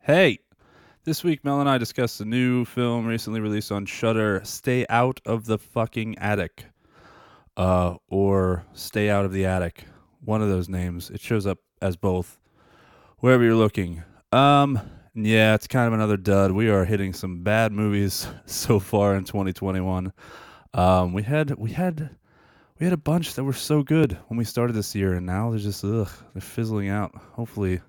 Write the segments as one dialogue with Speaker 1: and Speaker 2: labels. Speaker 1: Hey, this week Mel and I discussed the new film recently released on Shudder, Stay Out of the Fucking Attic. Uh, or Stay Out of the Attic. One of those names. It shows up as both wherever you're looking. Um, yeah, it's kind of another dud. We are hitting some bad movies so far in 2021. Um, we had we had we had a bunch that were so good when we started this year, and now they're just ugh, they're fizzling out. Hopefully,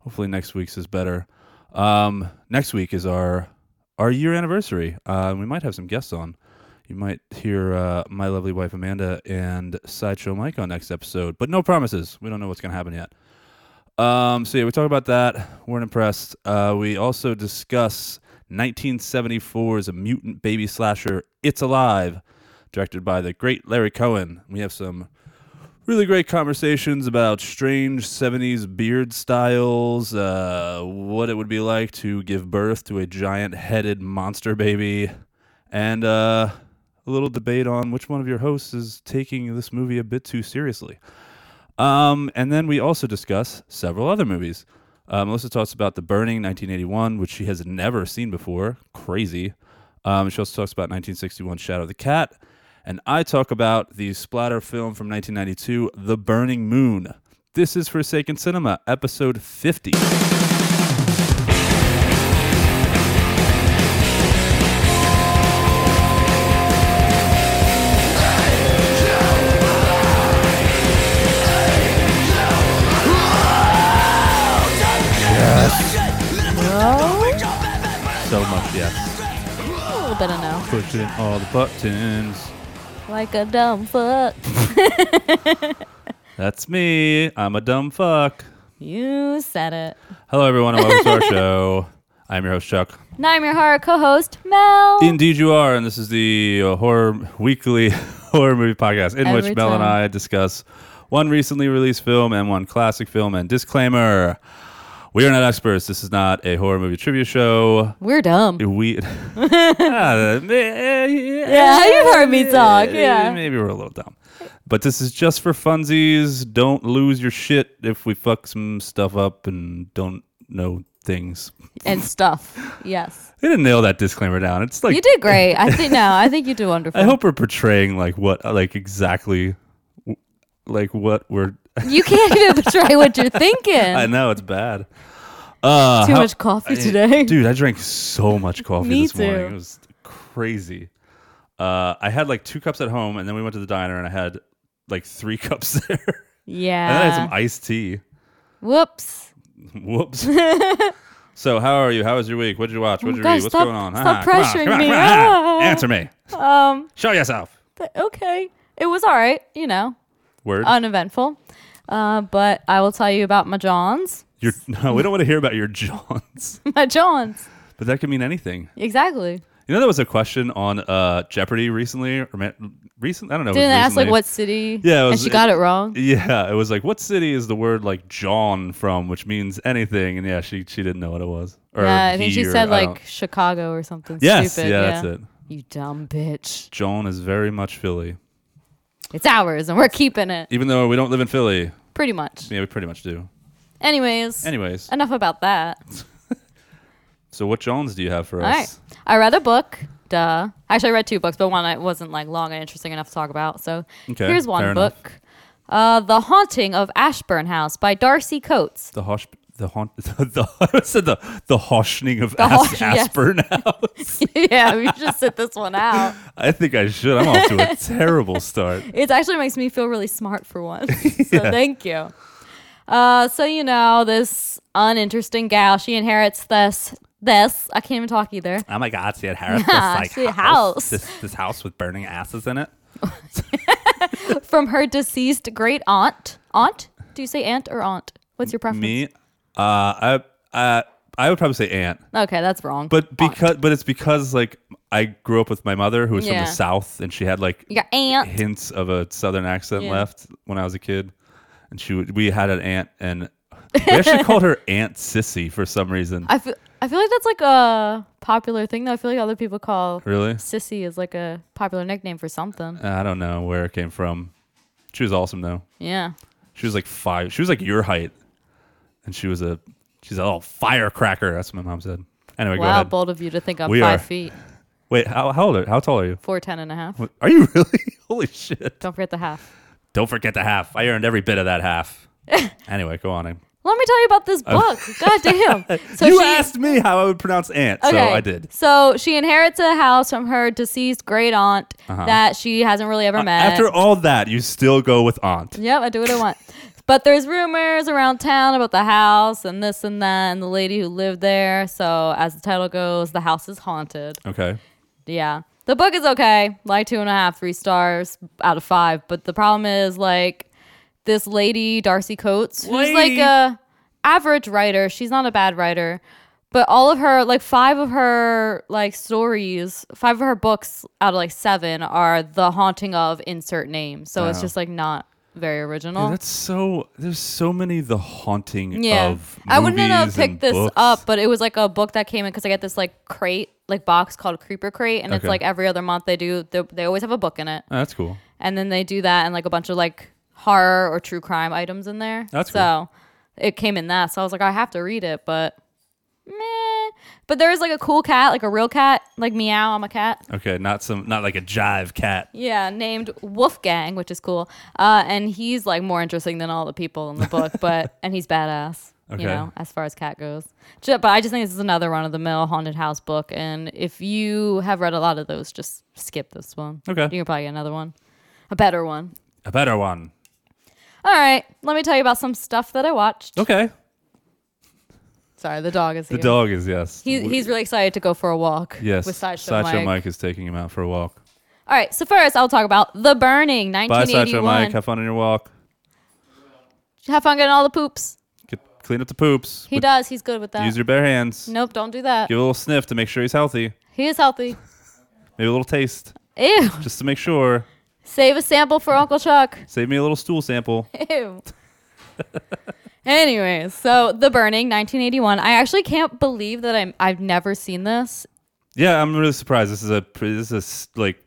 Speaker 1: hopefully next week's is better. Um, next week is our our year anniversary. Uh, we might have some guests on. You might hear uh, my lovely wife Amanda and sideshow Mike on next episode, but no promises. We don't know what's gonna happen yet. Um, so yeah, we talk about that. Weren't impressed. Uh, we also discuss 1974's a mutant baby slasher. It's alive, directed by the great Larry Cohen. We have some really great conversations about strange 70s beard styles, uh, what it would be like to give birth to a giant headed monster baby, and uh, a little debate on which one of your hosts is taking this movie a bit too seriously. Um, and then we also discuss several other movies. Uh, Melissa talks about The Burning, 1981, which she has never seen before. Crazy. Um, she also talks about 1961 Shadow of the Cat. And I talk about the splatter film from 1992, The Burning Moon. This is Forsaken Cinema, episode 50.
Speaker 2: Oh,
Speaker 1: So much, yes.
Speaker 2: A little bit of no.
Speaker 1: Pushing all the buttons.
Speaker 2: Like a dumb fuck.
Speaker 1: That's me. I'm a dumb fuck.
Speaker 2: You said it.
Speaker 1: Hello, everyone, and welcome to our show. I'm your host, Chuck.
Speaker 2: Now I'm your horror co-host, Mel.
Speaker 1: Indeed, you are, and this is the uh, horror weekly horror movie podcast in which
Speaker 2: Every
Speaker 1: Mel and
Speaker 2: time.
Speaker 1: I discuss one recently released film and one classic film. And disclaimer: we are not experts. This is not a horror movie trivia show.
Speaker 2: We're dumb.
Speaker 1: We, Ah, eh,
Speaker 2: Yeah, you've heard me talk.
Speaker 1: eh,
Speaker 2: Yeah.
Speaker 1: maybe we're a little dumb, but this is just for funsies. Don't lose your shit if we fuck some stuff up and don't know things.
Speaker 2: And stuff. Yes.
Speaker 1: They didn't nail that disclaimer down. It's like
Speaker 2: You did great. I think no, I think you did wonderful.
Speaker 1: I hope we're portraying like what, like exactly, w- like what we're.
Speaker 2: you can't even betray what you're
Speaker 1: I
Speaker 2: thinking.
Speaker 1: know it's bad. Uh,
Speaker 2: Too
Speaker 1: how-
Speaker 2: much coffee
Speaker 1: I-
Speaker 2: today.
Speaker 1: dude. I drank so much coffee
Speaker 2: Me
Speaker 1: this morning. It
Speaker 2: too.
Speaker 1: was crazy. Uh, I had like two cups at home, and then we went to the diner, and I had like three cups there. and then I had
Speaker 2: Yeah.
Speaker 1: some iced tea.
Speaker 2: Whoops.
Speaker 1: Whoops. so, how are you? How was your week? What did you watch? What did you
Speaker 2: Oh gosh,
Speaker 1: read? What's
Speaker 2: stop-
Speaker 1: going on? Ah,
Speaker 2: stop
Speaker 1: come on,
Speaker 2: pressuring
Speaker 1: come on,
Speaker 2: me.
Speaker 1: come on, ah.
Speaker 2: Ah.
Speaker 1: Answer me.
Speaker 2: Um
Speaker 1: Show yourself.
Speaker 2: th- okay. It was all right, you know.
Speaker 1: Word.
Speaker 2: Uneventful. Uh, but I will tell you about my Johns.
Speaker 1: Your, no, we don't want to hear about your Johns,
Speaker 2: My Johns.
Speaker 1: but that could mean anything.
Speaker 2: Exactly.
Speaker 1: You know, there was a question on uh, Jeopardy recently, or ma- recent. I don't know. it was
Speaker 2: Didn't they ask like
Speaker 1: recently.
Speaker 2: what city?
Speaker 1: Yeah, it
Speaker 2: and
Speaker 1: was-
Speaker 2: she got it wrong.
Speaker 1: Yeah, it was like, what city is the word like John from, which means anything? And yeah, she she didn't know what it was. Or
Speaker 2: yeah, I think
Speaker 1: he
Speaker 2: she
Speaker 1: or-
Speaker 2: said
Speaker 1: I don't-
Speaker 2: like Chicago or something
Speaker 1: yes,
Speaker 2: stupid.
Speaker 1: yeah, that's it.
Speaker 2: You dumb bitch.
Speaker 1: John is very much Philly,
Speaker 2: It's ours and we're keeping it.
Speaker 1: even though we don't live in Philly.
Speaker 2: Pretty much.
Speaker 1: Yeah, we pretty much do.
Speaker 2: Anyways,
Speaker 1: Anyways,
Speaker 2: enough about that.
Speaker 1: so what Johns do you have for
Speaker 2: All right.
Speaker 1: us?
Speaker 2: I read a book. Duh. Actually, I read two books, but one I wasn't like long and interesting enough to talk about. So
Speaker 1: Okay,
Speaker 2: here's
Speaker 1: fair
Speaker 2: one
Speaker 1: enough.
Speaker 2: book. Uh, the Haunting of Ashburn House by Darcy Coates.
Speaker 1: The hosh, the haunt, the, I said the the hoshning of
Speaker 2: The
Speaker 1: As-
Speaker 2: hosh- yes.
Speaker 1: Asper now.
Speaker 2: yeah, we should sit this one out.
Speaker 1: I think I should. I'm off to a terrible start.
Speaker 2: It actually makes me feel really smart for once. So thank you. Uh, so you know this uninteresting gal. She inherits this. This I can't even talk either.
Speaker 1: Oh my God, she had Harris
Speaker 2: Yeah, she had house.
Speaker 1: This, this house with burning asses in it.
Speaker 2: From her deceased great aunt. Aunt? Do you say aunt or aunt? What's your preference?
Speaker 1: Me, uh, I, uh, I would probably say aunt,
Speaker 2: Okay, that's wrong.
Speaker 1: but because but it's because like I grew up with my mother who was from
Speaker 2: Yeah.
Speaker 1: the south, and she had like
Speaker 2: your aunt.
Speaker 1: hints of a southern accent
Speaker 2: Yeah.
Speaker 1: left when I was a kid, and she would, we had an aunt, and we actually called her Aunt Sissy for some reason.
Speaker 2: I feel. I feel like that's like a popular thing though. I feel like other people call
Speaker 1: really,
Speaker 2: sissy is like a popular nickname for something.
Speaker 1: I don't know where it came from. She was awesome though.
Speaker 2: Yeah.
Speaker 1: She was like five. She was like your height, and she was a She's a little firecracker. That's what my mom said. Anyway, go
Speaker 2: wow,
Speaker 1: ahead.
Speaker 2: bold of you to think I'm
Speaker 1: We
Speaker 2: five
Speaker 1: are-
Speaker 2: feet.
Speaker 1: Wait, how, how old are how tall are you?
Speaker 2: Four ten and a half.
Speaker 1: What- Are you really? Holy shit!
Speaker 2: Don't forget the half.
Speaker 1: Don't forget the half. I earned every bit of that half. anyway, go on.
Speaker 2: Let me tell you about this book. God damn.
Speaker 1: Oh. you asked me how I would pronounce aunt, so I did.
Speaker 2: So she inherits a house from her deceased great aunt that she hasn't really ever met.
Speaker 1: Uh-huh. After all that, you still go with aunt.
Speaker 2: Yep, I do what I want. But there's rumors around town about the house and this and that and the lady who lived there. So as the title goes, the house is haunted.
Speaker 1: Okay.
Speaker 2: Yeah. The book is okay, like two and a half, three stars out of five. But the problem is like this lady, Darcy Coates, who's
Speaker 1: Lady.
Speaker 2: like a average writer. She's not a bad writer. But all of her, like five of her like stories, five of her books out of like seven are the haunting of insert name. So it's
Speaker 1: Wow.
Speaker 2: just like not very original.
Speaker 1: Dude, that's so. There's so many the haunting of.
Speaker 2: I wouldn't have
Speaker 1: movies and
Speaker 2: picked this
Speaker 1: books.
Speaker 2: up, but it was like a book that came in because I get this like crate, like box called Creeper Crate, and it's
Speaker 1: Okay.
Speaker 2: like every other month they do. They, they always have a book in it,
Speaker 1: Oh, that's cool.
Speaker 2: and then they do that and like a bunch of like horror or true crime items in there.
Speaker 1: That's
Speaker 2: so. It came in that, so I was like, I have to read it, but meh. But there is like a cool cat, like a real cat, like meow. I'm a cat.
Speaker 1: Okay, not some, not like a jive cat.
Speaker 2: Yeah, named Wolfgang, which is cool. Uh, and he's like more interesting than all the people in the book, but and he's badass.
Speaker 1: Okay.
Speaker 2: You know, as far as cat goes. Ju- But I just think this is another run of the mill haunted house book. And if you have read a lot of those, just skip this one.
Speaker 1: Okay.
Speaker 2: You can probably get another one, a better one.
Speaker 1: A better one.
Speaker 2: All right. Let me tell you about some stuff that I watched.
Speaker 1: Okay.
Speaker 2: Sorry, the dog is
Speaker 1: The
Speaker 2: here.
Speaker 1: dog is yes.
Speaker 2: He,
Speaker 1: W-
Speaker 2: he's really excited to go for a walk
Speaker 1: yes.
Speaker 2: with Sideshow, Mike.
Speaker 1: Mike is taking him out for a walk.
Speaker 2: All right, so first I'll talk about The Burning,
Speaker 1: Bye, Sideshow
Speaker 2: 1981.
Speaker 1: Mike. Have fun on your walk.
Speaker 2: Have fun getting all the poops.
Speaker 1: Get, clean up the poops.
Speaker 2: He
Speaker 1: But
Speaker 2: does. He's good with that.
Speaker 1: Use your bare hands.
Speaker 2: Nope, don't do that.
Speaker 1: Give it a little sniff to make sure he's healthy.
Speaker 2: He is healthy.
Speaker 1: Maybe a little taste,
Speaker 2: Ew.
Speaker 1: just to make sure.
Speaker 2: Save a sample for Uncle Chuck.
Speaker 1: Save me a little stool sample.
Speaker 2: Ew. Anyways, so The Burning, 1981. I actually can't believe that I'm I've never seen this.
Speaker 1: Yeah, I'm really surprised. This is a pre- this is a s like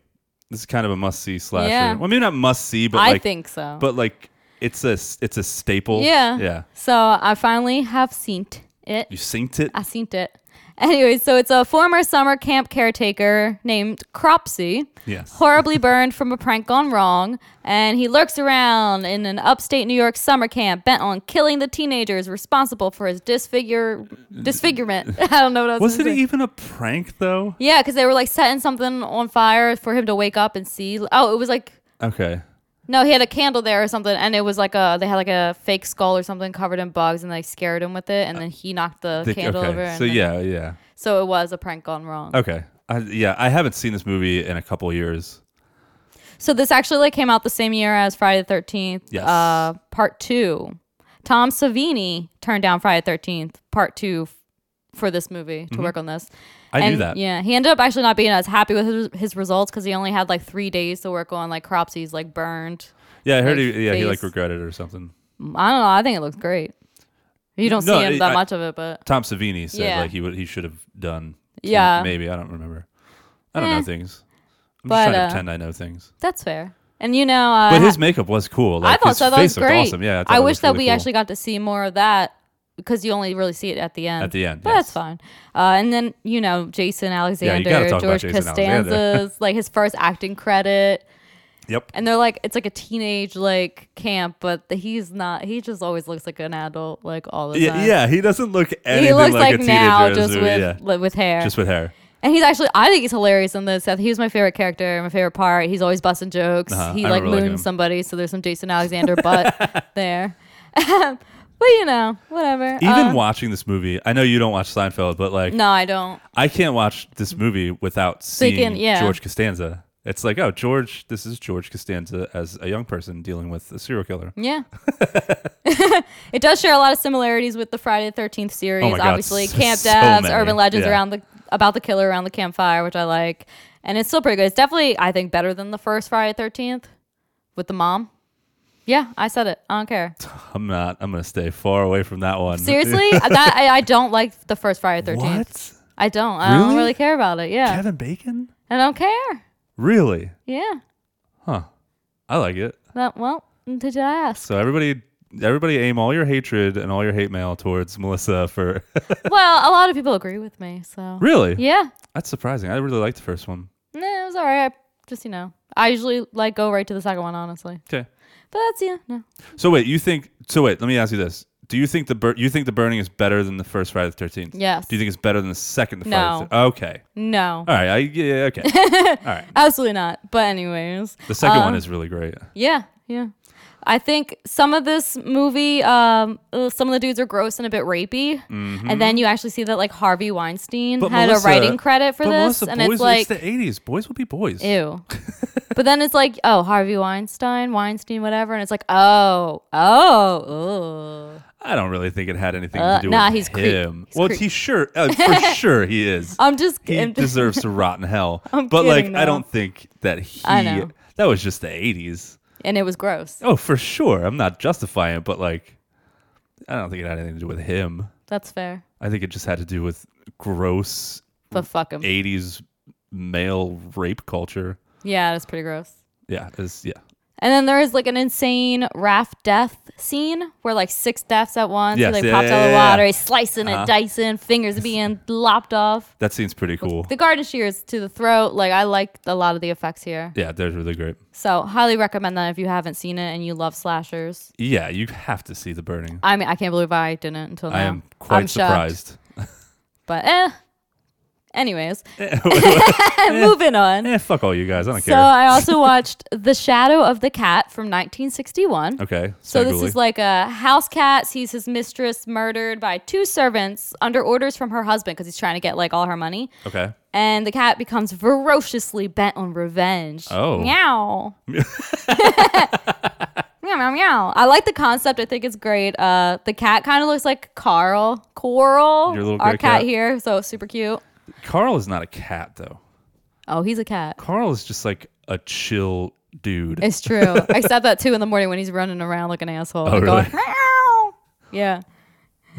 Speaker 1: this is kind of a must see slasher.
Speaker 2: Yeah.
Speaker 1: Well, maybe not must see, but
Speaker 2: I
Speaker 1: like
Speaker 2: think so.
Speaker 1: but like it's a s- it's a staple.
Speaker 2: yeah.
Speaker 1: yeah.
Speaker 2: So I finally have seen t- it.
Speaker 1: You synced it.
Speaker 2: I seen it. Anyway, so it's a former summer camp caretaker named Cropsy.
Speaker 1: Yes.
Speaker 2: Horribly burned from a prank gone wrong, and he lurks around in an upstate New York summer camp bent on killing the teenagers responsible for his disfigure disfigurement. I don't know what else.
Speaker 1: Was
Speaker 2: to
Speaker 1: it
Speaker 2: say.
Speaker 1: even a prank though?
Speaker 2: Yeah, because they were like setting something on fire for him to wake up and see. Oh, it was like
Speaker 1: Okay.
Speaker 2: no, he had a candle there or something, and it was like a they had like a fake skull or something covered in bugs, and they scared him with it, and then he knocked the,
Speaker 1: The-
Speaker 2: candle over.
Speaker 1: okay.
Speaker 2: And
Speaker 1: So
Speaker 2: then-
Speaker 1: yeah, yeah.
Speaker 2: so it was a prank gone wrong.
Speaker 1: Okay. I, yeah, I haven't seen this movie in a couple years.
Speaker 2: So this actually like came out the same year as Friday the Thirteenth.
Speaker 1: Yes.
Speaker 2: Uh, part two. Tom Savini turned down Friday the Thirteenth Part Two f- for this movie to work on this.
Speaker 1: Mm-hmm. I
Speaker 2: and,
Speaker 1: knew that.
Speaker 2: Yeah, he ended up actually not being as happy with his, his results because he only had like three days to work on like Cropsy's like burned.
Speaker 1: Yeah, I heard
Speaker 2: Like
Speaker 1: he yeah, he like
Speaker 2: face.
Speaker 1: regretted it or something.
Speaker 2: I don't know. I think it looks great. You don't
Speaker 1: No,
Speaker 2: see him
Speaker 1: it-
Speaker 2: that
Speaker 1: I-
Speaker 2: much of it, but
Speaker 1: Tom Savini said
Speaker 2: Yeah.
Speaker 1: like he would he should have done. some-
Speaker 2: Yeah.
Speaker 1: Maybe I don't remember. I don't
Speaker 2: Eh.
Speaker 1: know things. I'm
Speaker 2: But,
Speaker 1: just trying
Speaker 2: uh,
Speaker 1: to pretend I know things.
Speaker 2: that's fair. And you know, uh,
Speaker 1: But his makeup was cool.
Speaker 2: I
Speaker 1: Like,
Speaker 2: thought
Speaker 1: his
Speaker 2: so. That was
Speaker 1: face
Speaker 2: great.
Speaker 1: looked awesome. Yeah, thought
Speaker 2: I
Speaker 1: it
Speaker 2: wish
Speaker 1: looked
Speaker 2: that
Speaker 1: really
Speaker 2: we
Speaker 1: cool.
Speaker 2: actually got to see more of that because you only really see it at the end.
Speaker 1: At the end,
Speaker 2: but that's
Speaker 1: yes.
Speaker 2: fine. Uh, and then you know Jason Alexander,
Speaker 1: gotta talk about
Speaker 2: George
Speaker 1: Jason Alexander.
Speaker 2: Costanza's like his first acting credit,
Speaker 1: Yep.
Speaker 2: and they're like it's like a teenage like camp, but the, he's not. He just always looks like an adult like all the
Speaker 1: Yeah,
Speaker 2: time.
Speaker 1: yeah, he doesn't look anything
Speaker 2: He looks
Speaker 1: like,
Speaker 2: like,
Speaker 1: a teenager.
Speaker 2: now
Speaker 1: in this
Speaker 2: just
Speaker 1: movie,
Speaker 2: with
Speaker 1: yeah.
Speaker 2: li- with hair.
Speaker 1: just with hair.
Speaker 2: and he's actually I think he's hilarious in this. He was my favorite character, my favorite part. He's always busting jokes.
Speaker 1: Uh-huh.
Speaker 2: He
Speaker 1: I
Speaker 2: like
Speaker 1: remember liking
Speaker 2: moons
Speaker 1: him.
Speaker 2: somebody, so there's some Jason Alexander butt there. but you know, whatever.
Speaker 1: Even
Speaker 2: Uh,
Speaker 1: watching this movie, I know you don't watch Seinfeld, but like
Speaker 2: no, I don't.
Speaker 1: I can't watch this movie without seeing
Speaker 2: Thinking, yeah.
Speaker 1: George Costanza. It's like, oh, George, this is George Costanza as a young person dealing with a serial killer.
Speaker 2: Yeah. it does share a lot of similarities with the Friday the Thirteenth series.
Speaker 1: Oh my God,
Speaker 2: Obviously,
Speaker 1: so-
Speaker 2: Camp
Speaker 1: so
Speaker 2: Deaths,
Speaker 1: many.
Speaker 2: Urban Legends
Speaker 1: Yeah.
Speaker 2: around the about the killer around the campfire, which I like, and it's still pretty good. It's definitely I think better than the first Friday the Thirteenth with the mom. Yeah, I said it. I don't care.
Speaker 1: I'm not. I'm gonna stay far away from that one.
Speaker 2: Seriously, that I, I don't like the first Friday Thirteenth.
Speaker 1: what?
Speaker 2: I don't. I don't
Speaker 1: Really?
Speaker 2: really care about it. Yeah,
Speaker 1: Kevin Bacon?
Speaker 2: I don't care.
Speaker 1: Really?
Speaker 2: Yeah.
Speaker 1: Huh. I like it.
Speaker 2: That well, did you ask?
Speaker 1: So everybody everybody aim all your hatred and all your hate mail towards Melissa for
Speaker 2: well, a lot of people agree with me, so
Speaker 1: really.
Speaker 2: yeah.
Speaker 1: That's surprising. I really liked the first one.
Speaker 2: Nah, it was all right. I just you know, I usually like go right to the second one, honestly.
Speaker 1: Okay.
Speaker 2: But that's yeah, no.
Speaker 1: So wait, you think? So wait, let me ask you this: Do you think the bur- you think the burning is better than the first Friday the Thirteenth?
Speaker 2: Yes.
Speaker 1: Do you think it's better than the second? The
Speaker 2: No.
Speaker 1: Friday the 13th? Okay.
Speaker 2: No.
Speaker 1: All right. I, yeah. Okay. All right.
Speaker 2: Absolutely not. But anyways.
Speaker 1: The second
Speaker 2: Uh,
Speaker 1: one is really great.
Speaker 2: Yeah, yeah. I think some of this movie, um, uh, some of the dudes are gross and a bit rapey, and then you actually see that like Harvey Weinstein
Speaker 1: Mm-hmm. But
Speaker 2: had
Speaker 1: Melissa-
Speaker 2: a writing credit for
Speaker 1: but
Speaker 2: this,
Speaker 1: Melissa,
Speaker 2: and
Speaker 1: boys,
Speaker 2: it's like
Speaker 1: the '80s. Boys will be boys.
Speaker 2: ew. but then it's like oh Harvey Weinstein, Weinstein, whatever, and it's like oh oh ugh.
Speaker 1: I don't really think it had anything
Speaker 2: Uh,
Speaker 1: to do
Speaker 2: nah,
Speaker 1: with
Speaker 2: he's creep.
Speaker 1: him.
Speaker 2: He's
Speaker 1: well,
Speaker 2: creep.
Speaker 1: he sure, uh, for sure, he is.
Speaker 2: I'm just
Speaker 1: he
Speaker 2: I'm just-
Speaker 1: deserves to rot in hell.
Speaker 2: I'm
Speaker 1: but like,
Speaker 2: kidding,
Speaker 1: I
Speaker 2: though.
Speaker 1: don't think that he.
Speaker 2: I know.
Speaker 1: That was just the '80s.
Speaker 2: and it was gross.
Speaker 1: Oh, for sure. I'm not justifying it, but like, I don't think it had anything to do with him.
Speaker 2: That's fair,
Speaker 1: I think it just had to do with gross
Speaker 2: but fuck him.
Speaker 1: '80s male rape culture.
Speaker 2: Yeah, that's pretty gross.
Speaker 1: Yeah, it's, yeah,
Speaker 2: And then there is like an insane raft death scene where like six deaths at once.
Speaker 1: Yes,
Speaker 2: he like
Speaker 1: yeah,
Speaker 2: pops
Speaker 1: yeah,
Speaker 2: out of the
Speaker 1: yeah, Uh-huh.
Speaker 2: water,
Speaker 1: yeah.
Speaker 2: he's slicing and dicing, fingers being lopped off.
Speaker 1: that seems pretty cool.
Speaker 2: The garden shears to the throat. Like I liked a lot of the effects here.
Speaker 1: yeah, they're really great.
Speaker 2: So highly recommend that if you haven't seen it and you love slashers.
Speaker 1: Yeah, you have to see the burning.
Speaker 2: I mean, I can't believe I didn't until now.
Speaker 1: I am quite
Speaker 2: I'm shocked,
Speaker 1: surprised.
Speaker 2: But eh. Anyways. Moving on.
Speaker 1: Eh, fuck all you guys. I don't
Speaker 2: So uh,
Speaker 1: care.
Speaker 2: I also watched The Shadow of the Cat from 1961.
Speaker 1: Okay.
Speaker 2: So this
Speaker 1: Segway.
Speaker 2: is like a house cat sees his mistress murdered by two servants under orders from her husband because he's trying to get like all her money.
Speaker 1: okay.
Speaker 2: And the cat becomes ferociously bent on revenge.
Speaker 1: Oh.
Speaker 2: Meow. meow, meow, meow. I like the concept. I think it's great. Uh, the cat kind of looks like Carl. Coral.
Speaker 1: Your little
Speaker 2: our
Speaker 1: gray
Speaker 2: cat,
Speaker 1: cat.
Speaker 2: here. So it's super cute.
Speaker 1: Carl is not a cat though.
Speaker 2: Oh, he's a cat.
Speaker 1: Carl is just like a chill dude.
Speaker 2: It's true. Except that two in the morning when he's running around like an asshole.
Speaker 1: Oh,
Speaker 2: going,
Speaker 1: really?
Speaker 2: meow. Yeah.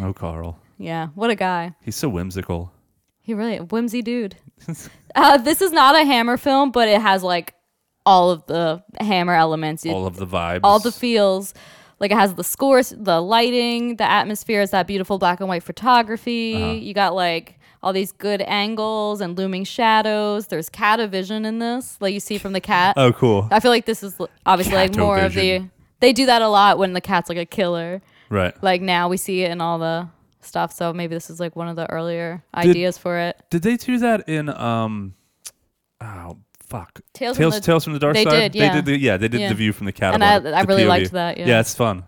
Speaker 1: oh, Carl.
Speaker 2: Yeah. What a guy.
Speaker 1: He's so whimsical.
Speaker 2: He really whimsy dude. uh, this is not a Hammer film, but it has like all of the Hammer elements, It- all,
Speaker 1: All of the vibes.
Speaker 2: the feels. Like it has the scores, the lighting, the atmosphere is that beautiful black and white photography.
Speaker 1: Uh-huh.
Speaker 2: You got like all these good angles and looming shadows. There's catavision in this, like you see from the cat.
Speaker 1: oh, cool.
Speaker 2: I feel like this is l- obviously like more of the.
Speaker 1: Catovision.
Speaker 2: They do that a lot when the cat's like a killer.
Speaker 1: Right.
Speaker 2: Like now we see it in all the stuff. So maybe this is like one of the earlier ideas for it.
Speaker 1: Did they do that in um? Oh fuck.
Speaker 2: Tales from
Speaker 1: Tales,
Speaker 2: the-
Speaker 1: Tales from the Dark
Speaker 2: they
Speaker 1: Side.
Speaker 2: did, yeah.
Speaker 1: They did. The, yeah, they did
Speaker 2: Yeah.
Speaker 1: the view from the cat.
Speaker 2: And
Speaker 1: above,
Speaker 2: I- I
Speaker 1: the
Speaker 2: really
Speaker 1: POV.
Speaker 2: liked that, yeah.
Speaker 1: Yeah, it's fun.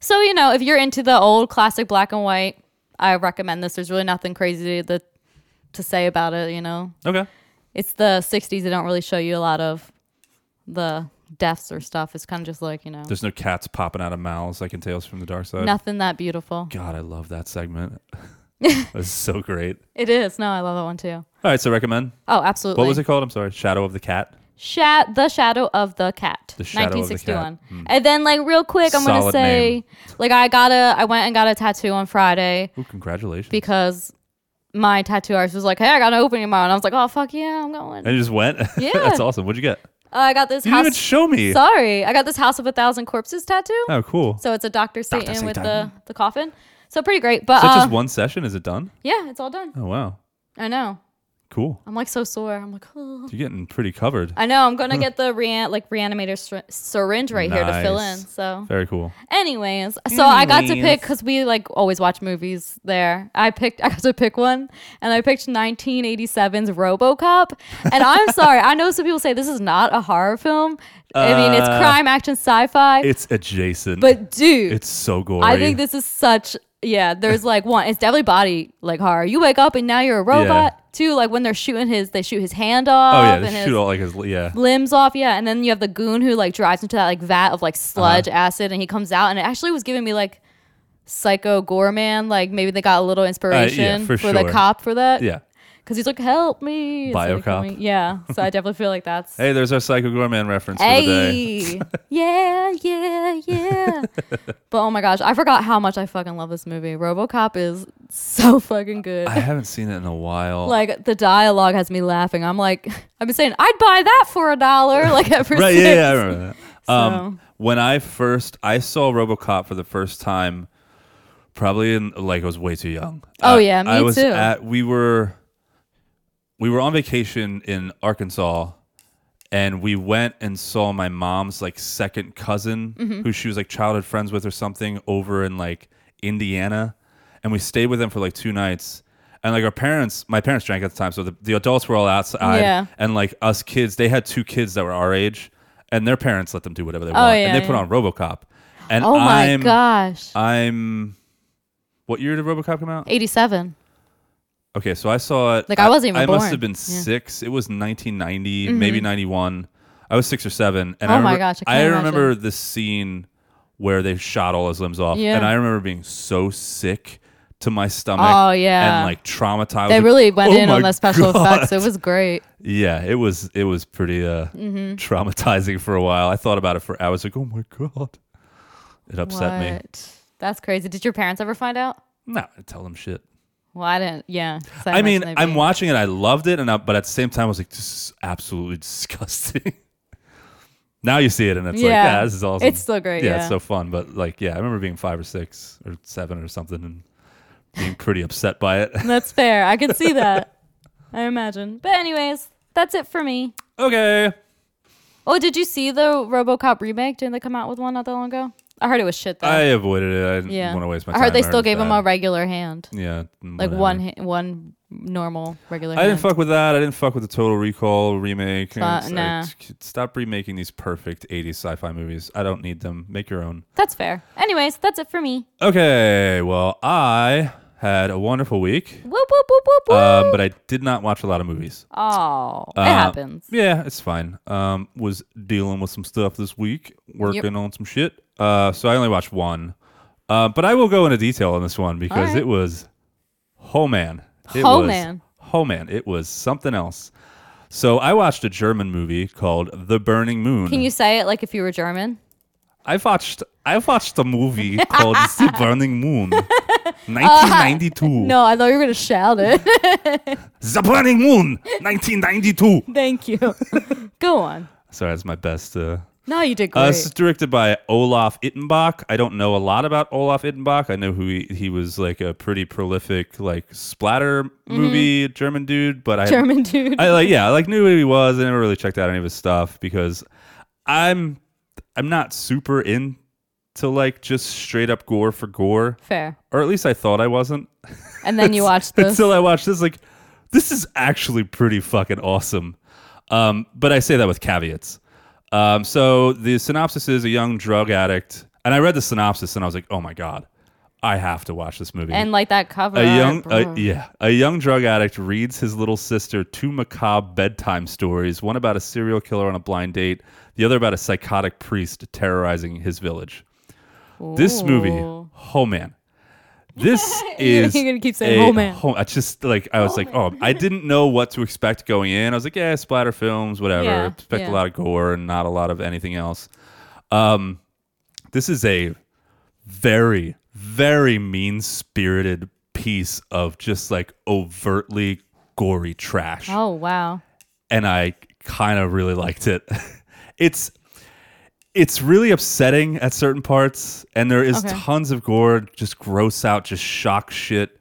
Speaker 2: So, you know, if you're into the old classic black and white, I recommend this. There's really nothing crazy to, to say about it, you know.
Speaker 1: Okay.
Speaker 2: It's the 60s. They don't really show you a lot of the deaths or stuff. It's kind of just like, you know,
Speaker 1: There's no cats popping out of mouths like in Tales from the Dark Side.
Speaker 2: nothing that beautiful.
Speaker 1: God, I love that segment. That's so great.
Speaker 2: It is. No, I love that one too.
Speaker 1: All right, so recommend.
Speaker 2: Oh, absolutely.
Speaker 1: What was it called? I'm sorey. Shadow of the Cat.
Speaker 2: Sha- the Shadow of the Cat,
Speaker 1: The Shadow of the Cat. Hmm.
Speaker 2: 1961. And then, like, real quick, I'm going to
Speaker 1: Solid
Speaker 2: say,
Speaker 1: name.
Speaker 2: like, I got a, I went and got a tattoo on Friday.
Speaker 1: Ooh, congratulations.
Speaker 2: because my tattoo artist was like, "Hey, I got an opening tomorrow," and I was like, "Oh fuck yeah, I'm going."
Speaker 1: and
Speaker 2: Uh,
Speaker 1: you just went.
Speaker 2: Yeah.
Speaker 1: That's awesome. What'd you get?
Speaker 2: I got this
Speaker 1: You
Speaker 2: house.
Speaker 1: didn't even show me.
Speaker 2: Sorry, I got this House of a Thousand Corpses tattoo.
Speaker 1: Oh, cool.
Speaker 2: So it's a Doctor Satan, with the
Speaker 1: Satan.
Speaker 2: the coffin. So pretty great, but
Speaker 1: So
Speaker 2: uh,
Speaker 1: just one session is it done?
Speaker 2: yeah, it's all done.
Speaker 1: Oh wow,
Speaker 2: I know.
Speaker 1: cool.
Speaker 2: I'm like so sore. I'm like, "Ugh."
Speaker 1: You're getting pretty covered.
Speaker 2: I know. I'm gonna get the rean like reanimator syr- syringe right here to fill in.
Speaker 1: Nice.
Speaker 2: So,
Speaker 1: Very cool.
Speaker 2: anyways, so I got to
Speaker 1: Anyways.
Speaker 2: pick because we like always watch movies there. I picked. I got to pick one, and I picked 1987's RoboCop. And I'm sorry, I know some people say this is not a horror film. I mean, it's
Speaker 1: Uh,
Speaker 2: crime, action, sci-fi.
Speaker 1: It's adjacent,
Speaker 2: but dude,
Speaker 1: it's so gory.
Speaker 2: I think this is such. Yeah, there's like one. It's definitely body like horror. You wake up and now you're a robot. Two, like when they're shooting his, they shoot his hand
Speaker 1: Oh
Speaker 2: off.
Speaker 1: yeah,
Speaker 2: and
Speaker 1: they
Speaker 2: his,
Speaker 1: shoot all like his yeah.
Speaker 2: limbs off. Yeah, and then you have the goon who like drives into that like vat of
Speaker 1: Uh-huh.
Speaker 2: like sludge acid, and he comes out, and it actually was giving me like psycho goreman. Like maybe they got a little inspiration
Speaker 1: Uh, for
Speaker 2: the
Speaker 1: sure.
Speaker 2: cop for that.
Speaker 1: Yeah.
Speaker 2: because he's like, "Help me, instead of
Speaker 1: Biocop.
Speaker 2: coming- Yeah, so I definitely feel like that's.
Speaker 1: Hey, there's our Psycho Gorman reference for the day.
Speaker 2: Hey, yeah, yeah, yeah. but oh my gosh, I forgot how much I fucking love this movie. RoboCop is so fucking good.
Speaker 1: I haven't seen it in a while.
Speaker 2: like the dialogue has me laughing. I'm like, I've been saying I'd buy that for a dollar, like ever
Speaker 1: right?
Speaker 2: since.
Speaker 1: Yeah, yeah, I remember that. Um, when I first I saw RoboCop for the first time, probably in like I was way too young.
Speaker 2: Oh,
Speaker 1: I-
Speaker 2: yeah, me
Speaker 1: I was
Speaker 2: too.
Speaker 1: At, we were we were on vacation in Arkansas, and we went and saw my mom's like second cousin,
Speaker 2: Mm-hmm.
Speaker 1: who she was like childhood friends with or something, over in like Indiana, and we stayed with them for like two nights. And like our parents, my parents drank at the time, so the, the adults were all outside,
Speaker 2: Yeah.
Speaker 1: and like us kids, they had two kids that were our age, and their parents let them do whatever they
Speaker 2: Oh,
Speaker 1: want,
Speaker 2: yeah,
Speaker 1: and they put
Speaker 2: yeah.
Speaker 1: on RoboCop. And
Speaker 2: Oh my
Speaker 1: I'm,
Speaker 2: gosh.
Speaker 1: I'm. What year did RoboCop come out?
Speaker 2: 87.
Speaker 1: Okay, so I saw it.
Speaker 2: Like, I wasn't even
Speaker 1: I must
Speaker 2: born.
Speaker 1: have been
Speaker 2: Yeah. Mm-hmm.
Speaker 1: six. It was 1990, maybe 91. I was six or seven, and
Speaker 2: Oh
Speaker 1: I
Speaker 2: my
Speaker 1: remember-
Speaker 2: gosh, I can't
Speaker 1: remember the scene where they shot all his limbs off,
Speaker 2: Yeah.
Speaker 1: and I remember being so sick to my stomach.
Speaker 2: Oh, yeah.
Speaker 1: and like traumatized.
Speaker 2: They
Speaker 1: Like,
Speaker 2: really went
Speaker 1: "Oh
Speaker 2: in on
Speaker 1: my
Speaker 2: the special
Speaker 1: God."
Speaker 2: effects. It was great.
Speaker 1: yeah, it was it was pretty uh,
Speaker 2: Mm-hmm.
Speaker 1: traumatizing for a while. I thought about it for. I was like, oh my god, it upset me.
Speaker 2: What? That's crazy. Did your parents ever find out?
Speaker 1: No, tell them shit.
Speaker 2: Well, I didn't. Yeah. 'cause
Speaker 1: I mean,
Speaker 2: imagine they'd
Speaker 1: I'm
Speaker 2: be-
Speaker 1: watching it. I loved it, and I, but at the same time, I was like, this is absolutely disgusting. now you see it, and it's like,
Speaker 2: Yeah.
Speaker 1: yeah, this is awesome.
Speaker 2: It's still great,
Speaker 1: it's
Speaker 2: yeah.
Speaker 1: so fun. But like, yeah, I remember being five or six or seven or something, and being pretty upset by it.
Speaker 2: That's fair. I can see that. I imagine. But anyways, that's it for me.
Speaker 1: okay,
Speaker 2: Oh, did you see the RoboCop remake? Didn't they come out with one not that long ago? I heard it was shit though.
Speaker 1: I avoided it. I didn't
Speaker 2: yeah.
Speaker 1: want to waste my
Speaker 2: I
Speaker 1: time.
Speaker 2: heard they
Speaker 1: it
Speaker 2: still
Speaker 1: was
Speaker 2: gave him
Speaker 1: bad.
Speaker 2: a regular hand,
Speaker 1: yeah,
Speaker 2: like
Speaker 1: whatever.
Speaker 2: one ha- one normal regular.
Speaker 1: I didn't
Speaker 2: hand.
Speaker 1: fuck with that. I didn't fuck with the Total Recall remake.
Speaker 2: not-
Speaker 1: It's like,
Speaker 2: nah.
Speaker 1: Stop remaking these perfect 80s sci-fi movies. I don't need them. Make your own.
Speaker 2: That's fair. Anyways, that's it for me.
Speaker 1: Okay, well, I had a wonderful week,
Speaker 2: Whoop whoop whoop whoop whoop.
Speaker 1: um, but I did not watch a lot of movies.
Speaker 2: oh, it
Speaker 1: Uh,
Speaker 2: happens.
Speaker 1: Yeah, it's fine. Um, was dealing with some stuff this week, working on some shit. Uh, so I only watched one, uh, but I will go into detail on this one because
Speaker 2: Alright.
Speaker 1: it was, oh man, it
Speaker 2: Oh,
Speaker 1: was,
Speaker 2: man.
Speaker 1: oh man, it was something else. So I watched a German movie called The Burning Moon.
Speaker 2: Can you say it like if you were German?
Speaker 1: I watched I watched a movie called The Burning Moon, 1992.
Speaker 2: Uh, No, I thought you were gonna shout it.
Speaker 1: The Burning Moon, 1992.
Speaker 2: Thank you. Go on.
Speaker 1: Sorry, that's my best. Uh,
Speaker 2: No, you did great.
Speaker 1: uh, this is directed by Olaf Ittenbach. I don't know a lot about Olaf Ittenbach. I know who he, he was like a pretty prolific like splatter movie German dude, but I
Speaker 2: German dude.
Speaker 1: I like yeah, I like knew who he was. I never really checked out any of his stuff because I'm I'm not super into like just straight up gore for gore,
Speaker 2: Fair.
Speaker 1: or at least I thought I wasn't.
Speaker 2: And then you watched this.
Speaker 1: until I watched this. Like, this is actually pretty fucking awesome. Um, but I say that with caveats. Um, so the synopsis is a young drug addict, and I read the synopsis and I was like, oh my god, I have to watch this movie.
Speaker 2: and like that cover.
Speaker 1: a young,
Speaker 2: art, Mm. bro.
Speaker 1: a, yeah, a young drug addict reads his little sister two macabre bedtime stories. One about a serial killer on a blind date, the other about a psychotic priest terrorizing his village. This movie,
Speaker 2: Ooh.
Speaker 1: oh man, this is
Speaker 2: You're gonna keep saying,
Speaker 1: a
Speaker 2: "Oh, man."
Speaker 1: ho- I just like I was like, oh, I didn't know what to expect going in. I was like, yeah, splatter films, whatever.
Speaker 2: Yeah,
Speaker 1: expect
Speaker 2: yeah.
Speaker 1: a lot of gore and not a lot of anything else. Um, this is a very, very mean spirited piece of just like overtly gory trash
Speaker 2: Oh wow.
Speaker 1: and I kind of really liked it. it's it's really upsetting at certain parts, and there is
Speaker 2: Okay.
Speaker 1: tons of gore, just gross out, just shock shit.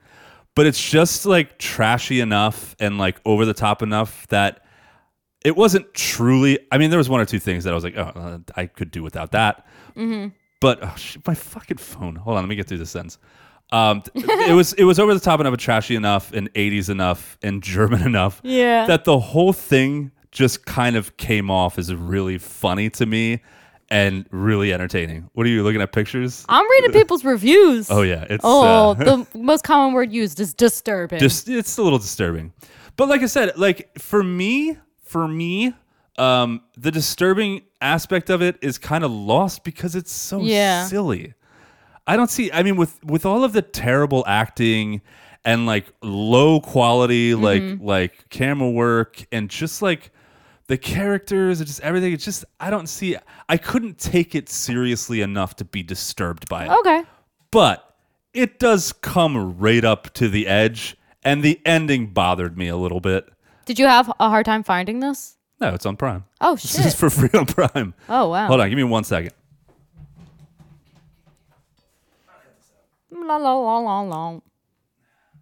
Speaker 1: But it's just like trashy enough and like over the top enough that it wasn't truly. I mean, there was one or two things that I was like, oh, uh, I could do without that.
Speaker 2: Mm-hmm.
Speaker 1: But oh, shit, my fucking phone. Hold on, let me get through this sentence. Um, th- it was it was over the top enough, and trashy enough, and '80s enough, and German enough
Speaker 2: Yeah.
Speaker 1: that the whole thing just kind of came off as really funny to me and really entertaining. What are you looking at pictures?
Speaker 2: I'm reading people's reviews.
Speaker 1: Oh yeah, it's
Speaker 2: Uh, Oh,
Speaker 1: uh,
Speaker 2: the most common word used is disturbing.
Speaker 1: just it's a little disturbing. But like I said, like for me, for me, um the disturbing aspect of it is kind of lost because it's so
Speaker 2: Yeah.
Speaker 1: silly. I don't see. I mean, with with all of the terrible acting and like low quality,
Speaker 2: Mm-hmm.
Speaker 1: like like camera work and just like the characters and just everything. It's just I don't see. I couldn't take it seriously enough to be disturbed by it.
Speaker 2: okay.
Speaker 1: But it does come right up to the edge, and the ending bothered me a little bit.
Speaker 2: Did you have a hard time finding this?
Speaker 1: No, it's on Prime.
Speaker 2: Oh
Speaker 1: This is
Speaker 2: shit.
Speaker 1: for free on Prime.
Speaker 2: Oh wow.
Speaker 1: Hold on, give me one second.
Speaker 2: La la la la la.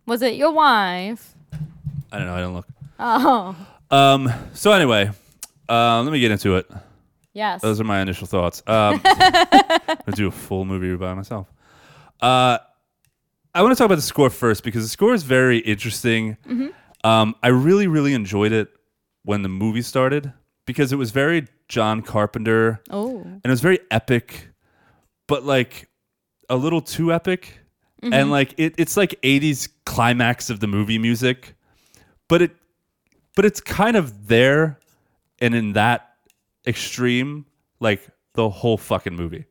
Speaker 2: Was it your wife?
Speaker 1: I don't know. I don't look.
Speaker 2: Oh,
Speaker 1: Um. So anyway, um, let me get into it.
Speaker 2: yes.
Speaker 1: Those are my initial thoughts. Um, I'm gonna do a full movie review by myself. Uh, I want to talk about the score first because the score is very interesting.
Speaker 2: Mm-hmm.
Speaker 1: Um, I really, really enjoyed it when the movie started because it was very John Carpenter
Speaker 2: oh,
Speaker 1: and it was very epic, but like a little too epic.
Speaker 2: Mm-hmm.
Speaker 1: And like it, it's like '80s climax of the movie music, but it, but it's kind of there, and in that extreme, like the whole fucking movie.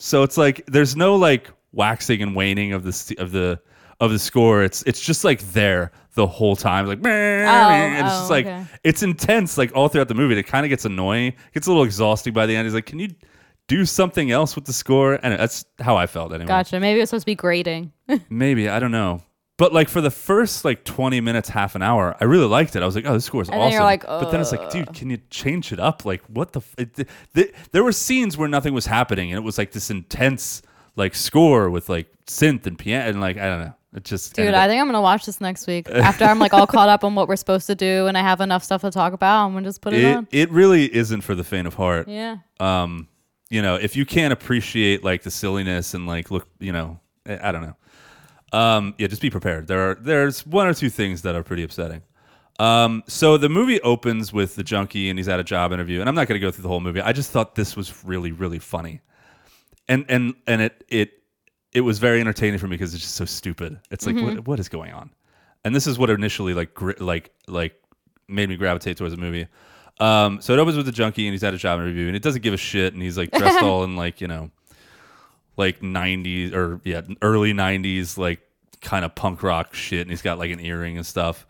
Speaker 1: So it's like there's no like waxing and waning of the st- of the of the score. It's it's just like there the whole time, like and it's just
Speaker 2: oh,
Speaker 1: like
Speaker 2: okay.
Speaker 1: it's intense like all throughout the movie. And it kind of gets annoying, gets a little exhausting by the end. He's like, can you do something else with the score? And that's how I felt anyway.
Speaker 2: gotcha. Maybe it's supposed to be grading.
Speaker 1: Maybe I don't know. But like for the first like 20 minutes, half an hour, I really liked it. I was like, oh, this score is
Speaker 2: And
Speaker 1: awesome.
Speaker 2: then you're like,
Speaker 1: but then it's like, dude, can you change it up? Like, what the? F- it, th- th- there were scenes where nothing was happening, and it was like this intense like score with like synth and piano, and like I don't know. It just
Speaker 2: Dude,
Speaker 1: ended
Speaker 2: I
Speaker 1: up-
Speaker 2: think I'm gonna watch this next week after I'm like all caught up on what we're supposed to do and I have enough stuff to talk about. I'm gonna just put it,
Speaker 1: it
Speaker 2: on.
Speaker 1: it really isn't for the faint of heart.
Speaker 2: Yeah.
Speaker 1: um, you know, if you can't appreciate like the silliness and like look, you know, I I don't know. Um, yeah, just be prepared. There are there's one or two things that are pretty upsetting. Um, so the movie opens with the junkie and he's at a job interview, and I'm not going to go through the whole movie. I just thought this was really really funny, and and and it it it was very entertaining for me because it's just so stupid. It's like what what is going on, and this is what initially like gri- like like made me gravitate towards the movie. Um, so it opens with the junkie and he's at a job interview and it doesn't give a shit and he's like dressed all in like you know like 90s or yeah early 90s like kind of punk rock shit and he's got like an earring and stuff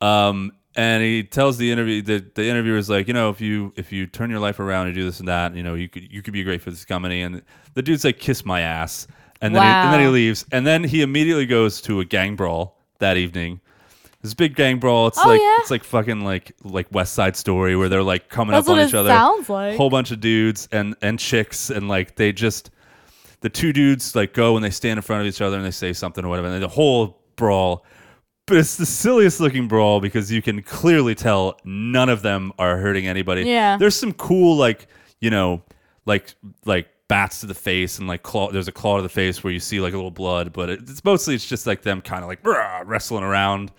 Speaker 1: um and he tells the interview the, the interviewer is like you know if you if you turn your life around and do this and that you know you could you could be great for this company and the dude's like kiss my ass and then, he, and then he
Speaker 2: Wow.
Speaker 1: leaves and then he immediately goes to a gang brawl that evening this big gang brawl it's
Speaker 2: Oh,
Speaker 1: like
Speaker 2: yeah.
Speaker 1: it's like fucking like like west side story where they're like coming
Speaker 2: That's
Speaker 1: up on
Speaker 2: what
Speaker 1: each
Speaker 2: it
Speaker 1: other
Speaker 2: sounds like.
Speaker 1: whole bunch of dudes and and chicks and like they just the two dudes like go and they stand in front of each other and they say something or whatever and the whole brawl but it's the silliest looking brawl because you can clearly tell none of them are hurting anybody
Speaker 2: Yeah.
Speaker 1: there's some cool like you know like like bats to the face and like claw there's a claw to the face where you see like a little blood but it, it's mostly it's just like them kind of like "Rah," wrestling around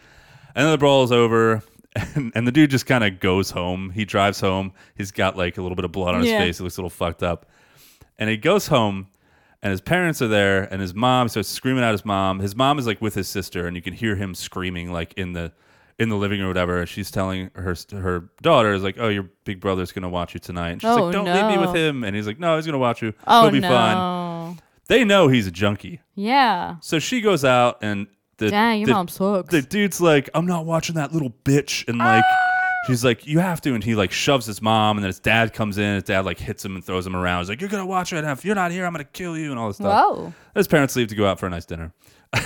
Speaker 1: and then the brawl is over and, and the dude just kind of goes home he drives home he's got like a little bit of blood on his
Speaker 2: Yeah.
Speaker 1: face it looks a little fucked up and he goes home and his parents are there and his mom starts screaming at his mom his mom is like with his sister and you can hear him screaming like in the in the living room or whatever she's telling her her daughter is like oh your big brother's gonna watch you tonight and she's
Speaker 2: Oh,
Speaker 1: like don't leave me
Speaker 2: no.
Speaker 1: with him and he's like no he's gonna watch you
Speaker 2: Oh
Speaker 1: he'll be
Speaker 2: no.
Speaker 1: fine they know he's a junkie
Speaker 2: Yeah.
Speaker 1: so she goes out and the,
Speaker 2: Dang, your
Speaker 1: the-
Speaker 2: mom sucks.
Speaker 1: the dude's like, I'm not watching that little bitch. And like, she's like, you have to. And he like shoves his mom. And then his dad comes in. His dad like hits him and throws him around. He's like, you're going to watch it. And if you're not here, I'm going to kill you and all this stuff.
Speaker 2: Whoa.
Speaker 1: And his parents leave to go out for a nice dinner.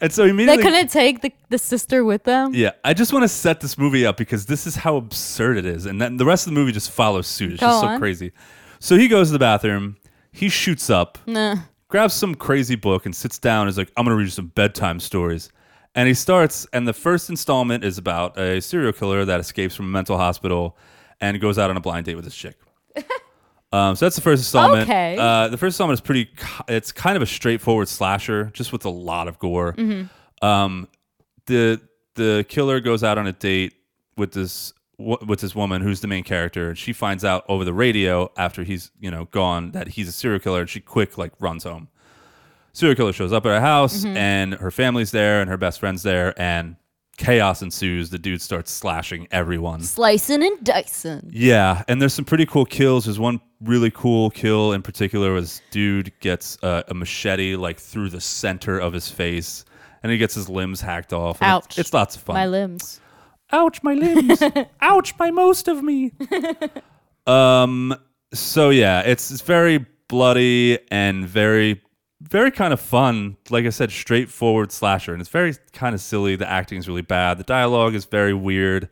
Speaker 1: and so
Speaker 2: They
Speaker 1: immediately.
Speaker 2: couldn't take the, the sister with them.
Speaker 1: yeah, I just want to set this movie up because this is how absurd it is. And then the rest of the movie just follows suit. It's
Speaker 2: Go
Speaker 1: just so
Speaker 2: on.
Speaker 1: crazy. So he goes to the bathroom. He shoots up
Speaker 2: Nah.
Speaker 1: grabs some crazy book and sits down and is like, I'm going to read you some bedtime stories. And he starts, and the first installment is about a serial killer that escapes from a mental hospital and goes out on a blind date with his chick. um, so that's the first installment.
Speaker 2: Okay.
Speaker 1: Uh, the first installment is pretty, ki- it's kind of a straightforward slasher, just with a lot of gore. Um, the the killer goes out on a date with this wo- with this woman who's the main character and she finds out over the radio after he's you know gone that he's a serial killer and she quick like runs home serial killer shows up at her house
Speaker 2: Mm-hmm.
Speaker 1: and her family's there and her best friend's there and chaos ensues the dude starts slashing everyone
Speaker 2: Slicing and dicing.
Speaker 1: yeah, and there's some pretty cool kills. There's one really cool kill in particular where this dude gets uh, a machete like through the center of his face, and he gets his limbs hacked off. and it's-
Speaker 2: Ouch.
Speaker 1: It's, lots of fun.
Speaker 2: My limbs.
Speaker 1: Ouch, my limbs. Ouch, my most of me. um. So yeah, it's, it's very bloody and very, very kind of fun. Like I said, straightforward slasher, and it's very kind of silly. The acting is really bad. The dialogue is very weird.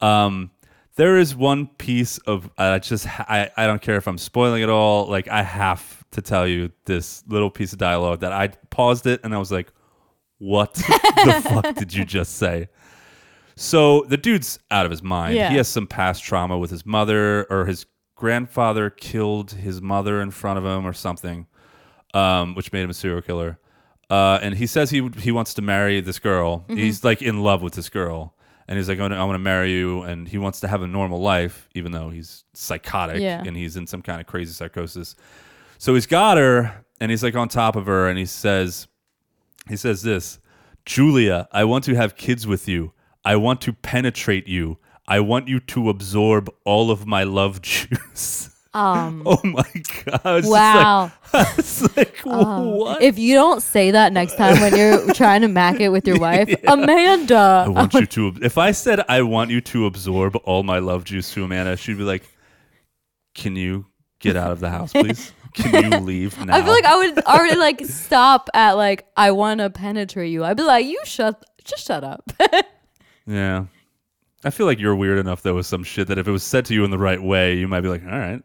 Speaker 1: Um. There is one piece of I just I I don't care if I'm spoiling it all. Like I have to tell you this little piece of dialogue that I paused it and I was like, what the fuck did you just say? So the dude's out of his mind.
Speaker 2: Yeah.
Speaker 1: He has some past trauma with his mother or his grandfather killed his mother in front of him or something, um, which made him a serial killer. Uh, and he says he he wants to marry this girl.
Speaker 2: Mm-hmm.
Speaker 1: He's like in love with this girl, and he's like, "I want to marry you." And he wants to have a normal life, even though he's psychotic
Speaker 2: Yeah.
Speaker 1: and he's in some kind of crazy psychosis. So he's got her, and he's like on top of her, and he says, he says this Julia, I want to have kids with you. I want to penetrate you. I want you to absorb all of my love juice.
Speaker 2: Um,
Speaker 1: oh my God. I was just like-
Speaker 2: Wow.
Speaker 1: I was like, what?
Speaker 2: Um, if you don't say that next time when you're trying to mac it with your wife, Amanda.
Speaker 1: I want you to. If I said I want you to absorb all my love juice to Amanda, she'd be like, "Can you get out of the house, please? Can you leave now?"
Speaker 2: I feel like I would already like stop at like I want to penetrate you. I'd be like, you shut, just shut up.
Speaker 1: yeah. I feel like you're weird enough though with some shit that if it was said to you in the right way, you might be like, "All right."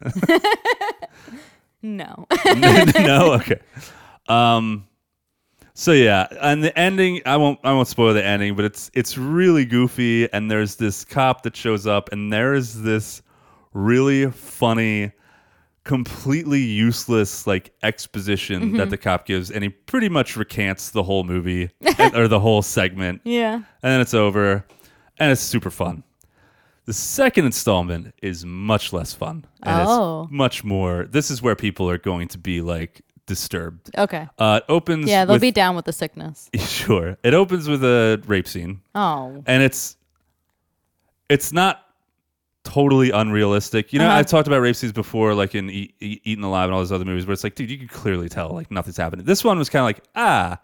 Speaker 2: no.
Speaker 1: no, okay. Um, so yeah, and the ending I won't I won't spoil the ending, but it's it's really goofy, and there's this cop that shows up, and there is this really funny, completely useless like exposition that the cop gives, and he pretty much recants the whole movie or the whole segment
Speaker 2: yeah.
Speaker 1: and then it's over, and it's super fun. The second installment is much less fun. And
Speaker 2: Oh.
Speaker 1: It's much more. This is where people are going to be like disturbed.
Speaker 2: Okay.
Speaker 1: Uh, it opens.
Speaker 2: Yeah, they'll
Speaker 1: with,
Speaker 2: be down with the sickness.
Speaker 1: sure. It opens with a rape scene,
Speaker 2: Oh.
Speaker 1: and it's it's not totally unrealistic. You know,
Speaker 2: Uh-huh.
Speaker 1: I've talked about rape scenes before, like in e- E- Eaten Alive and all those other movies, where it's like, dude, you can clearly tell like nothing's happening. This one was kind of like, ah,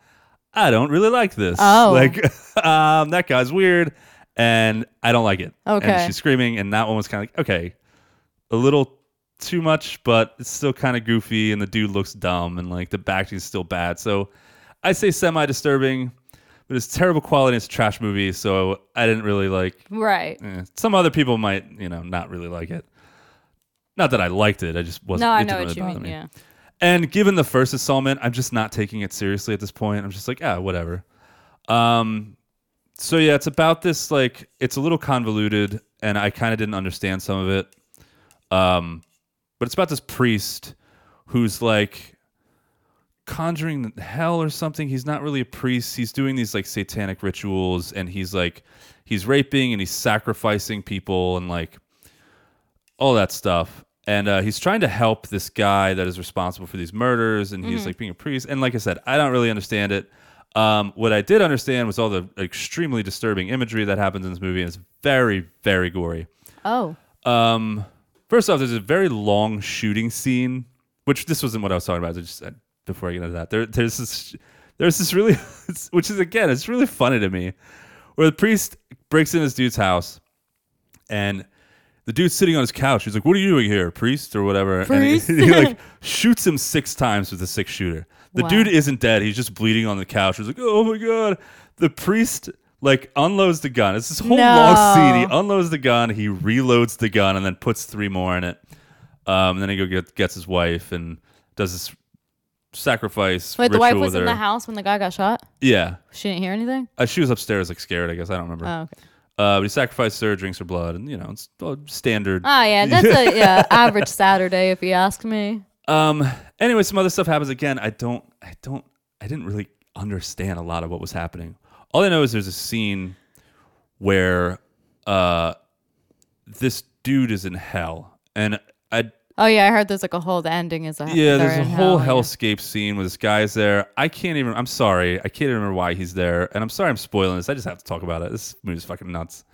Speaker 1: I don't really like this.
Speaker 2: Oh.
Speaker 1: like um, that guy's weird, and I don't like it.
Speaker 2: Okay.
Speaker 1: and she's screaming, and that one was kind of like, okay, a little too much, but it's still kind of goofy, and the dude looks dumb, and like the back is still bad. So I say semi disturbing. But it's terrible quality. It's a trash movie, so I didn't really like
Speaker 2: Right.
Speaker 1: Eh, some other people might, you know, not really like it. Not that I liked it. I just wasn't.
Speaker 2: No, I
Speaker 1: it
Speaker 2: know
Speaker 1: didn't
Speaker 2: what you
Speaker 1: really bother
Speaker 2: mean.
Speaker 1: me.
Speaker 2: Yeah.
Speaker 1: And given the first installment, I'm just not taking it seriously at this point. I'm just like, ah, whatever. Um, so yeah, it's about this like it's a little convoluted, and I kind of didn't understand some of it. Um, but it's about this priest who's like conjuring hell or something. He's not really a priest. He's doing these like satanic rituals, and he's like he's raping and he's sacrificing people and like all that stuff. And uh, he's trying to help this guy that is responsible for these murders, and he's like being a priest. And like I said, I don't really understand it. Um, what I did understand was all the extremely disturbing imagery that happens in this movie, and it's very, very gory.
Speaker 2: Oh.
Speaker 1: Um, first off, there's a very long shooting scene, which this wasn't what I was talking about. I just said before I get into that, there, there's this, there's this really, which is again, it's really funny to me, where the priest breaks in this dude's house, and the dude's sitting on his couch. He's like, "What are you doing here, priest or whatever?"
Speaker 2: Priest?
Speaker 1: And he, he like shoots him six times with a six shooter. The
Speaker 2: Wow.
Speaker 1: dude isn't dead. He's just bleeding on the couch. He's like, "Oh my god!" The priest like unloads the gun. It's this whole long scene. He
Speaker 2: No.
Speaker 1: unloads the gun, he reloads the gun, and then puts three more in it. Um, and then he go get, gets his wife and does this sacrifice.
Speaker 2: Wait, the
Speaker 1: ritual
Speaker 2: wife
Speaker 1: with
Speaker 2: was in
Speaker 1: her.
Speaker 2: the house when the guy got shot?
Speaker 1: Yeah,
Speaker 2: She didn't hear anything?
Speaker 1: uh, she was upstairs, like scared. I guess I don't remember.
Speaker 2: Oh, okay.
Speaker 1: Uh, but he sacrifices her, drinks her blood, and you know it's all standard.
Speaker 2: Oh, yeah. That's a yeah, average Saturday, if you ask me.
Speaker 1: Um. Anyway, some other stuff happens again. I don't. I don't. I didn't really understand a lot of what was happening. All I know is there's a scene where uh, this dude is in hell, and I
Speaker 2: Oh, yeah. I heard there's like a whole, the ending is a
Speaker 1: Yeah,
Speaker 2: they're
Speaker 1: there's a
Speaker 2: in
Speaker 1: whole
Speaker 2: hell, yeah.
Speaker 1: hellscape scene where this guy's there. I can't even. I'm sorry. I can't even remember why he's there. And I'm sorry I'm spoiling this. I just have to talk about it. This movie's fucking nuts.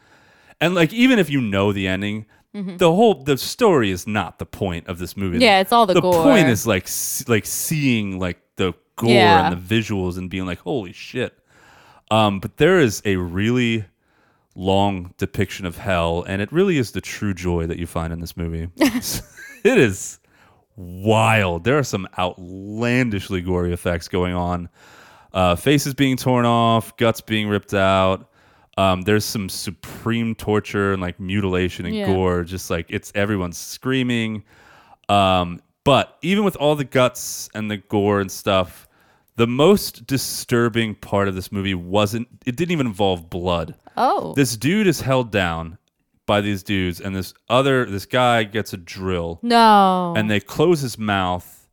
Speaker 1: And like, even if you know the ending, the whole the story is not the point of this movie.
Speaker 2: Mm-hmm. Yeah, it's all the gore.
Speaker 1: point is like s- like seeing like the gore
Speaker 2: Yeah.
Speaker 1: and the visuals and being like, holy shit. Um, but there is a really long depiction of hell, and it really is the true joy that you find in this movie. it is wild. There are some outlandishly gory effects going on. Uh, faces being torn off, guts being ripped out. Um, there's some supreme torture and like mutilation and
Speaker 2: Yeah.
Speaker 1: gore. Just like it's everyone's screaming. Um, But even with all the guts and the gore and stuff, the most disturbing part of this movie wasn't, it didn't even involve blood.
Speaker 2: Oh.
Speaker 1: This dude is held down by these dudes, and this other, this guy gets a drill,
Speaker 2: no.
Speaker 1: and they close his mouth,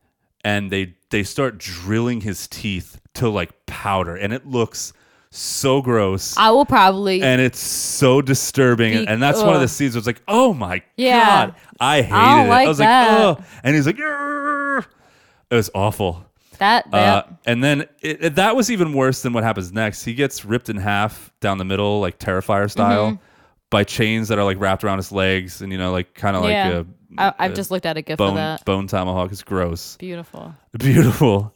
Speaker 1: and they they start drilling his teeth to like powder, and it looks so gross.
Speaker 2: I will probably.
Speaker 1: and it's so disturbing, and-
Speaker 2: Be-
Speaker 1: and that's one of the
Speaker 2: ugh.
Speaker 1: scenes where it's like, oh my
Speaker 2: Yeah.
Speaker 1: god, I hated
Speaker 2: I don't
Speaker 1: it.
Speaker 2: like
Speaker 1: I was
Speaker 2: that.
Speaker 1: like, oh, and he's like, "Grrr." it was awful.
Speaker 2: that.
Speaker 1: Uh,
Speaker 2: that-
Speaker 1: and then it, it- that was even worse than what happens next. He gets ripped in half down the middle, like
Speaker 2: Mm-hmm.
Speaker 1: Terrifier style, by chains that are like wrapped around his legs, and you know, like kind of
Speaker 2: yeah.
Speaker 1: like a
Speaker 2: I, I've just looked at a gift for
Speaker 1: bone
Speaker 2: that.
Speaker 1: bone tomahawk. It's gross,
Speaker 2: Beautiful.
Speaker 1: beautiful.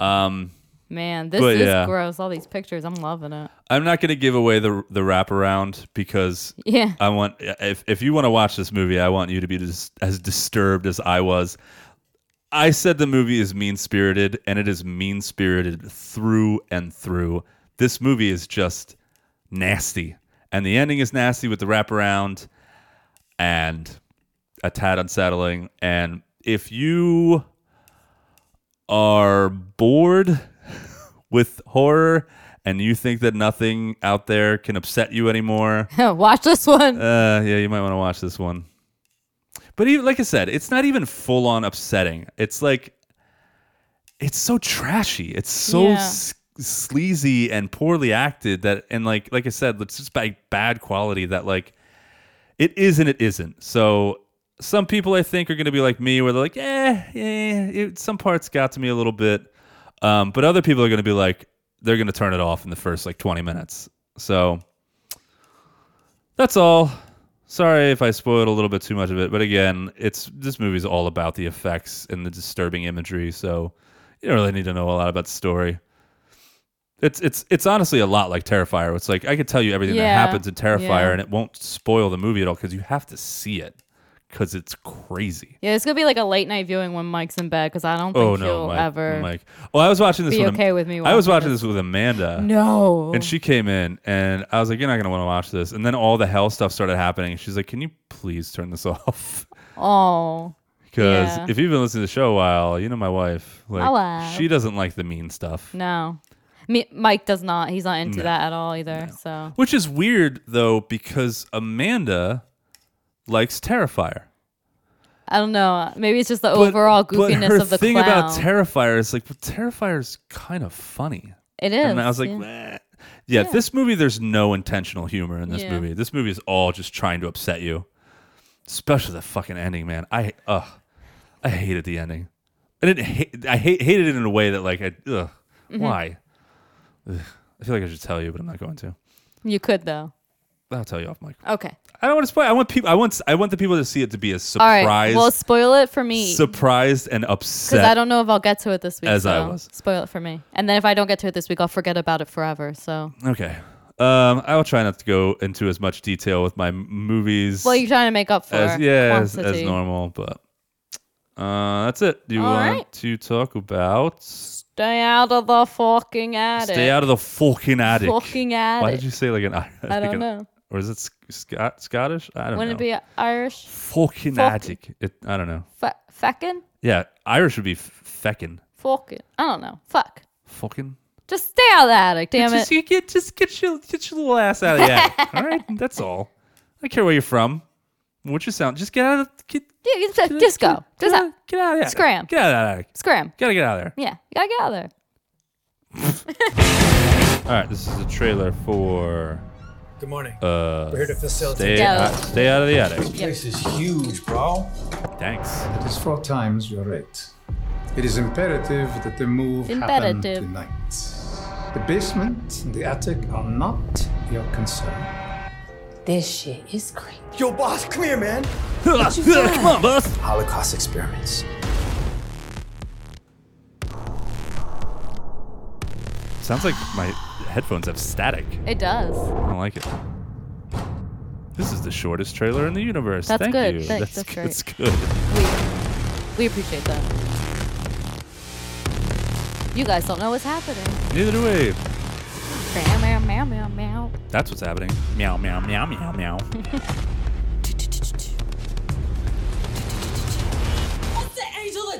Speaker 1: Um,
Speaker 2: Man, this
Speaker 1: But
Speaker 2: is
Speaker 1: yeah.
Speaker 2: gross. All these pictures. I'm loving it.
Speaker 1: I'm not gonna give away the the wraparound because
Speaker 2: Yeah.
Speaker 1: I want if if you want to watch this movie, I want you to be dis- as disturbed as I was. I said the movie is mean spirited, and it is mean spirited through and through. This movie is just nasty, and the ending is nasty with the wraparound and a tad unsettling. And if you are bored with horror and you think that nothing out there can upset you anymore,
Speaker 2: Watch this one.
Speaker 1: uh, yeah, you might want to watch this one. But even, like I said, it's not even full on upsetting. It's like, it's so trashy. It's so
Speaker 2: Yeah.
Speaker 1: s- sleazy and poorly acted that, and like, like I said, it's just by bad quality that like, it is and it isn't. So some people I think are going to be like me, where they're like, eh, yeah, it, some parts got to me a little bit, um, but other people are going to be like, they're going to turn it off in the first like 20 minutes. So that's all. Sorry if I spoiled a little bit too much of it, but again, it's this movie's all about the effects and the disturbing imagery, so you don't really need to know a lot about the story. It's it's it's honestly a lot like Terrifier. It's like I could tell you everything
Speaker 2: Yeah.
Speaker 1: that happens in Terrifier,
Speaker 2: Yeah.
Speaker 1: and it won't spoil the movie at all because you have to see it because it's crazy.
Speaker 2: Yeah, it's gonna be like a late night viewing when Mike's in bed because I don't think
Speaker 1: Oh
Speaker 2: he'll
Speaker 1: no, Mike!
Speaker 2: ever
Speaker 1: Mike. Oh, I was watching this.
Speaker 2: be
Speaker 1: with Am-
Speaker 2: okay with me.
Speaker 1: I was watching this with Amanda.
Speaker 2: No.
Speaker 1: And she came in, and I was like, "You're not gonna want to watch this." And then all the hell stuff started happening. and She's like, "Can you please turn this off?"
Speaker 2: oh.
Speaker 1: Because
Speaker 2: Yeah.
Speaker 1: if you've been listening to the show a while, you know my wife. Like,
Speaker 2: Hello.
Speaker 1: she doesn't like the mean stuff,
Speaker 2: No. Me, Mike does not. He's not into that at all either. So
Speaker 1: which is weird though, because Amanda likes Terrifier.
Speaker 2: I don't know. Maybe it's just the
Speaker 1: But-
Speaker 2: overall
Speaker 1: but her
Speaker 2: goofiness of the
Speaker 1: thing
Speaker 2: clown.
Speaker 1: about Terrifier is like, well, Terrifier's kind of funny.
Speaker 2: it is.
Speaker 1: And I was like,
Speaker 2: yeah.
Speaker 1: "Meh." yeah. this movie, there's no intentional humor in this
Speaker 2: Yeah.
Speaker 1: movie. This movie is all just trying to upset you, especially the fucking ending, man. I ugh, I hated the ending. I didn't. hate I hate, hated it in a way that like I ugh,
Speaker 2: Mm-hmm.
Speaker 1: why. Ugh. I feel like I should tell you, but I'm not going to.
Speaker 2: you could though.
Speaker 1: I'll tell you off mic.
Speaker 2: Okay.
Speaker 1: I don't want to spoil. I want people. I want. I want the people to see it to be as
Speaker 2: All right.
Speaker 1: surprised,
Speaker 2: Well, spoil it for me because
Speaker 1: surprised and upset.
Speaker 2: I don't know if I'll get to it this week.
Speaker 1: As I
Speaker 2: so
Speaker 1: was.
Speaker 2: Spoil it for me, and then if I don't get to it this week, I'll forget about it forever. So.
Speaker 1: okay. Um, I will try not to go into as much detail with my m- movies.
Speaker 2: Well, you're trying to make up for
Speaker 1: as yeah as, as
Speaker 2: quantity.
Speaker 1: normal but uh that's it do you
Speaker 2: All
Speaker 1: want
Speaker 2: right.
Speaker 1: to talk about
Speaker 2: Stay out of the fucking attic.
Speaker 1: stay out of the fucking attic
Speaker 2: Fucking attic.
Speaker 1: why did you say like an I
Speaker 2: I don't know.
Speaker 1: or is it Sc- Scot- Scottish I don't
Speaker 2: Wouldn't
Speaker 1: know
Speaker 2: it be Irish?
Speaker 1: fucking
Speaker 2: Fuck-
Speaker 1: attic it, I don't know
Speaker 2: F- feckin'?
Speaker 1: yeah Irish would be f- feckin
Speaker 2: Fucking. I don't know. Fuck.
Speaker 1: fucking
Speaker 2: Just stay out of the attic, damn it.
Speaker 1: just you get just get your get your little ass out of the attic all right that's all I don't care where you're from what you sound just get out of get
Speaker 2: Yeah, you just, just go.
Speaker 1: get
Speaker 2: Just out.
Speaker 1: out, get out of the attic.
Speaker 2: Scram.
Speaker 1: get out of that attic
Speaker 2: Scram.
Speaker 1: gotta get out of there
Speaker 2: Yeah, you gotta get out of there.
Speaker 1: All right, this is a trailer for
Speaker 3: Good morning.
Speaker 1: uh,
Speaker 3: We're here to facilitate.
Speaker 1: stay,
Speaker 2: Yeah.
Speaker 1: out, stay out of the attic.
Speaker 3: This is huge, bro.
Speaker 1: Thanks.
Speaker 4: It is four times your rate. It is imperative that the move happen
Speaker 2: Imperative.
Speaker 4: tonight. The basement and the attic are not your concern.
Speaker 5: This shit is crazy.
Speaker 3: Yo, boss, come here, man.
Speaker 1: Come on, boss.
Speaker 3: Holocaust experiments.
Speaker 1: Sounds like my headphones have static.
Speaker 2: It does.
Speaker 1: I don't like it. This is the shortest trailer in the universe.
Speaker 2: That's
Speaker 1: Thank
Speaker 2: good.
Speaker 1: you.
Speaker 2: Thank- that's
Speaker 1: g-
Speaker 2: great.
Speaker 1: that's good.
Speaker 2: We appreciate that. You guys don't know what's happening.
Speaker 1: Neither do we.
Speaker 2: Meow, meow, meow, meow, meow.
Speaker 1: That's what's happening. Meow, meow, meow, meow, meow.
Speaker 6: It's the angel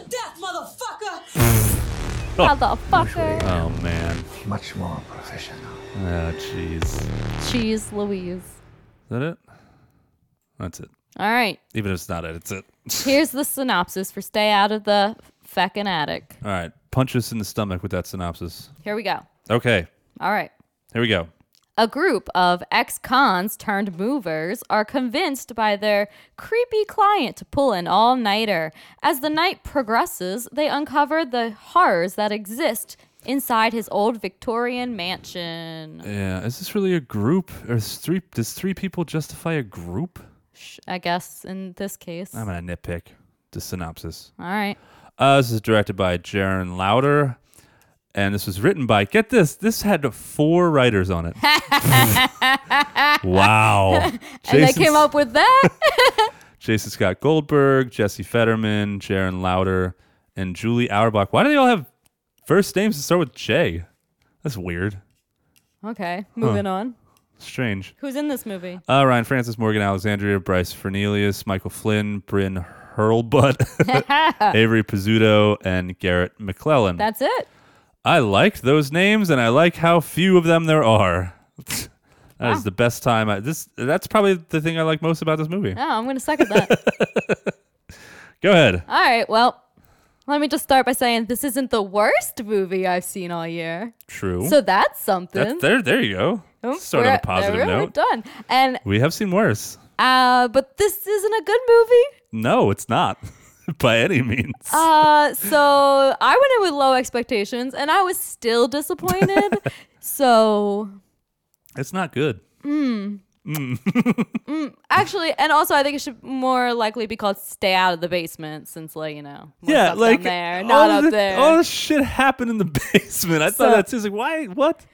Speaker 2: Motherfucker.
Speaker 1: Oh man.
Speaker 4: Much more professional.
Speaker 1: Oh jeez. Is
Speaker 2: Cheese Louise.
Speaker 1: that it? That's it.
Speaker 2: All right.
Speaker 1: Even if it's not it, it's it.
Speaker 2: Here's the synopsis for Stay Out of the Feckin' Attic.
Speaker 1: All right. Punch us in the stomach with that synopsis.
Speaker 2: Here we go.
Speaker 1: Okay.
Speaker 2: All right.
Speaker 1: Here we go.
Speaker 2: A group of ex cons turned movers are convinced by their creepy client to pull an all nighter. As the night progresses, they uncover the horrors that exist inside his old Victorian mansion.
Speaker 1: Yeah. Is this really a group? Or is three? Does three people justify a group?
Speaker 2: Sh- I guess in this case.
Speaker 1: I'm
Speaker 2: All
Speaker 1: gonna nitpick the synopsis.
Speaker 2: right.
Speaker 1: Uh, this is directed by Jaron Louder, and this was written by. Get this. This had four writers on it. wow.
Speaker 2: And they
Speaker 1: Jason
Speaker 2: came up with that?
Speaker 1: Jason Scott Goldberg, Jesse Fetterman, Jaron Louder, and Julie Auerbach. Why do they all have first names that start with J? That's weird.
Speaker 2: okay, moving on.
Speaker 1: Strange.
Speaker 2: Who's in this movie?
Speaker 1: Uh, Ryan Francis, Morgan Alexandria, Bryce Fernelius, Michael Flynn, Bryn Hurlbutt, Avery Pizzuto, and Garrett McClellan.
Speaker 2: That's it.
Speaker 1: I liked those names, and I like how few of them there are. That is
Speaker 2: Ah.
Speaker 1: the best time. I, this that's probably the thing I like most about this movie.
Speaker 2: Oh, I'm going to second that.
Speaker 1: Go ahead.
Speaker 2: All right. Well, let me just start by saying this isn't the worst movie I've seen all year.
Speaker 1: True.
Speaker 2: So that's something.
Speaker 1: That's, there, there you go.
Speaker 2: Oh,
Speaker 1: Start on
Speaker 2: we're-
Speaker 1: a positive
Speaker 2: we're
Speaker 1: note.
Speaker 2: Done. And
Speaker 1: We have seen worse.
Speaker 2: uh, but this isn't a good movie.
Speaker 1: No, it's not by any means.
Speaker 2: Uh, so I went in with low expectations, and I was still disappointed. so
Speaker 1: it's not good.
Speaker 2: actually, and also I think it should more likely be called "Stay Out of the Basement," since like you know, more
Speaker 1: yeah,
Speaker 2: stuff
Speaker 1: like
Speaker 2: down there,
Speaker 1: all
Speaker 2: not up
Speaker 1: the-
Speaker 2: there.
Speaker 1: All this shit happened in the basement. I
Speaker 2: So-
Speaker 1: thought that's just like why? What?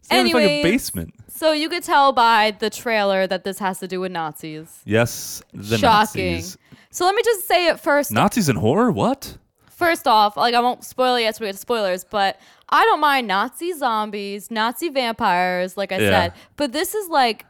Speaker 1: It's not even like a
Speaker 2: Anyways.
Speaker 1: basement.
Speaker 2: so you could tell by the trailer that this has to do with Nazis.
Speaker 1: Yes, the
Speaker 2: Shocking.
Speaker 1: Nazis.
Speaker 2: So let me just say it first
Speaker 1: Nazis and horror. What?
Speaker 2: First off, like I won't spoil it yet, so we get to spoilers, but I don't mind Nazi zombies, Nazi vampires, like I
Speaker 1: Yeah.
Speaker 2: said. But this is like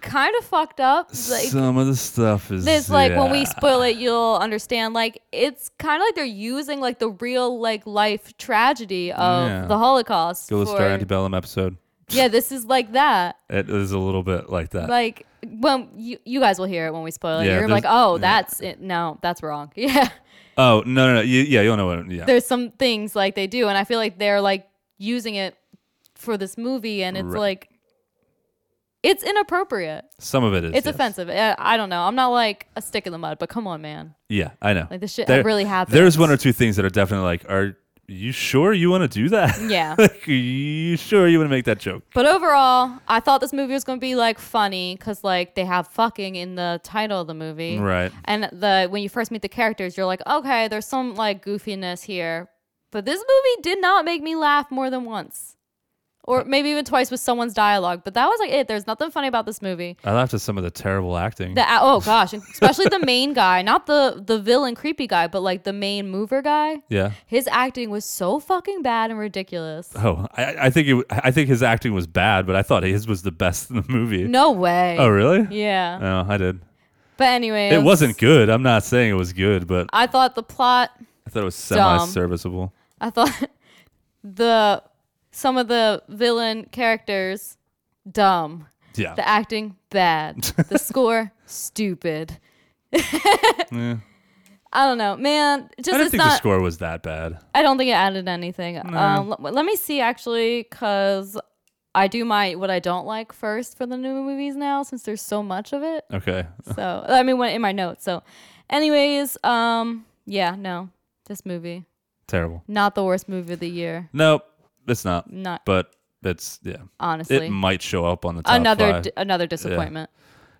Speaker 2: kind of fucked up. Like
Speaker 1: Some of the stuff is
Speaker 2: this, like when we
Speaker 1: yeah.
Speaker 2: spoil it, you'll understand. Like it's kind of like they're using like the real like life tragedy of
Speaker 1: Yeah.
Speaker 2: the Holocaust.
Speaker 1: Go listen to
Speaker 2: for-
Speaker 1: our antebellum episode.
Speaker 2: yeah, this is like that.
Speaker 1: It is a little bit like that.
Speaker 2: Like when you you guys will hear it when we spoil it.
Speaker 1: Yeah,
Speaker 2: You're gonna be like,
Speaker 1: there's-
Speaker 2: oh, that's it. No, that's wrong. Yeah.
Speaker 1: oh no, no, no. You, yeah, you'll know what. Yeah,
Speaker 2: there's some things like they do and i feel like they're like using it for this movie and it's
Speaker 1: Right.
Speaker 2: like it's inappropriate
Speaker 1: some of it is.
Speaker 2: it's
Speaker 1: yes.
Speaker 2: offensive I, I don't know i'm not like a stick in the mud but come on man
Speaker 1: Yeah, I know.
Speaker 2: Like, this shit really happened.
Speaker 1: There's one or two things that are definitely like, are you sure you want to do that?
Speaker 2: Yeah.
Speaker 1: like, are you sure you want to make that joke?
Speaker 2: but overall i thought this movie was going to be like funny because like they have fucking in the title of the movie
Speaker 1: Right.
Speaker 2: and the when you first meet the characters you're like okay there's some like goofiness here but this movie did not make me laugh more than once
Speaker 1: Uh,
Speaker 2: or maybe even twice with someone's dialogue but that was like it there's nothing funny about this movie
Speaker 1: I laughed at some of the terrible acting.
Speaker 2: The a- oh gosh, especially the main guy, not the the villain creepy guy, but like the main mover guy.
Speaker 1: yeah.
Speaker 2: His acting was so fucking bad and ridiculous.
Speaker 1: Oh, I, I think it. w- I think his acting was bad, but I thought his was the best in the movie.
Speaker 2: No way.
Speaker 1: Oh, really?
Speaker 2: Yeah.
Speaker 1: Oh, I did.
Speaker 2: but anyway,
Speaker 1: It wasn't good. I'm not saying it was good, but
Speaker 2: I thought the plot.
Speaker 1: I thought it was semi-serviceable.
Speaker 2: I thought the some of the villain characters dumb.
Speaker 1: Yeah.
Speaker 2: The acting bad. the score stupid. I don't know, man. Just
Speaker 1: I didn't
Speaker 2: it's
Speaker 1: think
Speaker 2: not,
Speaker 1: the score was that bad.
Speaker 2: I don't think it added anything. Um, l- let me see actually, because I do my what I don't like first for the new movies now, since there's so much of it.
Speaker 1: Okay.
Speaker 2: So I mean, when- in my notes. So, anyways, um, yeah, no, this movie
Speaker 1: Terrible.
Speaker 2: not the worst movie of the year,
Speaker 1: Nope, it's not.
Speaker 2: Not-
Speaker 1: But it's yeah.
Speaker 2: Mm. honestly.
Speaker 1: It might show up on the top
Speaker 2: another
Speaker 1: five.
Speaker 2: d- another disappointment.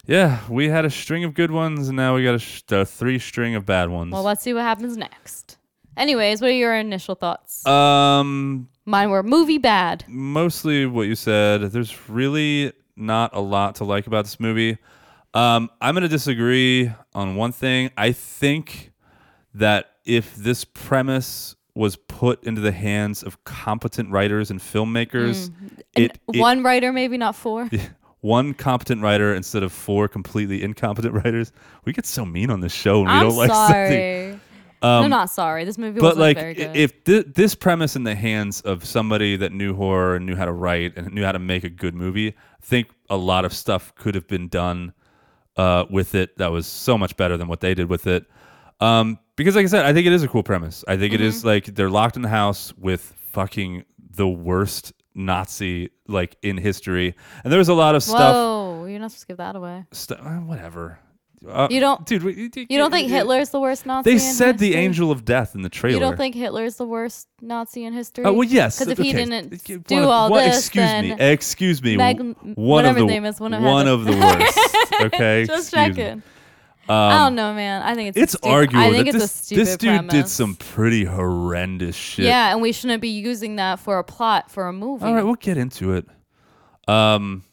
Speaker 1: yeah, we had a string of good ones, and now we got a, sh- a three string of bad ones.
Speaker 2: Well, let's see what happens next. Anyways, what are your initial thoughts?
Speaker 1: um,
Speaker 2: Mine were movie bad.
Speaker 1: mostly what you said. There's really not a lot to like about this movie. Um, I'm gonna disagree on one thing. I think that if this premise was put into the hands of competent writers and filmmakers, it, it
Speaker 2: Mm. One writer, maybe not four.
Speaker 1: one competent writer instead of four completely incompetent writers. We get so mean on this show when we
Speaker 2: I'm
Speaker 1: don't like
Speaker 2: sorry.
Speaker 1: something.
Speaker 2: I'm not sorry. This movie
Speaker 1: but
Speaker 2: wasn't
Speaker 1: like
Speaker 2: very
Speaker 1: i-
Speaker 2: good.
Speaker 1: if thi- this premise in the hands of somebody that knew horror and knew how to write and knew how to make a good movie i think a lot of stuff could have been done uh, with it that was so much better than what they did with it um, because like i said i think it is a cool premise i think it is
Speaker 2: Mm-hmm.
Speaker 1: like they're locked in the house with fucking the worst nazi like in history and there was a lot of stuff
Speaker 2: Whoa, you're not supposed to give that away.
Speaker 1: stu- uh, whatever Uh,
Speaker 2: You don't-
Speaker 1: dude we- you,
Speaker 2: You don't think Hitler's the worst Nazi?
Speaker 1: they
Speaker 2: in
Speaker 1: said the
Speaker 2: history?
Speaker 1: angel of death in the trailer
Speaker 2: You don't think Hitler's the worst Nazi in history?
Speaker 1: Oh well, yes.
Speaker 2: Because if he
Speaker 1: okay.
Speaker 2: didn't
Speaker 1: Y-
Speaker 2: do
Speaker 1: one of-
Speaker 2: all
Speaker 1: one-
Speaker 2: this,
Speaker 1: excuse
Speaker 2: then
Speaker 1: me, excuse me,
Speaker 2: Meg-
Speaker 1: w-
Speaker 2: m-
Speaker 1: one
Speaker 2: whatever
Speaker 1: of the
Speaker 2: his name is, one of
Speaker 1: one
Speaker 2: heaven.
Speaker 1: of the worst. Okay,
Speaker 2: just
Speaker 1: excuse me. Um,
Speaker 2: checking. I don't know, man. I think it's a
Speaker 1: It's
Speaker 2: stupid-
Speaker 1: arguable
Speaker 2: I think
Speaker 1: that
Speaker 2: it's a
Speaker 1: this,
Speaker 2: stupid
Speaker 1: this dude did
Speaker 2: premise.
Speaker 1: some pretty horrendous shit.
Speaker 2: Yeah, and we shouldn't be using that for a plot for a movie.
Speaker 1: All right, we'll get into it. Um,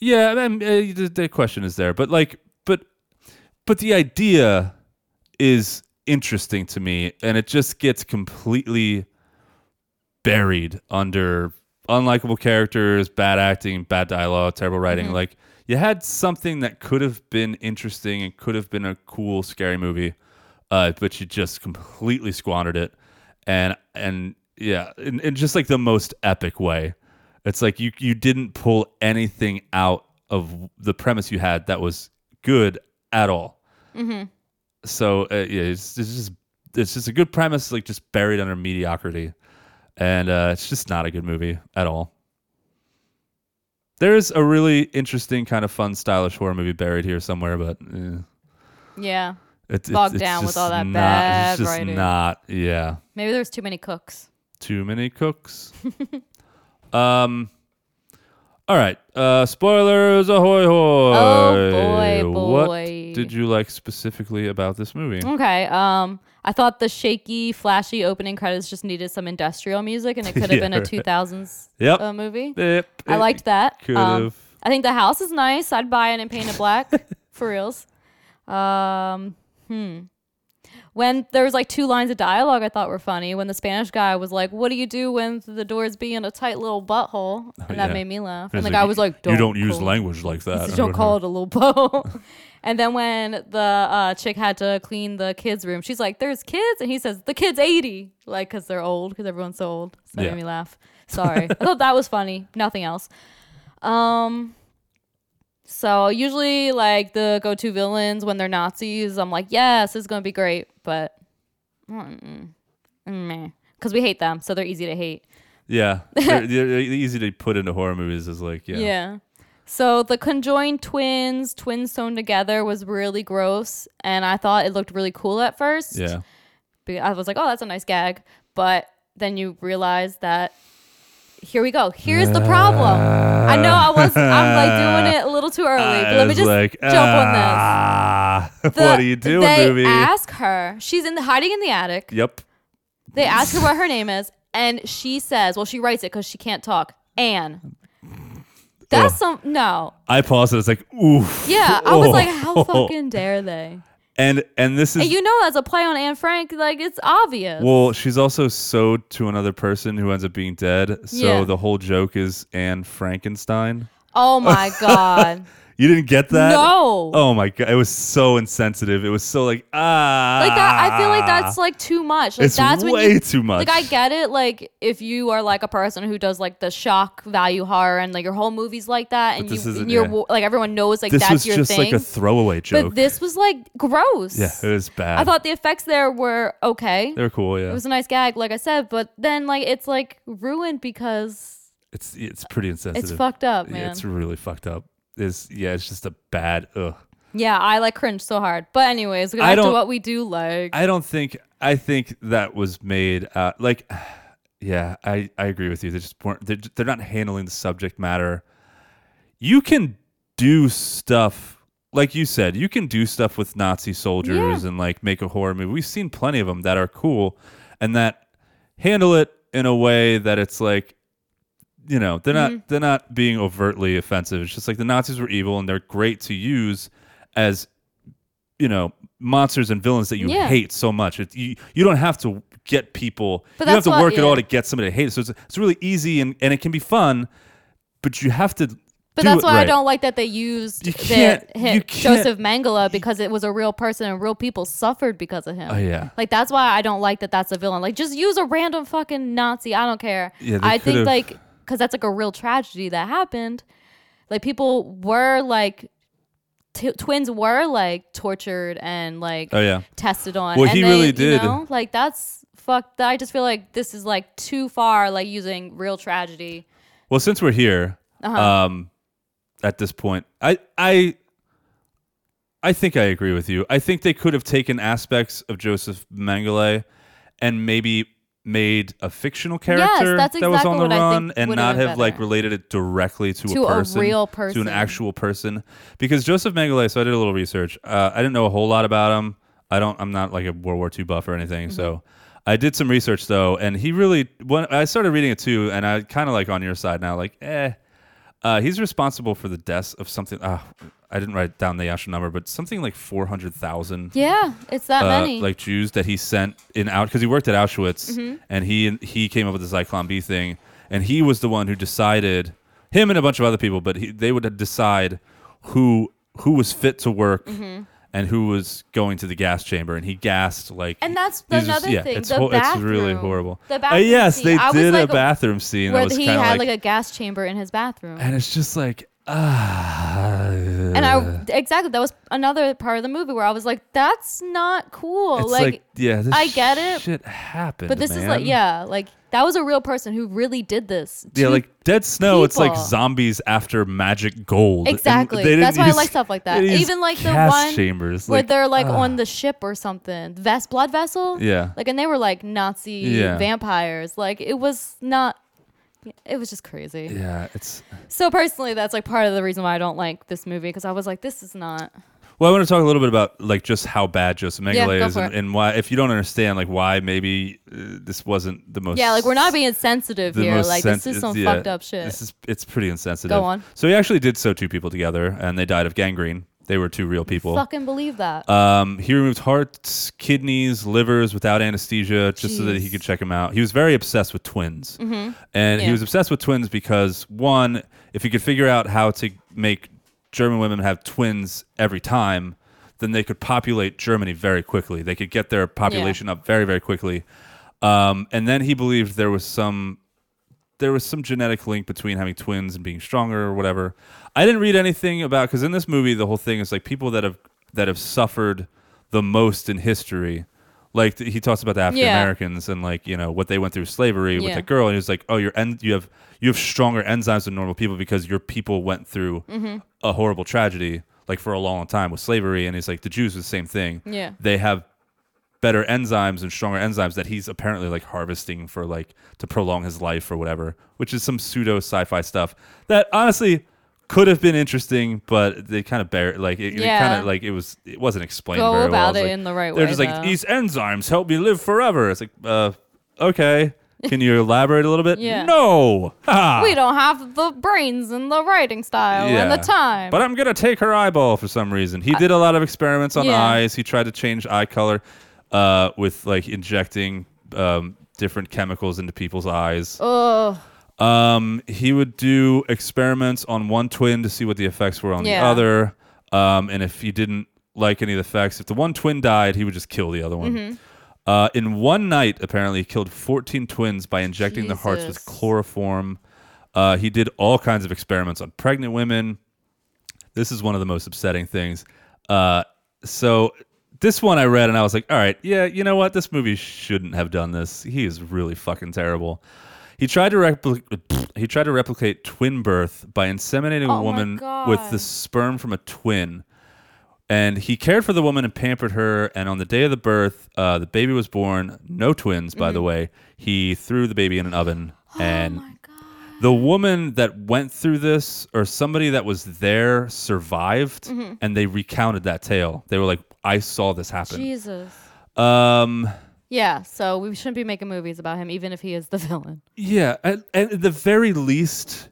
Speaker 1: yeah, I mean, uh, the, the question is there, but like, but, but the idea is interesting to me, and it just gets completely buried under unlikable characters, bad acting, bad dialogue, terrible writing. Like, you had something that could have been interesting and could have been a cool, scary movie, uh, but you just completely squandered it and and yeah in, in just like the most epic way it's like you you didn't pull anything out of the premise you had that was good at all so uh, yeah it's, it's just it's just a good premise like just buried under mediocrity and uh, it's just not a good movie at all there is a really interesting kind of fun stylish horror movie buried here somewhere but eh.
Speaker 2: Yeah,
Speaker 1: It's- it's-
Speaker 2: Bogged
Speaker 1: it's
Speaker 2: down with
Speaker 1: just
Speaker 2: all that
Speaker 1: not,
Speaker 2: bad
Speaker 1: it's just
Speaker 2: writing.
Speaker 1: not yeah
Speaker 2: maybe there's too many cooks.
Speaker 1: too many cooks. um. All right. Uh, spoilers, ahoy hoy!
Speaker 2: Oh, boy,
Speaker 1: What
Speaker 2: boy.
Speaker 1: did you like specifically about this movie?
Speaker 2: Okay. Um, I thought the shaky, flashy opening credits just needed some industrial music, and it could have
Speaker 1: Yeah,
Speaker 2: been a
Speaker 1: right.
Speaker 2: 2000s
Speaker 1: Yep.
Speaker 2: uh, movie.
Speaker 1: Yep,
Speaker 2: I
Speaker 1: it
Speaker 2: liked that.
Speaker 1: Could
Speaker 2: Um,
Speaker 1: have.
Speaker 2: I think the house is nice. I'd buy it and paint it black for reals. Um, hmm. When there was like two lines of dialogue I thought were funny. When the Spanish guy was like, "What do you do when the doors be in a tight little butthole?" and that
Speaker 1: Oh, yeah.
Speaker 2: made me laugh.
Speaker 1: It's
Speaker 2: and the guy was like, "Don't
Speaker 1: "You don't use
Speaker 2: call-
Speaker 1: language like
Speaker 2: he
Speaker 1: that."
Speaker 2: said,
Speaker 1: or
Speaker 2: don't call
Speaker 1: whatever.
Speaker 2: it a little bow." and then when the uh, chick had to clean the kids' room, she's like, "There's kids," and he says, "The kid's 80," like because they're old, because everyone's so old. So that
Speaker 1: Yeah.
Speaker 2: made me laugh. Sorry, I thought that was funny. Nothing else. Um. So usually, like the go-to villains when they're Nazis, I'm like, "Yes, it's gonna be great," but because we hate them, so they're easy to hate.
Speaker 1: Yeah, they're, they're easy to put into horror movies. Is like yeah.
Speaker 2: Yeah. So the conjoined twins, twins sewn together, was really gross, and I thought it looked really cool at first.
Speaker 1: Yeah.
Speaker 2: Be- I was like, "Oh, that's a nice gag," but then you realize that here we go. Here's the problem. I know I was. I'm like doing it a little too early. But
Speaker 1: I
Speaker 2: let me
Speaker 1: was
Speaker 2: just
Speaker 1: like,
Speaker 2: jump on this.
Speaker 1: ah, what
Speaker 2: The-
Speaker 1: are you doing,
Speaker 2: They
Speaker 1: movie?
Speaker 2: ask her. She's in the hiding in the attic.
Speaker 1: yep.
Speaker 2: They ask her what her name is, and she says, "Well, she writes it because she can't talk." Anne. That's some no.
Speaker 1: I paused. and I was like, oof.
Speaker 2: Yeah, I was
Speaker 1: Oh.
Speaker 2: like, how fucking dare they?
Speaker 1: And and this is
Speaker 2: And you know, as a play on Anne Frank, like it's obvious.
Speaker 1: Well, she's also sewed to another person who ends up being dead. So
Speaker 2: Yeah.
Speaker 1: the whole joke is Anne Frankenstein.
Speaker 2: oh my god,
Speaker 1: You didn't get that?
Speaker 2: no!
Speaker 1: Oh my god, it was so insensitive. It was so like ah.
Speaker 2: like I, I feel like that's like too much. Like
Speaker 1: It's
Speaker 2: that's when
Speaker 1: way
Speaker 2: you,
Speaker 1: too much.
Speaker 2: Like I get it. Like if you are like a person who does like the shock value horror and like your whole movie's like that, and
Speaker 1: this
Speaker 2: you
Speaker 1: isn't-
Speaker 2: and you're
Speaker 1: yeah.
Speaker 2: wo- like everyone knows like
Speaker 1: this
Speaker 2: that's
Speaker 1: was
Speaker 2: your
Speaker 1: just
Speaker 2: thing.
Speaker 1: like a throwaway
Speaker 2: but
Speaker 1: joke.
Speaker 2: this was like gross.
Speaker 1: yeah, it was bad.
Speaker 2: I thought the effects there were okay.
Speaker 1: they were cool.
Speaker 2: it
Speaker 1: Yeah,
Speaker 2: was a nice gag, like I said, but then like it's like ruined because
Speaker 1: it's it's pretty insensitive.
Speaker 2: it's fucked up,
Speaker 1: Yeah,
Speaker 2: man.
Speaker 1: It's really fucked up. Is yeah, it's just a bad ugh.
Speaker 2: Yeah, I like cringe so hard. But anyways, we're
Speaker 1: I
Speaker 2: gonna back to
Speaker 1: don't-
Speaker 2: what we do like.
Speaker 1: I don't think I think that was made uh, like yeah, I, I agree with you. They just weren't they're, they're not handling the subject matter. You can do stuff like you said, you can do stuff with Nazi soldiers and like make a horror movie. We've seen plenty of them that are cool and that handle it in a way that it's like you know they're
Speaker 2: Mm-hmm.
Speaker 1: not they're not being overtly offensive it's just like the nazis were evil and they're great to use as you know monsters and villains that you
Speaker 2: Yeah.
Speaker 1: hate so much it, you, you don't have to get people you
Speaker 2: But
Speaker 1: don't have
Speaker 2: that's
Speaker 1: to
Speaker 2: what-
Speaker 1: work at all to
Speaker 2: yeah.
Speaker 1: get somebody to hate it so it's, it's really easy and, and it can be fun but you have to
Speaker 2: But
Speaker 1: do
Speaker 2: that's
Speaker 1: it
Speaker 2: why I
Speaker 1: right.
Speaker 2: don't like that they used
Speaker 1: You
Speaker 2: the-
Speaker 1: can't-
Speaker 2: hi-
Speaker 1: you can't-
Speaker 2: Joseph Mangala because it was a real person and real people suffered because of him.
Speaker 1: Oh, yeah.
Speaker 2: Like that's why I don't like that. That's a villain. Like just use a random fucking Nazi. I don't care.
Speaker 1: Yeah, they
Speaker 2: I think
Speaker 1: could've-
Speaker 2: like because that's like a real tragedy that happened. Like people were like t- twins were like tortured and like
Speaker 1: Oh, yeah.
Speaker 2: tested on.
Speaker 1: Well,
Speaker 2: and
Speaker 1: he
Speaker 2: they-
Speaker 1: really
Speaker 2: you
Speaker 1: did.
Speaker 2: know, like that's fucked. I just feel like this is like too far. Like using real tragedy.
Speaker 1: Well, since we're here,
Speaker 2: Uh-huh.
Speaker 1: um, at this point, I I I think I agree with you. I think they could have taken aspects of Joseph Mengele and maybe made a fictional character
Speaker 2: that's
Speaker 1: that was
Speaker 2: exactly
Speaker 1: on the
Speaker 2: what I
Speaker 1: run
Speaker 2: think
Speaker 1: and
Speaker 2: would've
Speaker 1: not
Speaker 2: been
Speaker 1: have like
Speaker 2: better.
Speaker 1: related it directly to,
Speaker 2: To
Speaker 1: a
Speaker 2: a
Speaker 1: person,
Speaker 2: real
Speaker 1: to an
Speaker 2: person.
Speaker 1: actual person. Because Joseph Mengele, so I did a little research. Uh, I didn't know a whole lot about him. I don't. I'm not like a World War II buff or
Speaker 2: Mm-hmm.
Speaker 1: anything, so. I did some research though, and he really. When I started reading it too, and I kind of like on your side now, like, eh, uh, he's responsible for the deaths of something. Uh, I didn't write down the actual number, but something like four hundred thousand,
Speaker 2: Yeah, it's that
Speaker 1: uh,
Speaker 2: many. Mm-hmm.
Speaker 1: like Jews that he sent in out because he worked at Auschwitz, and he he came up with this Zyklon B thing, and he was the one who decided him and a bunch of other people, but he, they would decide who who was fit to work.
Speaker 2: Mm-hmm.
Speaker 1: And who was going to the gas chamber? And he gassed like,
Speaker 2: And that's
Speaker 1: these are-
Speaker 2: another
Speaker 1: yeah,
Speaker 2: thing,
Speaker 1: It's,
Speaker 2: the
Speaker 1: hor- it's really
Speaker 2: bathroom.
Speaker 1: horrible.
Speaker 2: The
Speaker 1: Uh,
Speaker 2: bathroom
Speaker 1: yes,
Speaker 2: scene.
Speaker 1: they
Speaker 2: I was
Speaker 1: did
Speaker 2: like
Speaker 1: a
Speaker 2: a-
Speaker 1: bathroom scene. that
Speaker 2: where
Speaker 1: was
Speaker 2: he
Speaker 1: kinda
Speaker 2: had like, a gas chamber in his bathroom.
Speaker 1: and it's just like ah
Speaker 2: And I exactly that was another part of the movie where I was like, "That's not cool."
Speaker 1: it's like,
Speaker 2: like,
Speaker 1: yeah this
Speaker 2: I get it,
Speaker 1: shit happened
Speaker 2: but this is
Speaker 1: man.
Speaker 2: like, yeah, like that was a real person who really did this.
Speaker 1: yeah
Speaker 2: to-
Speaker 1: like dead snow it's like
Speaker 2: people.
Speaker 1: zombies after magic gold And
Speaker 2: exactly.
Speaker 1: they didn't
Speaker 2: That's why
Speaker 1: use-
Speaker 2: I like stuff like that.
Speaker 1: they didn't use
Speaker 2: Even like the
Speaker 1: gas
Speaker 2: one
Speaker 1: chambers
Speaker 2: where
Speaker 1: like, ah.
Speaker 2: they're like on the ship or something, vest blood vessel.
Speaker 1: Yeah.
Speaker 2: like and they were like Nazi
Speaker 1: Yeah.
Speaker 2: vampires. Like it was not. It was just crazy.
Speaker 1: yeah it's
Speaker 2: So personally, that's like part of the reason why I don't like this movie because I was like, this is not.
Speaker 1: Well, I want to talk a little bit about like just how bad Joseph
Speaker 2: Yeah,
Speaker 1: Mengele
Speaker 2: go
Speaker 1: is,
Speaker 2: for
Speaker 1: and,
Speaker 2: it.
Speaker 1: and why if you don't understand like why maybe uh, this wasn't the most
Speaker 2: Yeah, like we're not being sensitive
Speaker 1: the
Speaker 2: here.
Speaker 1: most
Speaker 2: Like
Speaker 1: sensi-
Speaker 2: this is some
Speaker 1: yeah,
Speaker 2: fucked up shit.
Speaker 1: This is it's pretty insensitive.
Speaker 2: Go on.
Speaker 1: So he actually did sew two people together, and they died of gangrene. They were two real people.
Speaker 2: Fucking believe that.
Speaker 1: Um, he removed hearts, kidneys, livers without anesthesia, just so that he
Speaker 2: Jeez. Mm-hmm.
Speaker 1: could check them out. He was very obsessed with twins, and he
Speaker 2: Yeah.
Speaker 1: was obsessed with twins because one, if he could figure out how to make German women have twins every time, then they could populate Germany very quickly. They could get their population up very, very quickly. Um, and then he believed there was some there was some genetic link between having twins and being stronger or whatever. I didn't read anything about because in this movie the whole thing is like people that have that have suffered the most in history. Like th- he talks about the African Americans and like you know what they went through slavery with
Speaker 2: Yeah.
Speaker 1: that girl, and he was like, oh, your en- you have you have stronger enzymes than normal people because your people went through
Speaker 2: Mm-hmm.
Speaker 1: a horrible tragedy like for a long time with slavery, and he's like the Jews was the same thing.
Speaker 2: Yeah.
Speaker 1: they have better enzymes and stronger enzymes that he's apparently like harvesting for like to prolong his life or whatever, which is some pseudo sci-fi stuff that honestly could have been interesting, but they kind of bear like it,
Speaker 2: Yeah.
Speaker 1: kind of like it was it wasn't explained
Speaker 2: Go
Speaker 1: very well.
Speaker 2: about
Speaker 1: was
Speaker 2: it
Speaker 1: like-
Speaker 2: in the right
Speaker 1: They're
Speaker 2: way,
Speaker 1: just like
Speaker 2: though.
Speaker 1: these enzymes help me live forever. It's like uh, okay, can you elaborate a little bit?
Speaker 2: Yeah.
Speaker 1: No, Ha!
Speaker 2: we don't have the brains and the writing style Oh, and the time.
Speaker 1: But I'm gonna take her eyeball for some reason. He did a lot of experiments on
Speaker 2: Yeah.
Speaker 1: eyes. He tried to change eye color uh, with like injecting um, different chemicals into people's eyes.
Speaker 2: Ugh.
Speaker 1: Um, he would do experiments on one twin to see what the effects were on the
Speaker 2: Yeah.
Speaker 1: other. Um, and if he didn't like any of the effects, if the one twin died, he would just kill the other one.
Speaker 2: Mm-hmm.
Speaker 1: Uh, in one night, apparently, he killed 14 twins by injecting their hearts with
Speaker 2: Jesus.
Speaker 1: chloroform. Uh, he did all kinds of experiments on pregnant women. This is one of the most upsetting things. Uh, so this one I read and I was like, all right, yeah, you know what? This movie shouldn't have done this. He is really fucking terrible. He tried to repli- he tried to replicate twin birth by inseminating
Speaker 2: Oh
Speaker 1: a
Speaker 2: my
Speaker 1: woman with the
Speaker 2: God.
Speaker 1: sperm from a twin. And he cared for the woman and pampered her. And on the day of the birth, uh, the baby was born. No twins, by
Speaker 2: Mm-hmm.
Speaker 1: the way. He threw the baby in an oven.
Speaker 2: Oh
Speaker 1: and the woman that went through this, or somebody that was there, survived.
Speaker 2: Mm-hmm.
Speaker 1: And they recounted that tale. They were like, I saw this happen.
Speaker 2: Jesus.
Speaker 1: Um,
Speaker 2: Yeah, so we shouldn't be making movies about him, even if he is the villain.
Speaker 1: yeah. At, at the very least,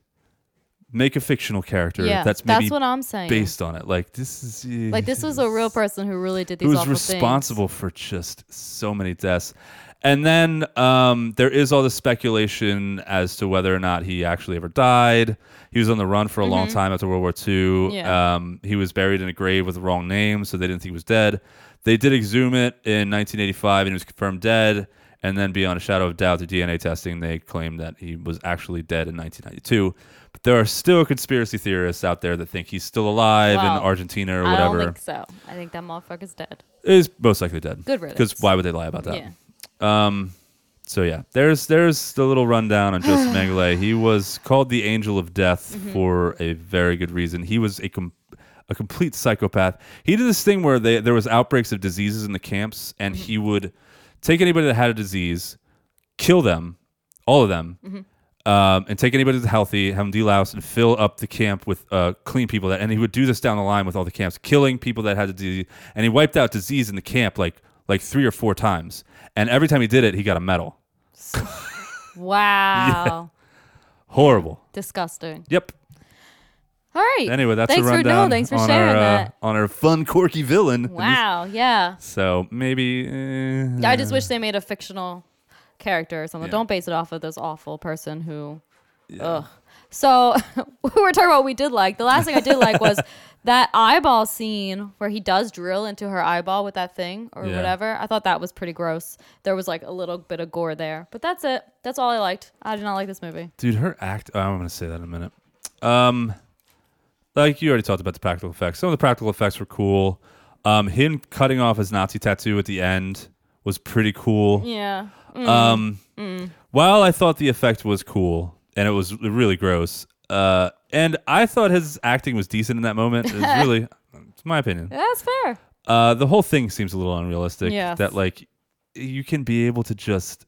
Speaker 1: make a fictional character
Speaker 2: Yeah,
Speaker 1: that's maybe
Speaker 2: that's what I'm saying.
Speaker 1: based on it. Like, this is. eh.
Speaker 2: Like this was a real person who really did these
Speaker 1: who was
Speaker 2: awful things.
Speaker 1: responsible for just so many deaths. And then um, there is all the speculation as to whether or not he actually ever died. He was on the run for a long time after World War II.
Speaker 2: Mm-hmm. Yeah.
Speaker 1: Um, he was buried in a grave with the wrong name, so they didn't think he was dead. They did exhume it in 1985, and he was confirmed dead. And then, beyond a shadow of doubt, through DNA testing, they claimed that he was actually dead in 1992. But there are still conspiracy theorists out there that think he's still alive
Speaker 2: Wow.
Speaker 1: in Argentina or
Speaker 2: I
Speaker 1: whatever
Speaker 2: don't think so. I think that motherfucker's dead.
Speaker 1: is most likely dead.
Speaker 2: Good riddance.
Speaker 1: Because why would they lie about that?
Speaker 2: Yeah.
Speaker 1: So yeah, there's there's the little rundown on Joseph Mengele. He was called the Angel of Death for a very good reason. He was a com- a complete psychopath. He did this thing where they there was outbreaks of diseases in the camps, and he would take anybody that had a disease, kill them, all of them, um, and take anybody that's healthy, have them delouse, and fill up the camp with uh, clean people. That and he would do this down the line with all the camps, killing people that had the disease, and he wiped out disease in the camp like like three or four times. And every time he did it, he got a medal.
Speaker 2: Wow.
Speaker 1: Horrible.
Speaker 2: Disgusting.
Speaker 1: Yep.
Speaker 2: All right.
Speaker 1: Anyway, that's
Speaker 2: thanks
Speaker 1: a
Speaker 2: for
Speaker 1: rundown
Speaker 2: no, thanks for
Speaker 1: on
Speaker 2: sharing
Speaker 1: our
Speaker 2: that.
Speaker 1: Uh, on our fun quirky villain.
Speaker 2: Wow. Yeah.
Speaker 1: So maybe eh,
Speaker 2: I just wish they made a fictional character or something.
Speaker 1: Yeah.
Speaker 2: Don't base it off of this awful person who. Ugh. So we were talking about what we did like. The last thing I did like was that eyeball scene where he does drill into her eyeball with that thing or
Speaker 1: Yeah.
Speaker 2: whatever. I thought that was pretty gross. There was like a little bit of gore there, but that's it. That's all I liked. I did not like this movie.
Speaker 1: dude, her act. oh, I'm gonna say that in a minute. Um, like you already talked about the practical effects. Some of the practical effects were cool. Um, him cutting off his Nazi tattoo at the end was pretty cool.
Speaker 2: Yeah.
Speaker 1: Um, While I thought the effect was cool and it was really gross, uh, and I thought his acting was decent in that moment. It's really, it's my opinion.
Speaker 2: That's fair.
Speaker 1: Uh, the whole thing seems a little unrealistic.
Speaker 2: Yes.
Speaker 1: That like you can be able to just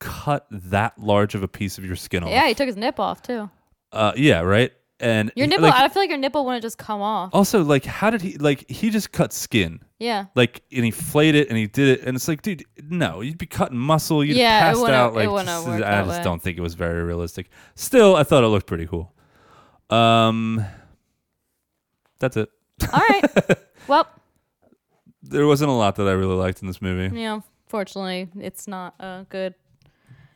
Speaker 1: cut that large of a piece of your skin off.
Speaker 2: Yeah, he took his nip off too.
Speaker 1: Uh, yeah. Right. And
Speaker 2: Your
Speaker 1: he-
Speaker 2: nipple,
Speaker 1: like,
Speaker 2: I feel like your nipple wouldn't just come off.
Speaker 1: also, like, how did he? Like, he just cut skin.
Speaker 2: Yeah.
Speaker 1: Like, and he flayed it, and he did it, and it's like, dude, no, you'd be cutting muscle, you'd
Speaker 2: Yeah, it
Speaker 1: pass
Speaker 2: wouldn't-
Speaker 1: out.
Speaker 2: it
Speaker 1: Like,
Speaker 2: wouldn't
Speaker 1: this is-
Speaker 2: work
Speaker 1: I
Speaker 2: that
Speaker 1: just
Speaker 2: way.
Speaker 1: don't think it was very realistic. Still, I thought it looked pretty cool. Um, that's it.
Speaker 2: All right. well,
Speaker 1: There wasn't a lot that I really liked in this movie.
Speaker 2: yeah, fortunately, it's not a good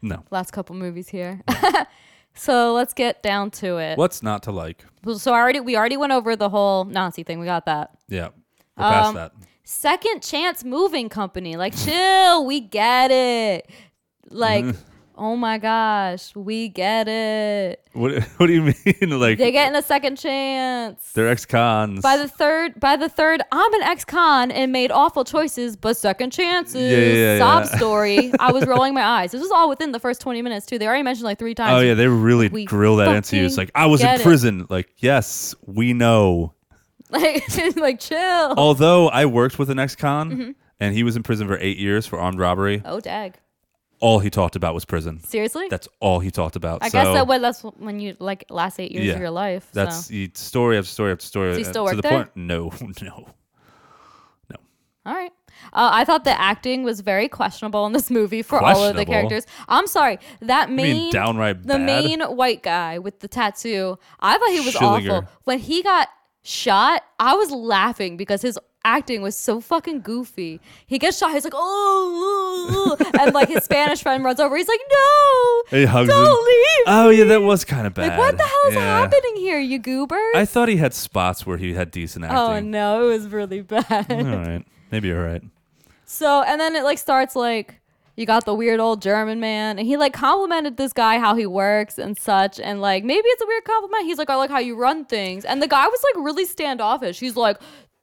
Speaker 1: No,
Speaker 2: last couple movies here. so let's get down to it.
Speaker 1: what's not to like?
Speaker 2: So I already we already went over the whole Nazi thing. We got that.
Speaker 1: Yeah. We're past
Speaker 2: Um,
Speaker 1: that.
Speaker 2: Second Chance Moving Company. Like chill, we get it. Like oh my gosh, we get it.
Speaker 1: What, what do you mean? like
Speaker 2: They're getting a second chance.
Speaker 1: they're ex-cons.
Speaker 2: By the third, by the third, I'm an ex-con and made awful choices, but second chances.
Speaker 1: Yeah, yeah, yeah,
Speaker 2: Sob
Speaker 1: yeah.
Speaker 2: story. I was rolling my eyes. This was all within the first 20 minutes too. They already mentioned like three times.
Speaker 1: oh yeah, they really
Speaker 2: We
Speaker 1: grill that into you. It's
Speaker 2: fucking
Speaker 1: like I was in
Speaker 2: get it.
Speaker 1: prison. Like yes, we know.
Speaker 2: Like, like chill.
Speaker 1: Although I worked with an ex-con.
Speaker 2: Mm-hmm.
Speaker 1: And he was in prison for eight years for armed robbery.
Speaker 2: Oh, dag.
Speaker 1: All he talked about was prison.
Speaker 2: Seriously?
Speaker 1: That's all he talked about.
Speaker 2: I
Speaker 1: so
Speaker 2: guess that when that's when you like last eight years
Speaker 1: Yeah.
Speaker 2: of your life.
Speaker 1: That's
Speaker 2: so.
Speaker 1: he- story after story after story.
Speaker 2: Does he
Speaker 1: uh,
Speaker 2: still
Speaker 1: to
Speaker 2: work
Speaker 1: the
Speaker 2: there?
Speaker 1: point. No, no.
Speaker 2: all right. Uh, I thought the acting was very questionable in this movie for all of the
Speaker 1: Questionable?
Speaker 2: characters. I'm sorry. That
Speaker 1: mean
Speaker 2: main
Speaker 1: downright
Speaker 2: the
Speaker 1: bad?
Speaker 2: main white guy with the tattoo. I thought he was
Speaker 1: Schillinger.
Speaker 2: awful when he got shot. I was laughing because his acting was so fucking goofy. He gets shot. He's like, oh, oh, oh," and like his Spanish friend runs over. He's like, no,
Speaker 1: He hugs
Speaker 2: don't
Speaker 1: him.
Speaker 2: leave.
Speaker 1: Oh yeah, that was kind of bad.
Speaker 2: Like, what the hell is
Speaker 1: Ah, Yeah.
Speaker 2: happening here, you goobers?
Speaker 1: I thought he had spots where he had decent
Speaker 2: Oh
Speaker 1: acting.
Speaker 2: no, it was really bad.
Speaker 1: All right, maybe you're right.
Speaker 2: So and then it like starts like you got the weird old German man, and he like complimented this guy how he works and such, and like maybe it's a weird compliment. He's like, I like how you run things, and the guy was like really standoffish. He's like,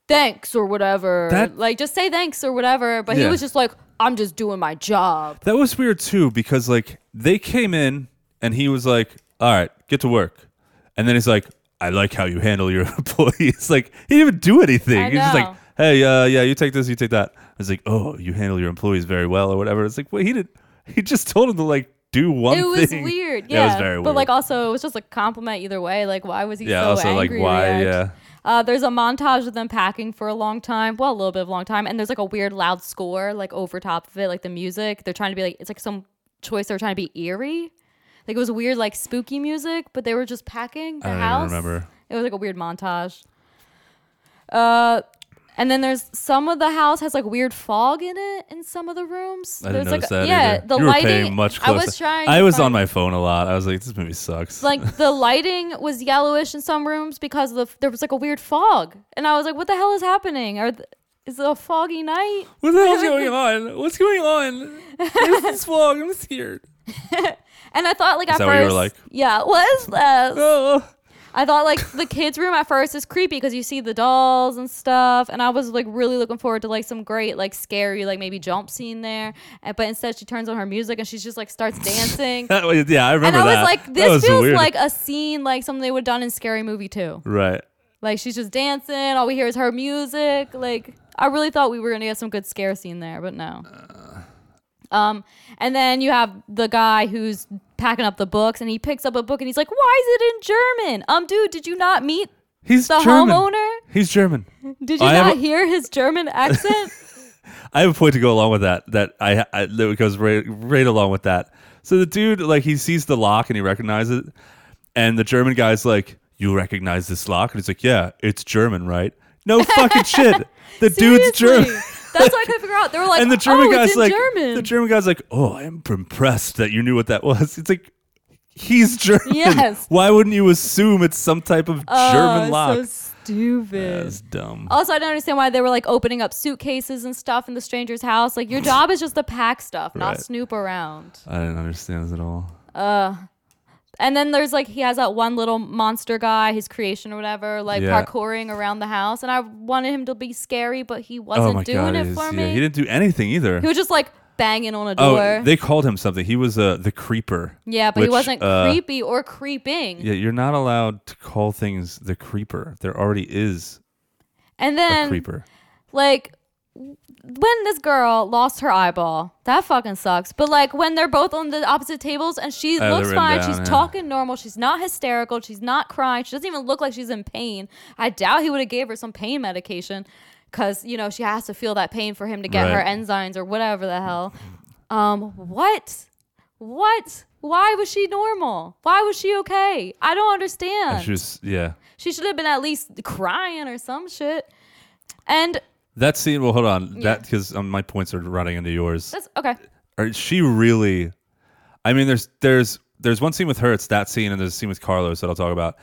Speaker 2: thanks or whatever,
Speaker 1: That-
Speaker 2: like just say thanks or whatever. But
Speaker 1: Yeah.
Speaker 2: he was just like, I'm just doing my job.
Speaker 1: That was weird too because like they came in and he was like, "All right, get to work," and then he's like, "I like how you handle your employees." Like he didn't even do anything.
Speaker 2: I
Speaker 1: He's just like,
Speaker 2: know.
Speaker 1: "Hey, uh, yeah, you take this, you take that." It's like, "Oh, you handle your employees very well," or whatever. It's like, wait, he did. not He just told him to like do one.
Speaker 2: It was
Speaker 1: thing.
Speaker 2: weird, yeah.
Speaker 1: it was very
Speaker 2: But
Speaker 1: weird.
Speaker 2: like also, it was just a compliment either way. Like, why was he
Speaker 1: yeah,
Speaker 2: so
Speaker 1: also like
Speaker 2: angry?
Speaker 1: why?
Speaker 2: react?
Speaker 1: Yeah,
Speaker 2: Uh, there's a montage of them packing for a long time, well, a little bit of a long time, and there's like a weird loud score like over top of it, like the music. They're trying to be like it's like some choice. They're trying to be eerie, like it was weird, like spooky music, but they were just packing the
Speaker 1: I don't even
Speaker 2: house.
Speaker 1: remember.
Speaker 2: It was like a weird montage. Uh, And then there's some of the house has like weird fog in it in some of the rooms.
Speaker 1: I didn't
Speaker 2: there's
Speaker 1: notice
Speaker 2: like
Speaker 1: that.
Speaker 2: yeah,
Speaker 1: either.
Speaker 2: the
Speaker 1: you were
Speaker 2: lighting.
Speaker 1: paying much closer.
Speaker 2: I was trying.
Speaker 1: I
Speaker 2: to
Speaker 1: was
Speaker 2: find-
Speaker 1: on my phone a lot. I was like, this movie sucks.
Speaker 2: like the lighting was yellowish in some rooms because of the, there was like a weird fog, and I was like, "What the hell is happening? Are th- is it a foggy night?"
Speaker 1: what the hell's going on? What's going on? Where's this vlog? I'm scared.
Speaker 2: And I thought like at
Speaker 1: that
Speaker 2: first,
Speaker 1: what you were like?
Speaker 2: yeah, what is this?
Speaker 1: Oh.
Speaker 2: I thought like the kids' room at first is creepy because you see the dolls and stuff, and I was like really looking forward to like some great like scary like maybe jump scene there, And- but instead she turns on her music and she just like starts dancing.
Speaker 1: That was, yeah, I
Speaker 2: And
Speaker 1: remember
Speaker 2: I was
Speaker 1: that.
Speaker 2: like,
Speaker 1: That
Speaker 2: this
Speaker 1: was
Speaker 2: feels
Speaker 1: weird.
Speaker 2: like a scene like something they would have done in Scary Movie too.
Speaker 1: Right.
Speaker 2: Like she's just dancing, all we hear is her music. Like I really thought we were gonna get some good scare scene there, but no.
Speaker 1: Uh.
Speaker 2: Um, and then you have the guy who's packing up the books, and he picks up a book, and he's like, "Why is it in German?" Um, dude, did you not meet?
Speaker 1: He's
Speaker 2: The
Speaker 1: German.
Speaker 2: homeowner?
Speaker 1: He's German.
Speaker 2: Did you
Speaker 1: I have
Speaker 2: not
Speaker 1: a-
Speaker 2: hear his German accent?
Speaker 1: I have a point to go along with that. That I, I that goes right, right along with that. So the dude, like, he sees the lock and he recognizes it, and the German guy's like, "You recognize this lock?" And he's like, "Yeah, it's German, right?" No fucking shit. The dude's
Speaker 2: Seriously.
Speaker 1: German.
Speaker 2: That's what I could figure out. They were like,
Speaker 1: and the German
Speaker 2: oh,
Speaker 1: guy's
Speaker 2: it's in
Speaker 1: like,
Speaker 2: German.
Speaker 1: the German guy's like, "Oh, I'm impressed that you knew what that was." It's like. He's German.
Speaker 2: Yes.
Speaker 1: Why wouldn't you assume it's some type of
Speaker 2: Oh,
Speaker 1: German lock?
Speaker 2: So Oh. stupid.
Speaker 1: That's dumb.
Speaker 2: Also, I don't understand why they were like opening up suitcases and stuff in the stranger's house. Like, your job is just to pack stuff,
Speaker 1: Right.
Speaker 2: not snoop around.
Speaker 1: I didn't understand this at all.
Speaker 2: And then there's like, he has that one little monster guy, his creation or whatever, like
Speaker 1: Yeah.
Speaker 2: parkouring around the house. And I wanted him to be scary, but he
Speaker 1: Oh
Speaker 2: wasn't
Speaker 1: my
Speaker 2: doing
Speaker 1: god!
Speaker 2: it
Speaker 1: it is-
Speaker 2: for
Speaker 1: yeah,
Speaker 2: me.
Speaker 1: he
Speaker 2: He,
Speaker 1: didn't do anything either.
Speaker 2: was just like banging on a door.
Speaker 1: Oh, they called him something. He was uh, the creeper.
Speaker 2: yeah, but he
Speaker 1: which,
Speaker 2: wasn't
Speaker 1: uh,
Speaker 2: creepy or creeping.
Speaker 1: Yeah, you're not allowed to call things the creeper. There already is
Speaker 2: and
Speaker 1: a
Speaker 2: then,
Speaker 1: creeper.
Speaker 2: like, when this girl lost her eyeball, that fucking sucks. But like when they're both on the opposite tables and she
Speaker 1: they're
Speaker 2: looks
Speaker 1: written
Speaker 2: fine,
Speaker 1: down,
Speaker 2: she's
Speaker 1: yeah.
Speaker 2: talking normal, she's not hysterical, she's not crying, she doesn't even look like she's in pain. I doubt he would have gave her some pain medication because you know she has to feel that pain for him to get her
Speaker 1: Right.
Speaker 2: enzymes or whatever the hell. Um, what, what? Why was she normal? Why was she okay? I don't understand.
Speaker 1: And she was yeah.
Speaker 2: she should have been at least crying or some shit. And
Speaker 1: That scene. Well, hold on. That because um, my points are running into yours.
Speaker 2: that's okay.
Speaker 1: Or she really? I mean, there's there's there's one scene with her. It's that scene, and there's a scene with Carlos that I'll talk about.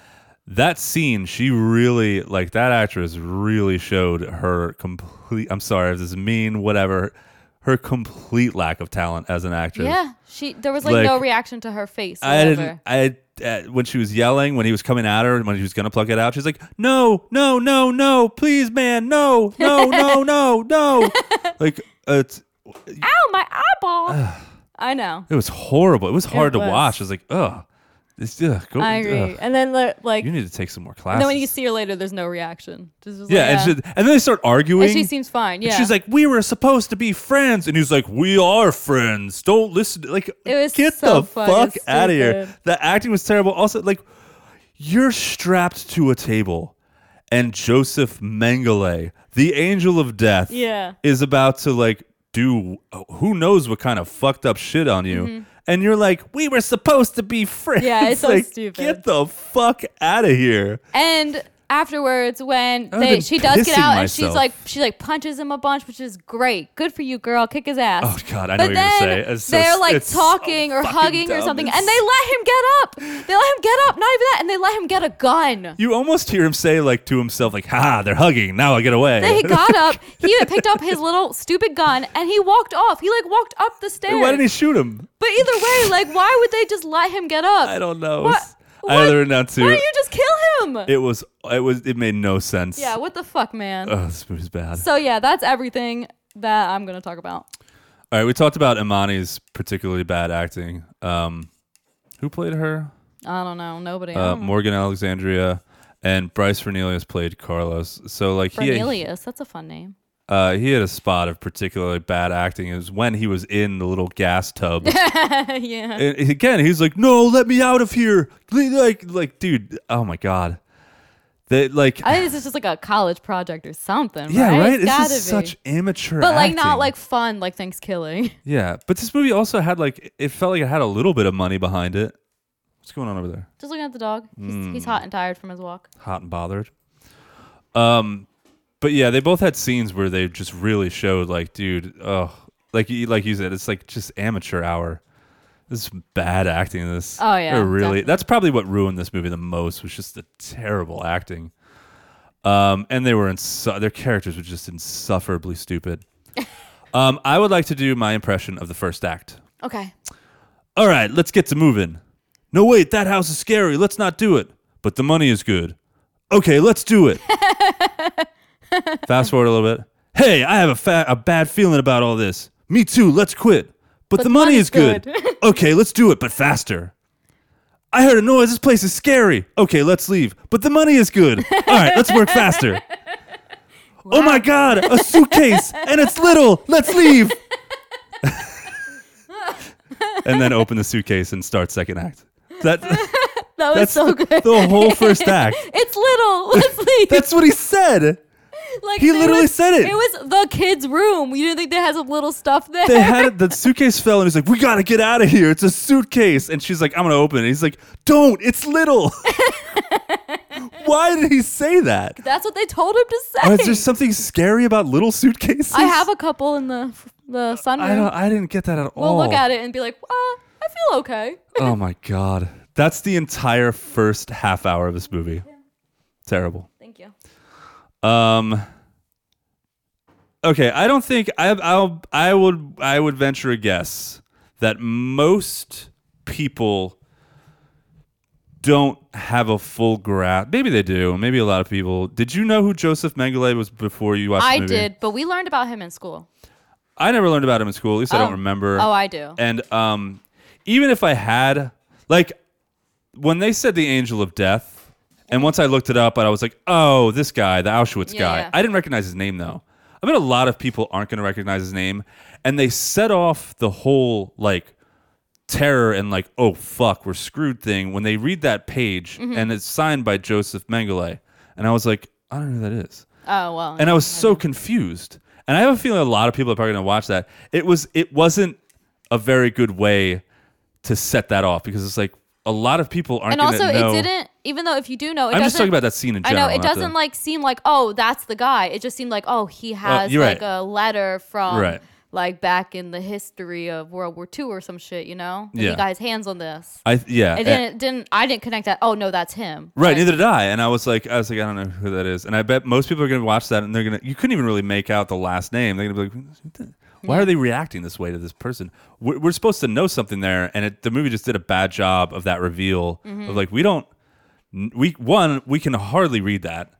Speaker 1: That scene, she really like that actress really showed her complete. I'm sorry if this is mean, whatever. Her complete lack of talent as an actress.
Speaker 2: Yeah, she. There was like,
Speaker 1: Like,
Speaker 2: no reaction to her face. or
Speaker 1: I didn't.
Speaker 2: whatever.
Speaker 1: I uh, when she was yelling, when he was coming at her, when she was gonna pluck it out, she's like, "No, no, no, no, please, man, no, no, no, no, no." like uh, it's,
Speaker 2: Ow, Oh, my eyeball. I know.
Speaker 1: it was horrible. It was hard to
Speaker 2: was.
Speaker 1: watch. I was like, "Ugh, this, ugh, go,
Speaker 2: I agree.
Speaker 1: ugh.
Speaker 2: And then the- like,
Speaker 1: You
Speaker 2: and
Speaker 1: need to take some more classes."
Speaker 2: then when you see her later, there's no reaction. Just, just
Speaker 1: yeah,
Speaker 2: like,
Speaker 1: And, she, and then they start arguing.
Speaker 2: And she seems fine.
Speaker 1: And
Speaker 2: Yeah,
Speaker 1: She's like, we were supposed to be friends, and he's like, we are friends. Don't listen. to-" Like,
Speaker 2: It was
Speaker 1: get
Speaker 2: so
Speaker 1: the
Speaker 2: fucking
Speaker 1: fuck out of here.
Speaker 2: stupid.
Speaker 1: The acting was terrible. Also, like, you're strapped to a table, and Joseph Mengele, the angel of death,
Speaker 2: Yeah.
Speaker 1: is about to like do who knows what kind of fucked up shit on you. And you're like, we were supposed to be friends.
Speaker 2: Mm-hmm. Yeah, it's so
Speaker 1: like,
Speaker 2: stupid.
Speaker 1: Get the fuck out of here.
Speaker 2: and afterwards when
Speaker 1: I've
Speaker 2: they,
Speaker 1: been
Speaker 2: she does
Speaker 1: pissing
Speaker 2: get out and
Speaker 1: myself.
Speaker 2: she's like she like punches him a bunch which is great good for you girl kick his ass
Speaker 1: Oh, God, I know what
Speaker 2: but
Speaker 1: you're gonna
Speaker 2: then
Speaker 1: say. It's so-
Speaker 2: they're like
Speaker 1: it's so
Speaker 2: talking or
Speaker 1: fucking
Speaker 2: hugging or
Speaker 1: dumb.
Speaker 2: something
Speaker 1: It's-
Speaker 2: and they let him get up they let him get up not even that and they let him get a gun
Speaker 1: You almost hear him say like to himself, like, "Ha, they're hugging. Now I get away."
Speaker 2: Then he got up. He even picked up his little stupid gun and he walked off. He like walked up the stairs.
Speaker 1: Why didn't he shoot him?
Speaker 2: but either way, like, why would they just let him get up?
Speaker 1: I don't know.
Speaker 2: What?
Speaker 1: It's- I had
Speaker 2: What?
Speaker 1: it written down too.
Speaker 2: Why don't you just kill him?
Speaker 1: it was. It was. It made no sense.
Speaker 2: yeah. What the fuck, man?
Speaker 1: Oh, this movie's bad.
Speaker 2: so yeah, that's everything that I'm gonna talk about.
Speaker 1: All right, we talked about Imani's particularly bad acting. Um, who played her?
Speaker 2: I don't know. Nobody.
Speaker 1: Uh,
Speaker 2: Uh,
Speaker 1: Morgan Alexandria and Bryce Fernelius played Carlos. So like he had,
Speaker 2: Cornelius. That's a fun name.
Speaker 1: uh, he had a spot of particularly bad acting. It was when he was in the little gas tub.
Speaker 2: yeah.
Speaker 1: and again he's like no let me out of here Le- like like dude oh my god that like
Speaker 2: I think this is just like a college project or something.
Speaker 1: yeah right
Speaker 2: It's
Speaker 1: this
Speaker 2: gotta
Speaker 1: is
Speaker 2: be.
Speaker 1: such amateur
Speaker 2: But like not
Speaker 1: acting.
Speaker 2: like fun like Thanksgiving.
Speaker 1: yeah but this movie also had like it felt like it had a little bit of money behind it what's going on over there
Speaker 2: Just
Speaker 1: Hmm.
Speaker 2: looking at the dog. He's, he's hot and tired from his walk.
Speaker 1: hot and bothered um but yeah, they both had scenes where they just really showed like, dude, oh, like you like you said, it's like just amateur hour. This is bad acting. in This
Speaker 2: Oh, yeah,
Speaker 1: They're really.
Speaker 2: definitely.
Speaker 1: That's probably what ruined this movie the most was just the terrible acting. Um, and they were insu- their characters were just insufferably stupid. um, I would like to do my impression of the first act.
Speaker 2: Okay.
Speaker 1: All right, let's get to moving. No, wait, that house is scary. Let's not do it. But the money is good. Okay, let's do it. Fast forward a little bit. Hey, I have a, fa- a bad feeling about all this. Me too. Let's quit. But, the money is good. okay, let's do it, but faster. I heard a noise. This place is scary. Okay, let's leave. But the money is good. All right, let's work faster. Oh my God, a suitcase, and it's little. Let's leave. and then open the suitcase and start second act. That,
Speaker 2: That was
Speaker 1: that's
Speaker 2: so
Speaker 1: the,
Speaker 2: good.
Speaker 1: the whole first act.
Speaker 2: It's little. Let's leave.
Speaker 1: That's what he said.
Speaker 2: like
Speaker 1: he
Speaker 2: they
Speaker 1: literally
Speaker 2: was-
Speaker 1: said it.
Speaker 2: It was the kid's room. You didn't think they had some little stuff there?
Speaker 1: They had it, the suitcase fell, and he's like, "We gotta get out of here. It's a suitcase." And she's like, "I'm gonna open it." He's like, "Don't. It's little." Why did he say that?
Speaker 2: That's what they told him to say.
Speaker 1: Or is there something scary about little suitcases?
Speaker 2: I have a couple in the the sunroom.
Speaker 1: I don't. Oh. I didn't get that at
Speaker 2: we'll
Speaker 1: all.
Speaker 2: look at it and be like, uh, I feel okay.
Speaker 1: Oh my god, that's the entire first half hour of this movie. Terrible.
Speaker 2: Thank you.
Speaker 1: Um. Okay, I don't think I. I'll. I would. I would venture a guess that most people don't have a full grasp. Maybe they do. Maybe a lot of people. Did you know who Joseph Mengele was before you watched? the
Speaker 2: I
Speaker 1: movie?
Speaker 2: did, but we learned about him in school.
Speaker 1: I never learned about him in school. At least I
Speaker 2: Oh.
Speaker 1: don't remember.
Speaker 2: Oh, I do.
Speaker 1: And um, even if I had, like, when they said the angel of death, and once I looked it up, and I was like, oh, this guy, the Auschwitz
Speaker 2: Yeah,
Speaker 1: guy.
Speaker 2: yeah.
Speaker 1: I didn't recognize his name though. I bet a lot of people aren't going to recognize his name, and they set off the whole like terror and like, oh fuck, we're screwed thing when they read that page
Speaker 2: Mm-hmm.
Speaker 1: and it's signed by Joseph Mengele, and I was like, I don't know who that is
Speaker 2: Oh well.
Speaker 1: and I was so confused. And I have a feeling a lot of people are probably going to watch that. It was it wasn't a very good way to set that off because it's like a lot of people aren't.
Speaker 2: and
Speaker 1: gonna
Speaker 2: also,
Speaker 1: know.
Speaker 2: it didn't. Even though if you do know, it
Speaker 1: I'm just
Speaker 2: doesn't-
Speaker 1: talking about that scene in
Speaker 2: I
Speaker 1: general.
Speaker 2: know it
Speaker 1: not the-
Speaker 2: doesn't like seem like oh that's the guy. It just seemed like oh he has
Speaker 1: you're
Speaker 2: like
Speaker 1: right.
Speaker 2: a letter from
Speaker 1: Right.
Speaker 2: like back in the history of World War II or some shit. You know, And
Speaker 1: Yeah.
Speaker 2: he got his hands on this.
Speaker 1: I yeah. and-
Speaker 2: It didn't didn't I didn't connect that. Oh no, that's him.
Speaker 1: Right, neither did I. And I was like, I was like, I don't know who that is. And I bet most people are going to watch that, and they're going to. You couldn't even really make out the last name. They're going to be like, "Who the- why are they reacting this way to this person? We're, we're supposed to know something there, and it, the movie just did a bad job of that reveal
Speaker 2: Mm-hmm.
Speaker 1: of like we don't. We one, we can hardly read that.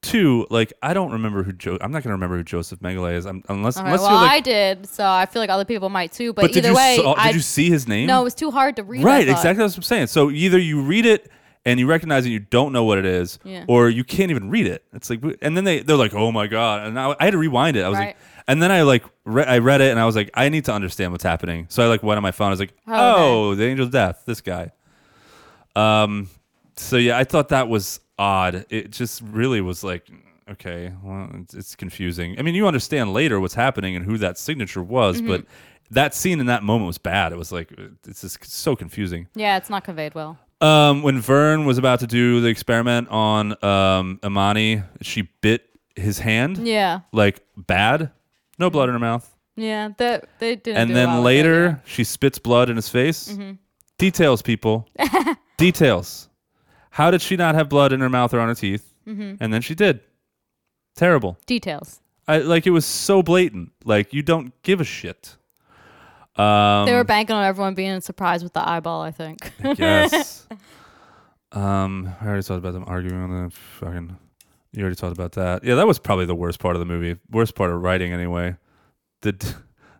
Speaker 1: Two, like I don't remember who Joe. I'm not going to remember who Joseph Mengele is, I'm, unless
Speaker 2: All right,
Speaker 1: unless
Speaker 2: well,
Speaker 1: you're like.
Speaker 2: I did, so I feel like other people might too. But,
Speaker 1: but did
Speaker 2: either
Speaker 1: you
Speaker 2: way,
Speaker 1: saw,
Speaker 2: I,
Speaker 1: did you see his name?
Speaker 2: No, it was too hard to read. I
Speaker 1: Right,
Speaker 2: thought.
Speaker 1: exactly. That's what I'm saying. So either you read it and you recognize it, you don't know what it is,
Speaker 2: Yeah.
Speaker 1: or you can't even read it. It's like, and then they they're like, oh my god, and I, I had to rewind it. I was
Speaker 2: Right.
Speaker 1: like, and then I like re- I read it and I was like, I need to understand what's happening. So I like went on my phone. I was like,
Speaker 2: Oh,
Speaker 1: oh, the angel's death, this guy. Um, so yeah, I thought that was odd. It just really was like. Okay, well, it's- it's confusing. I mean, you understand later what's happening and who that signature was,
Speaker 2: Mm-hmm.
Speaker 1: but that scene in that moment was bad. It was like it's just so confusing
Speaker 2: Yeah, it's not conveyed well.
Speaker 1: um, when Vern was about to do the experiment on um, Imani, she bit his hand.
Speaker 2: Yeah,
Speaker 1: Like bad, no blood in her mouth.
Speaker 2: yeah, that they didn't.
Speaker 1: And
Speaker 2: do
Speaker 1: then
Speaker 2: well with it,
Speaker 1: later,
Speaker 2: yeah. Mm-hmm.
Speaker 1: she spits blood in his face. Details, people. Details. How did she not have blood in her mouth or on her teeth?
Speaker 2: Mm-hmm.
Speaker 1: And then she did. Terrible.
Speaker 2: details.
Speaker 1: I like it was so blatant. Like you don't give a shit. Um,
Speaker 2: They were banking on everyone being surprised with the eyeball. I think.
Speaker 1: Yes. um, I already talked about them arguing on the fucking. You already talked about that. Yeah, that was probably the worst part of the movie. Worst part of writing, anyway. Did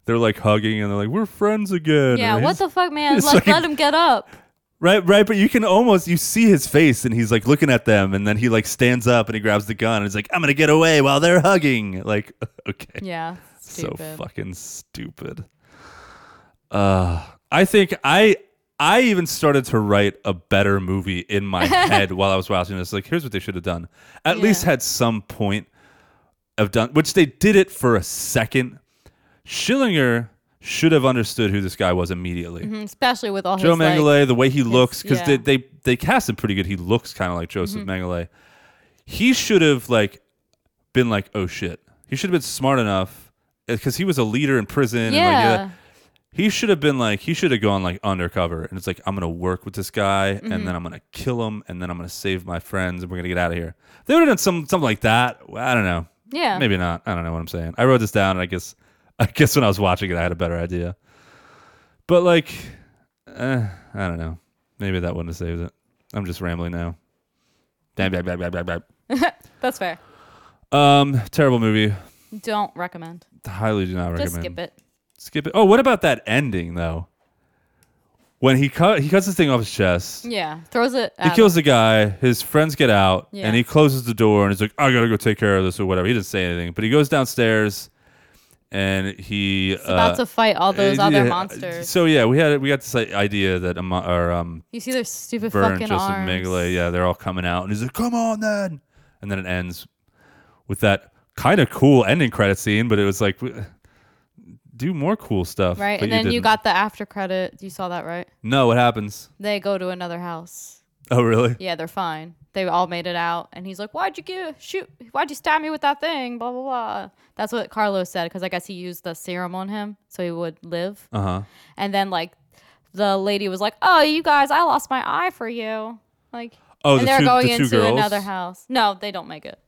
Speaker 1: they're like hugging and they're like, "We're friends again."
Speaker 2: yeah,
Speaker 1: and
Speaker 2: what
Speaker 1: he's-
Speaker 2: the fuck, man?
Speaker 1: it's
Speaker 2: Let
Speaker 1: like-
Speaker 2: let him get up.
Speaker 1: Right, right. But you can almost you see his face and he's like looking at them, and then he like stands up and he grabs the gun and he's like, "I'm gonna get away while they're hugging." Like, okay.
Speaker 2: Yeah, stupid.
Speaker 1: so fucking stupid. Uh, I think I I even started to write a better movie in my head while I was watching this. Like, here's what they should have done. At least had some point of done, which they did it for a second. Schillinger should have understood who this guy was immediately.
Speaker 2: Mm, Especially with all
Speaker 1: Joe
Speaker 2: his like,
Speaker 1: Mengele, the way he looks, because
Speaker 2: yeah. Mm-hmm.
Speaker 1: they, they they cast him pretty good. He looks kind of like Joseph Mengele. He should have like been like, oh shit. He should have been smart enough because he was a leader in prison. And like,
Speaker 2: yeah.
Speaker 1: he should have been like, he should have gone like undercover. And it's like, I'm going to work with this guy and
Speaker 2: Mm-hmm.
Speaker 1: then I'm going to kill him and then I'm going to save my friends and we're going to get out of here. They would have done some, something like that. I don't know.
Speaker 2: Yeah.
Speaker 1: Maybe not. I don't know what I'm saying. I wrote this down, and I guess, I guess when I was watching it, I had a better idea. But like, eh, I don't know. Maybe that wouldn't have saved it. I'm just rambling now. Bam, bam, bam, bam, bam, bam.
Speaker 2: That's fair.
Speaker 1: Um, terrible movie.
Speaker 2: Don't recommend.
Speaker 1: Highly do not recommend.
Speaker 2: Just skip it.
Speaker 1: Skip it. Oh, what about that ending though? When he cut, he cuts this thing off his chest.
Speaker 2: Yeah. Throws it.
Speaker 1: He
Speaker 2: at
Speaker 1: kills the guy. His friends get out,
Speaker 2: Yeah.
Speaker 1: and he closes the door, and he's like, "I gotta go take care of this or whatever." He didn't say anything, but he goes downstairs, and he uh,
Speaker 2: He's about to fight all those other
Speaker 1: yeah,
Speaker 2: monsters.
Speaker 1: So yeah, we had we got this like, idea that um, our um,
Speaker 2: you see their stupid
Speaker 1: Vern,
Speaker 2: fucking
Speaker 1: Joseph,
Speaker 2: arms.
Speaker 1: Mengele, yeah, they're all coming out, and he's like, "Come on, then," and then it ends with that kind of cool ending credit scene, but it was like. w- Do more cool stuff,
Speaker 2: Right,
Speaker 1: but
Speaker 2: and then you
Speaker 1: didn't.
Speaker 2: got the after credit. You saw that, right?
Speaker 1: no. What happens?
Speaker 2: They go to another house.
Speaker 1: Oh, really?
Speaker 2: Yeah, they're fine. They all made it out, and he's like, "Why'd you give shoot? Why'd you stab me with that thing?" Blah blah blah. That's what Carlos said because I guess he used the serum on him so he would live.
Speaker 1: Uh huh.
Speaker 2: And then like the lady was like, "Oh, you guys, I lost my eye for you." Like,
Speaker 1: Oh, the
Speaker 2: and they're
Speaker 1: two-
Speaker 2: going
Speaker 1: the two
Speaker 2: into
Speaker 1: girls?
Speaker 2: another house. No, they don't make it.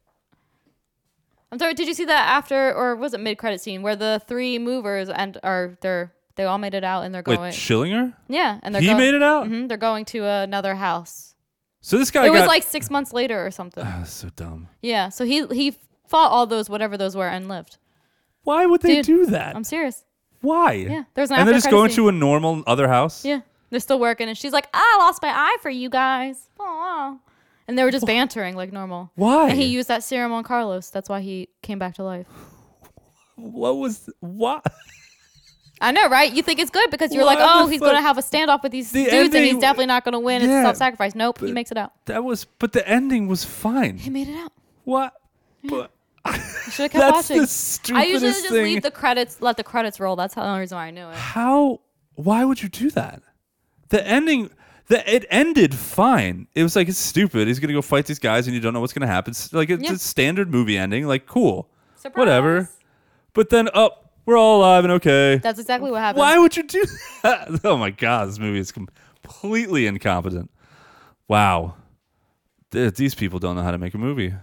Speaker 2: I'm sorry. Did you see that after or was it mid credit scene where the three movers and are they're they all made it out and they're
Speaker 1: Wait,
Speaker 2: going?
Speaker 1: Schillinger?
Speaker 2: yeah, and they're
Speaker 1: He
Speaker 2: go-
Speaker 1: made it out.
Speaker 2: Mhm, they're going to another house.
Speaker 1: So this guy
Speaker 2: it
Speaker 1: got Uh,
Speaker 2: was like six months later or something.
Speaker 1: That's so dumb.
Speaker 2: yeah. So he he fought all those whatever those were and lived.
Speaker 1: Why would they
Speaker 2: Dude,
Speaker 1: do that?
Speaker 2: I'm serious.
Speaker 1: Why?
Speaker 2: Yeah, there's an
Speaker 1: and they're
Speaker 2: after
Speaker 1: just
Speaker 2: credit
Speaker 1: going
Speaker 2: scene.
Speaker 1: to a normal other house.
Speaker 2: Yeah. They're still working and she's like, I lost my eye for you guys. Aw. And they were just bantering like normal.
Speaker 1: Why?
Speaker 2: And he used that serum on Carlos. That's why he came back to life.
Speaker 1: What was what?
Speaker 2: I know, right? You think it's good because you're like,
Speaker 1: Why the
Speaker 2: oh, he's
Speaker 1: fuck-
Speaker 2: going to have a standoff with these
Speaker 1: The
Speaker 2: dudes and
Speaker 1: ending-
Speaker 2: he's definitely not going to win.
Speaker 1: Yeah.
Speaker 2: It's self sacrifice. Nope. he makes it out.
Speaker 1: That was, but the ending was
Speaker 2: He
Speaker 1: fine.
Speaker 2: made it out.
Speaker 1: What? But
Speaker 2: You should have Mm. kept
Speaker 1: that's
Speaker 2: watching.
Speaker 1: the
Speaker 2: I
Speaker 1: stupidest
Speaker 2: usually just
Speaker 1: thing.
Speaker 2: leave the credits, let the credits roll. That's the only reason why I knew it.
Speaker 1: How? Why would you do that? The ending. The, it ended fine. It was like it's stupid. He's gonna go fight these guys, and you don't know what's gonna happen. It's like it's
Speaker 2: Yeah.
Speaker 1: a standard movie ending. Like cool,
Speaker 2: Surprise.
Speaker 1: whatever. But then, oh, we're all alive and okay.
Speaker 2: That's exactly what happened.
Speaker 1: Why would you do that? Oh my god, this movie is completely incompetent. Wow. Th- These people don't know how to make a movie.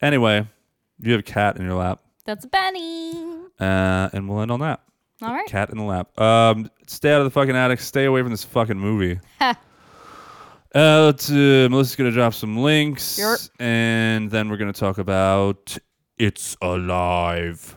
Speaker 1: Anyway, you have a cat in your lap,
Speaker 2: That's Benny.
Speaker 1: uh, and we'll end on that.
Speaker 2: All right.
Speaker 1: Cat in the lap. Um, stay out of the fucking attic. Stay away from this fucking movie. uh, let's, uh, Melissa's gonna drop some links,
Speaker 2: Yerp.
Speaker 1: and then we're gonna talk about it's alive.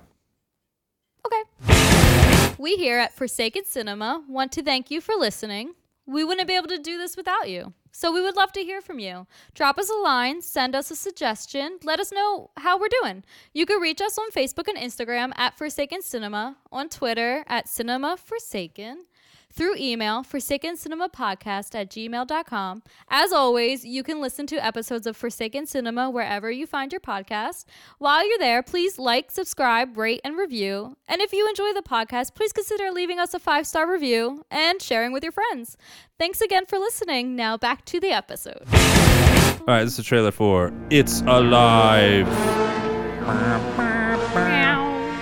Speaker 2: Okay. We here at Forsaken Cinema want to thank you for listening. We wouldn't be able to do this without you. So we would love to hear from you. Drop us a line, send us a suggestion, let us know how we're doing. You can reach us on Facebook and Instagram at Forsaken Cinema, on Twitter at Cinema Forsaken, through email, Forsaken Cinema Podcast at gmail.com. As always, you can listen to episodes of Forsaken Cinema wherever you find your podcast. While you're there, please like, subscribe, rate, and review. And if you enjoy the podcast, please consider leaving us a five star review and sharing with your friends. Thanks again for listening. Now back to the episode.
Speaker 1: All right, this is a trailer for It's Alive.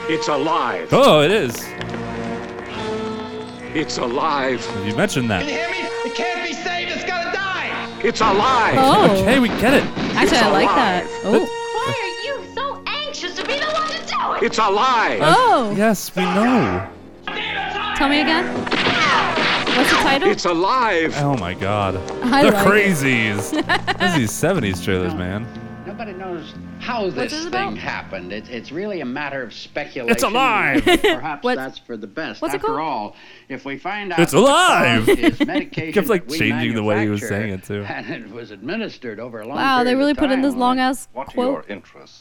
Speaker 6: It's alive.
Speaker 1: Oh, it is.
Speaker 6: It's alive.
Speaker 1: You mentioned that.
Speaker 7: hear me? It can't be saved. It's gotta die.
Speaker 6: It's alive.
Speaker 2: Oh.
Speaker 1: Okay, we get it.
Speaker 2: actually, I like that. Oh,
Speaker 8: Why are you so anxious to be the one to do it?
Speaker 6: It's alive.
Speaker 2: oh,
Speaker 1: Yes, we know.
Speaker 2: tell me again. What's the title?
Speaker 6: It's alive.
Speaker 1: Oh my god.
Speaker 2: I
Speaker 1: the
Speaker 2: like it.
Speaker 1: crazies. this is these 70s trailers, man.
Speaker 7: Nobody knows how this
Speaker 2: this
Speaker 7: thing
Speaker 2: about?
Speaker 7: happened. It's it's really a matter of speculation.
Speaker 1: alive!
Speaker 7: Perhaps
Speaker 2: What's-
Speaker 7: that's for the best.
Speaker 2: what's it
Speaker 7: After
Speaker 2: called?
Speaker 7: all, if we find out
Speaker 1: It's alive!
Speaker 7: that it is medication
Speaker 1: Kept, like,
Speaker 7: that we
Speaker 1: changing the way he was saying it,
Speaker 7: manufacture
Speaker 1: too.
Speaker 7: And it was administered over a long
Speaker 2: Wow, they
Speaker 7: period of
Speaker 2: really put in
Speaker 7: time,
Speaker 2: this long
Speaker 7: well,
Speaker 2: ass quote.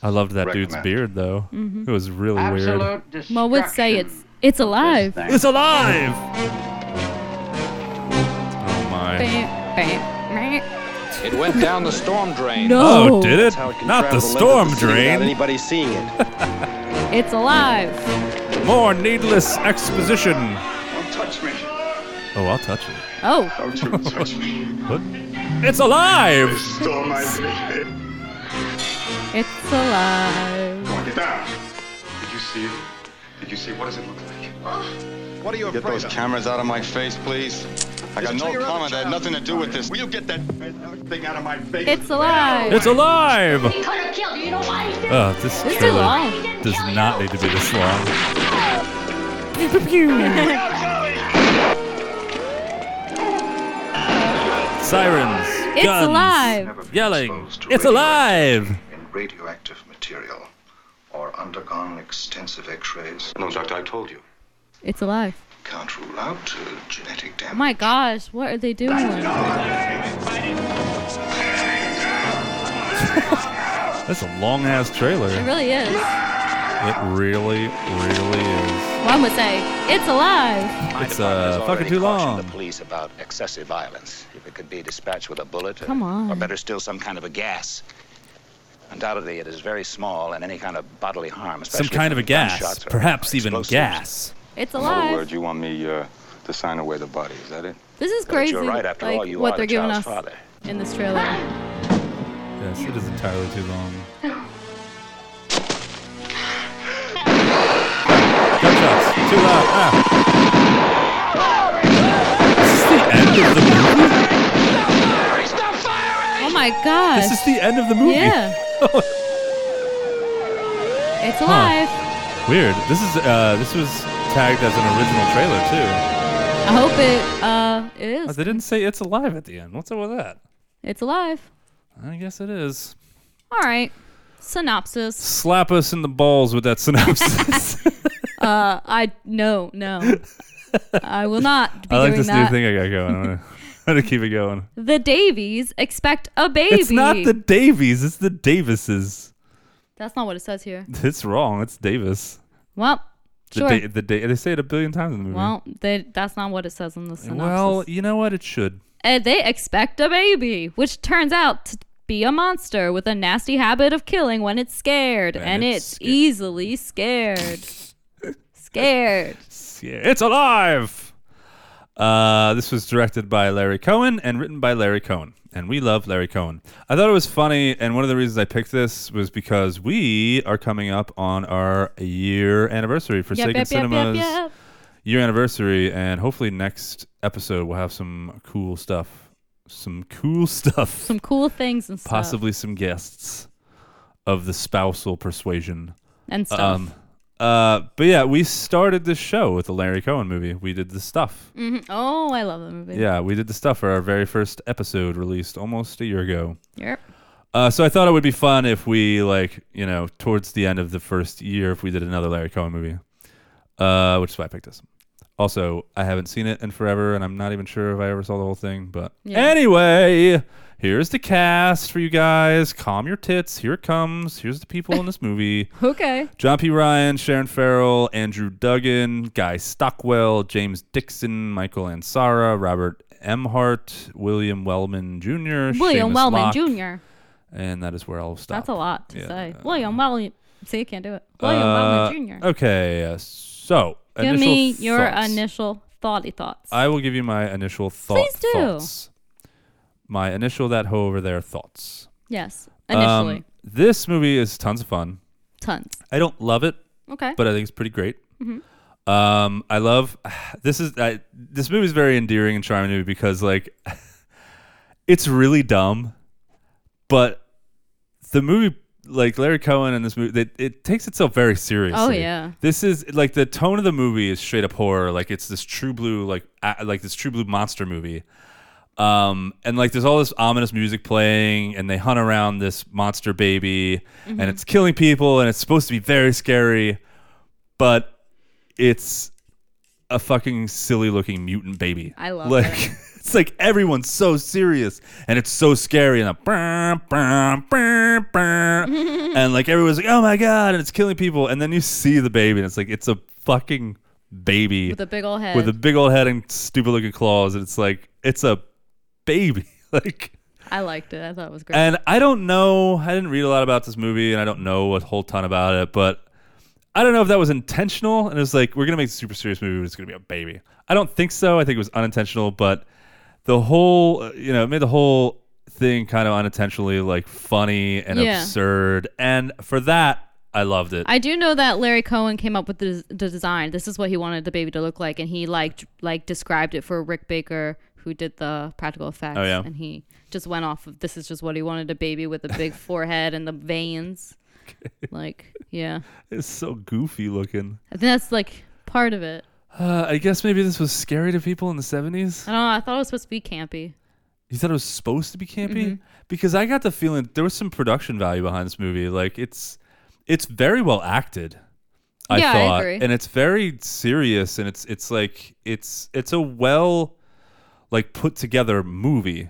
Speaker 1: I loved that dude's beard, though.
Speaker 2: Mm-hmm.
Speaker 1: It was really weird.
Speaker 7: Absolute destruction.
Speaker 2: Mo would say it's it's alive.
Speaker 7: This thing.
Speaker 1: It's alive! Oh my.
Speaker 2: Bam, bam, bam.
Speaker 9: It went down the storm drain.
Speaker 2: No.
Speaker 1: Oh, did it?
Speaker 9: How it can
Speaker 1: Not the
Speaker 9: travel under
Speaker 1: storm
Speaker 9: sea Without
Speaker 1: drain.
Speaker 9: anybody seeing it.
Speaker 2: It's alive.
Speaker 1: More needless exposition.
Speaker 7: Don't touch me.
Speaker 1: Oh, I'll touch it.
Speaker 2: Oh,
Speaker 7: Don't you touch me.
Speaker 1: What? It's alive!
Speaker 7: Stole my baby.
Speaker 2: It's alive.
Speaker 10: Get down. Did you see it? Did you see? What does it look like?
Speaker 9: What are you
Speaker 10: Get
Speaker 9: afraid
Speaker 10: those
Speaker 9: of?
Speaker 10: cameras out of my face, please. I got
Speaker 9: It's a
Speaker 10: no
Speaker 9: two-year-old
Speaker 10: comment. I had
Speaker 9: child.
Speaker 10: nothing to do with this. Will you get that thing out of my face?
Speaker 2: It's alive.
Speaker 1: It's alive.
Speaker 8: He could have killed you. You know why he did?
Speaker 1: Ugh, this
Speaker 2: It's too
Speaker 1: trailer
Speaker 2: long.
Speaker 1: does not need to be this long. Sirens,
Speaker 2: It's
Speaker 1: guns,
Speaker 2: alive.
Speaker 1: yelling. It's alive.
Speaker 10: In radioactive material or undergone extensive x rays. No, Doctor, I told you.
Speaker 2: It's alive.
Speaker 10: Can't rule out uh, genetic
Speaker 2: Oh
Speaker 10: damage.
Speaker 2: my gosh, what are they doing?
Speaker 1: That's a long ass trailer.
Speaker 2: It really is.
Speaker 1: It really, really is.
Speaker 2: One would say, it's alive.
Speaker 1: It's uh, fucking too long.
Speaker 9: police about excessive violence. If it could be dispatched with a bullet,
Speaker 2: Come on.
Speaker 9: better still, some kind of a gas. Undoubtedly, it is very small, and any kind of bodily harm,
Speaker 1: Some kind of a gas, perhaps even gas.
Speaker 2: It's
Speaker 10: In other words,
Speaker 2: alive.
Speaker 10: Oh, you want me uh, to sign away the body, is that it?
Speaker 2: This is crazy. like, what they're giving us in this trailer.
Speaker 1: Yes, it is entirely too long. Gunshots, too loud. Ah. Is this the end of the movie?
Speaker 2: Oh my gosh.
Speaker 1: This is the end of the movie.
Speaker 2: Yeah. it's alive.
Speaker 1: Weird. This is uh, this was tagged as an original trailer too.
Speaker 2: I hope it uh it
Speaker 1: But
Speaker 2: is.
Speaker 1: they didn't say it's alive at the end. What's up with that?
Speaker 2: It's alive.
Speaker 1: I guess it is.
Speaker 2: All right. Synopsis.
Speaker 1: Slap us in the balls with that synopsis.
Speaker 2: Uh I no, no. I will not be
Speaker 1: I like
Speaker 2: doing
Speaker 1: this
Speaker 2: that.
Speaker 1: new thing I got going. I'm gonna, I'm gonna keep it going.
Speaker 2: The Davies expect a baby.
Speaker 1: It's not the Davies. It's the Davises.
Speaker 2: That's not what it says here.
Speaker 1: It's wrong. It's Davis.
Speaker 2: Well,
Speaker 1: The
Speaker 2: sure.
Speaker 1: da- the da- they say it a billion times in the movie.
Speaker 2: well, they, that's not what it says in the synopsis.
Speaker 1: well, you know what? It should.
Speaker 2: Uh, they expect a baby, which turns out to be a monster with a nasty habit of killing when it's scared, and,
Speaker 1: it's
Speaker 2: it's,
Speaker 1: scared.
Speaker 2: easily scared. scared.
Speaker 1: Yeah, it's alive. Uh, this was directed by Larry Cohen and written by Larry Cohen, and we love Larry Cohen. I thought it was funny, and one of the reasons I picked this was because we are coming up on our year anniversary for Sacred Cinemas. Year anniversary, and hopefully next episode we'll have some cool stuff, some cool stuff,
Speaker 2: Some cool things and stuff.
Speaker 1: possibly some guests of the spousal persuasion.
Speaker 2: And stuff.
Speaker 1: Um, uh, but yeah, we started this show with the Larry Cohen movie. We did the stuff.
Speaker 2: Mhm. Oh, I love that movie.
Speaker 1: Yeah, we did the stuff for our very first episode released almost a year ago.
Speaker 2: Yep.
Speaker 1: Uh, so I thought it would be fun if we like you know towards the end of the first year if we did another Larry Cohen movie, uh, which is why I picked this. Also, I haven't seen it in forever, and I'm not even sure if I ever saw the whole thing. But anyway, here's the cast for you guys. Calm your tits. Here it comes. Here's the people in this movie.
Speaker 2: Okay.
Speaker 1: John P. Ryan, Sharon Farrell, Andrew Duggan, Guy Stockwell, James Dixon, Michael Ansara, Robert Emhart, William Wellman Jr.,
Speaker 2: William
Speaker 1: Seamus
Speaker 2: Wellman
Speaker 1: Locke,
Speaker 2: Jr.
Speaker 1: And that is where I'll stop.
Speaker 2: That's a lot Oh, to
Speaker 1: Yeah.
Speaker 2: say. William Wellman. See, I can't do it. William Wellman Jr.
Speaker 1: Uh, Okay, uh, so
Speaker 2: Give
Speaker 1: initial
Speaker 2: me your
Speaker 1: thoughts. Uh,
Speaker 2: initial thoughty thoughts.
Speaker 1: I will give you my initial thought,
Speaker 2: Please do.
Speaker 1: thoughts. My initial that hoe over there thoughts.
Speaker 2: yes.
Speaker 1: Um,
Speaker 2: Initially.
Speaker 1: this movie is tons of fun.
Speaker 2: Tons.
Speaker 1: I don't love it.
Speaker 2: Okay. Mm-hmm.
Speaker 1: but I think it's pretty great. Um, I love this is I, this movie is very endearing and charming to me because like it's really dumb, but the movie like Larry Cohen and this movie it, it takes itself very seriously.
Speaker 2: Oh, yeah.
Speaker 1: this is like the tone of the movie is straight up horror. Like it's this true blue like a like this true blue monster movie. Um, and like there's all this ominous music playing, and they hunt around this monster baby,
Speaker 2: Mm-hmm.
Speaker 1: and it's killing people, and it's supposed to be very scary, but it's a fucking silly looking mutant baby.
Speaker 2: I love
Speaker 1: like,
Speaker 2: it.
Speaker 1: It's like everyone's so serious and it's so scary and a brr, brr, brr, brr, and like everyone's like, oh my god, and it's killing people. And then you see the baby and it's like it's a fucking baby
Speaker 2: with a big old head.
Speaker 1: with a big old head and stupid looking claws, and it's like it's a baby. like,
Speaker 2: I liked it. I thought it was great.
Speaker 1: and I don't know. I didn't read a lot about this movie, and I don't know a whole ton about it, but I don't know if that was intentional. And it was like we're gonna make a super serious movie, but it's gonna be a baby. I don't think so. I think it was unintentional, but the whole, uh, you know, it made the whole thing kind of unintentionally like funny and
Speaker 2: Yeah.
Speaker 1: absurd. And for that, I loved it.
Speaker 2: I do know that Larry Cohen came up with the, the design. This is what he wanted the baby to look like, and he like d- like described it for Rick Baker, who did the practical effects.
Speaker 1: Oh, yeah.
Speaker 2: and he just went off of this is just what he wanted a baby with a big forehead and the veins. Like, yeah,
Speaker 1: it's so goofy looking.
Speaker 2: I think that's like part of it.
Speaker 1: Uh, I guess maybe this was scary to people in the 70s.
Speaker 2: I don't know. I thought it was supposed to be campy.
Speaker 1: You thought it was supposed to be campy?
Speaker 2: Mm-hmm.
Speaker 1: Because I got the feeling there was some production value behind this movie. Like it's it's very well acted. I
Speaker 2: Yeah, I
Speaker 1: thought.
Speaker 2: agree.
Speaker 1: And it's very serious and it's it's like it's it's a well like put together movie.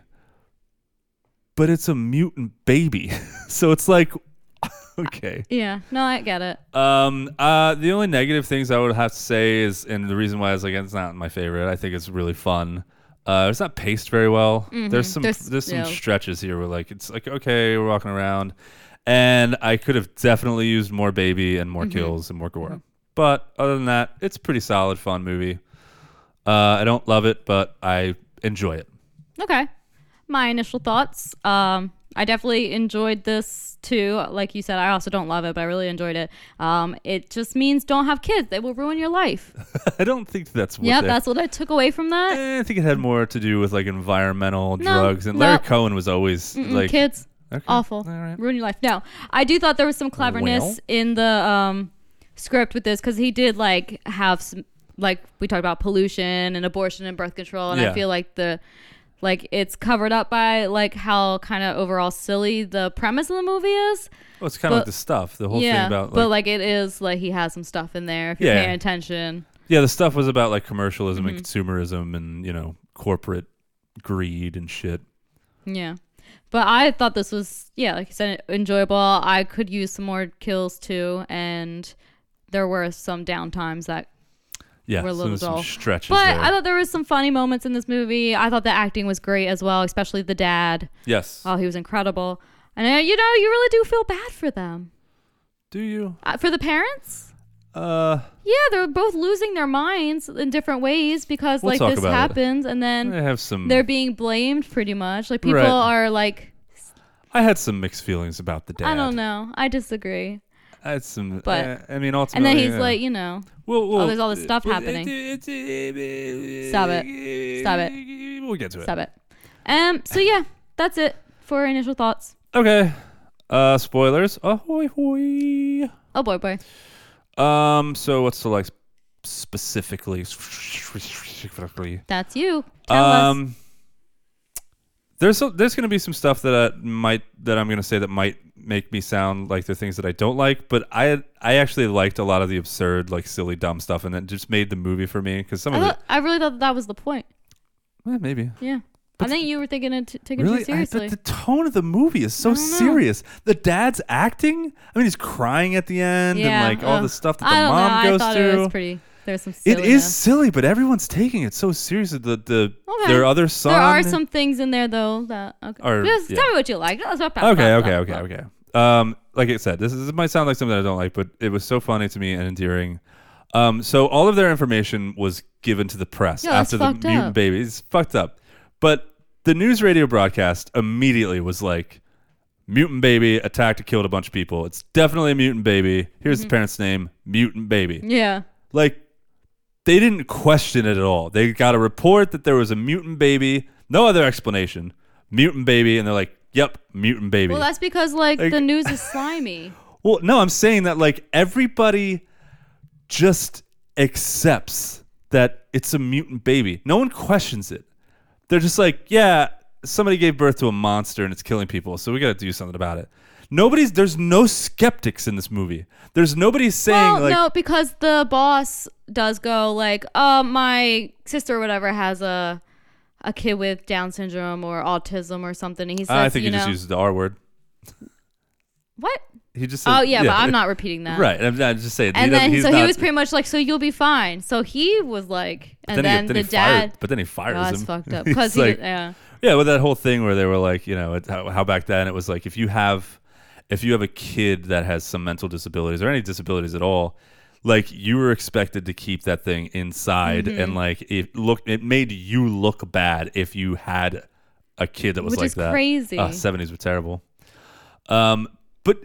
Speaker 1: But it's a mutant baby. so it's like okay.
Speaker 2: Yeah, no, I get it.
Speaker 1: Um, uh, the only negative things I would have to say is, and the reason why is like it's not my favorite. I think it's really fun. Uh, it's not paced very well. There's some there's,
Speaker 2: Mm-hmm. There's-
Speaker 1: some
Speaker 2: yeah.
Speaker 1: stretches here where like it's like okay, we're walking around, and I could have definitely used more baby and
Speaker 2: Mm-hmm.
Speaker 1: more kills and more gore. But other than that, it's a pretty solid, fun movie. Uh, I don't love it, but I enjoy it.
Speaker 2: Okay. My initial thoughts. Um, I definitely enjoyed this too. Like you said, I also don't love it, but I really enjoyed it. Um, it just means don't have kids. They will ruin your life.
Speaker 1: I don't think that's what.
Speaker 2: yep,
Speaker 1: they-
Speaker 2: that's what I took away from that.
Speaker 1: Eh, I think it had more to do with like environmental
Speaker 2: No,
Speaker 1: drugs and Larry
Speaker 2: no.
Speaker 1: Cohen was always
Speaker 2: Mm,
Speaker 1: like
Speaker 2: kids.
Speaker 1: Okay,
Speaker 2: Awful.
Speaker 1: all right.
Speaker 2: Ruin your life. No. I do thought there was some cleverness
Speaker 1: Well.
Speaker 2: in the um, script with this because he did like have some like we talked about pollution and abortion and birth control and
Speaker 1: Yeah.
Speaker 2: I feel like the like it's covered up by like how kind of overall silly the premise of the movie is.
Speaker 1: Well, it's kind of like
Speaker 2: But-
Speaker 1: the stuff. The whole thing about like,
Speaker 2: but like it is like he has some stuff in there if you're
Speaker 1: Yeah.
Speaker 2: paying attention.
Speaker 1: yeah, the stuff was about like commercialism and
Speaker 2: Mm-hmm.
Speaker 1: consumerism and you know corporate greed and shit.
Speaker 2: Yeah. But I thought this was yeah, like you said, enjoyable. I could use some more kills too, and there were some downtimes that
Speaker 1: Yeah,
Speaker 2: were a
Speaker 1: so
Speaker 2: little
Speaker 1: there's some
Speaker 2: dull.
Speaker 1: stretches.
Speaker 2: But
Speaker 1: there.
Speaker 2: I thought there was some funny moments in this movie. I thought the acting was great as well, especially the dad.
Speaker 1: yes.
Speaker 2: Oh, he was incredible. And uh, you know, you really do feel bad for them,
Speaker 1: Do you?
Speaker 2: uh, for the parents.
Speaker 1: Uh,
Speaker 2: Yeah, they're both losing their minds in different ways because
Speaker 1: We'll
Speaker 2: like
Speaker 1: talk
Speaker 2: this
Speaker 1: about it.
Speaker 2: happens, and then
Speaker 1: I have some.
Speaker 2: they're being blamed pretty much. Like people
Speaker 1: Right.
Speaker 2: are like,
Speaker 1: I had some mixed feelings about the dad.
Speaker 2: I don't know. I disagree.
Speaker 1: I had some.
Speaker 2: But-
Speaker 1: eh, I mean, ultimately.
Speaker 2: And then he's
Speaker 1: yeah.
Speaker 2: like, you know,
Speaker 1: Well, well,
Speaker 2: there's all this stuff happening.
Speaker 1: Stop
Speaker 2: it. Stop
Speaker 1: it. We'll get to it.
Speaker 2: stop it. Um. So yeah, that's it for initial thoughts.
Speaker 1: Okay. Uh, spoilers. Ahoy, hoy.
Speaker 2: Oh boy, boy.
Speaker 1: Um. So what's the like sp- specifically? Specifically.
Speaker 2: That's you. Tell us.
Speaker 1: Um. There's so there's gonna be some stuff that I might that I'm gonna say that might make me sound like they're things that I don't like, but I I actually liked a lot of the absurd, like silly, dumb stuff, and it just made the movie for me because some
Speaker 2: I
Speaker 1: of
Speaker 2: thought I really thought that, that was the point.
Speaker 1: it eh, maybe
Speaker 2: Yeah. I think you were thinking it t- taking it
Speaker 1: really
Speaker 2: too
Speaker 1: I- but
Speaker 2: seriously.
Speaker 1: the tone of the movie is so serious. The dad's acting. I mean, he's crying at the end
Speaker 2: yeah.
Speaker 1: and like all
Speaker 2: ugh.
Speaker 1: the stuff that
Speaker 2: I
Speaker 1: the
Speaker 2: don't
Speaker 1: mom
Speaker 2: know.
Speaker 1: goes
Speaker 2: I thought
Speaker 1: through.
Speaker 2: it was pretty. There's some.
Speaker 1: It
Speaker 2: Silliness.
Speaker 1: is silly, but everyone's taking it so seriously. The the
Speaker 2: Okay.
Speaker 1: their other son.
Speaker 2: There are some things in there though that okay.
Speaker 1: Or-
Speaker 2: Just
Speaker 1: yeah.
Speaker 2: tell me what you like. Let's wrap up.
Speaker 1: Okay,
Speaker 2: up,
Speaker 1: okay,
Speaker 2: up,
Speaker 1: okay,
Speaker 2: up.
Speaker 1: okay. Um, like I said, this, is, this might sound like something I don't like, but it was so funny to me and endearing. Um, so all of their information was given to the press
Speaker 2: Yeah, that's
Speaker 1: after the
Speaker 2: fucked
Speaker 1: mutant
Speaker 2: up.
Speaker 1: baby. It's fucked up. But the news radio broadcast immediately was like, "Mutant baby attacked and killed a bunch of people. It's definitely a mutant baby. Here's
Speaker 2: Mm-hmm.
Speaker 1: the parent's name, mutant baby."
Speaker 2: Yeah.
Speaker 1: like they didn't question it at all. They got a report that there was a mutant baby, no other explanation, mutant baby, and they're like, "Yep, mutant baby."
Speaker 2: Well, that's because like,
Speaker 1: Like-
Speaker 2: the news is slimy.
Speaker 1: Well, no, I'm saying that like everybody just accepts that it's a mutant baby. No one questions it. They're just like, yeah, somebody gave birth to a monster and it's killing people, so we got to do something about it. Nobody's there's no skeptics in this movie. There's nobody saying
Speaker 2: well,
Speaker 1: like
Speaker 2: no, because the boss does go like, uh, my sister or whatever has a a kid with Down syndrome or autism or something, and he says,
Speaker 1: I think
Speaker 2: you
Speaker 1: he
Speaker 2: know,
Speaker 1: just uses the R word.
Speaker 2: what?
Speaker 1: He just said,
Speaker 2: Oh yeah, but I'm not repeating that.
Speaker 1: Right. I'm, I'm just saying. he
Speaker 2: And
Speaker 1: doesn't-
Speaker 2: then
Speaker 1: he's
Speaker 2: so
Speaker 1: not-
Speaker 2: he was pretty much like, so you'll be fine. So he was like,
Speaker 1: but
Speaker 2: and then,
Speaker 1: he-
Speaker 2: the
Speaker 1: he fired-
Speaker 2: dad.
Speaker 1: but then he fires
Speaker 2: Oh,
Speaker 1: him.
Speaker 2: that's fucked up.
Speaker 1: He's
Speaker 2: Because he,
Speaker 1: like-
Speaker 2: yeah.
Speaker 1: yeah, with that whole thing where they were like, you know, it, how, how back then it was like if you have if you have a kid that has some mental disabilities or any disabilities at all, like you were expected to keep that
Speaker 2: Mm-hmm.
Speaker 1: thing inside and like it look it made you look bad if you had a kid that was
Speaker 2: Which
Speaker 1: like
Speaker 2: is
Speaker 1: that. Ah,
Speaker 2: crazy.
Speaker 1: Seventies were terrible. Um, but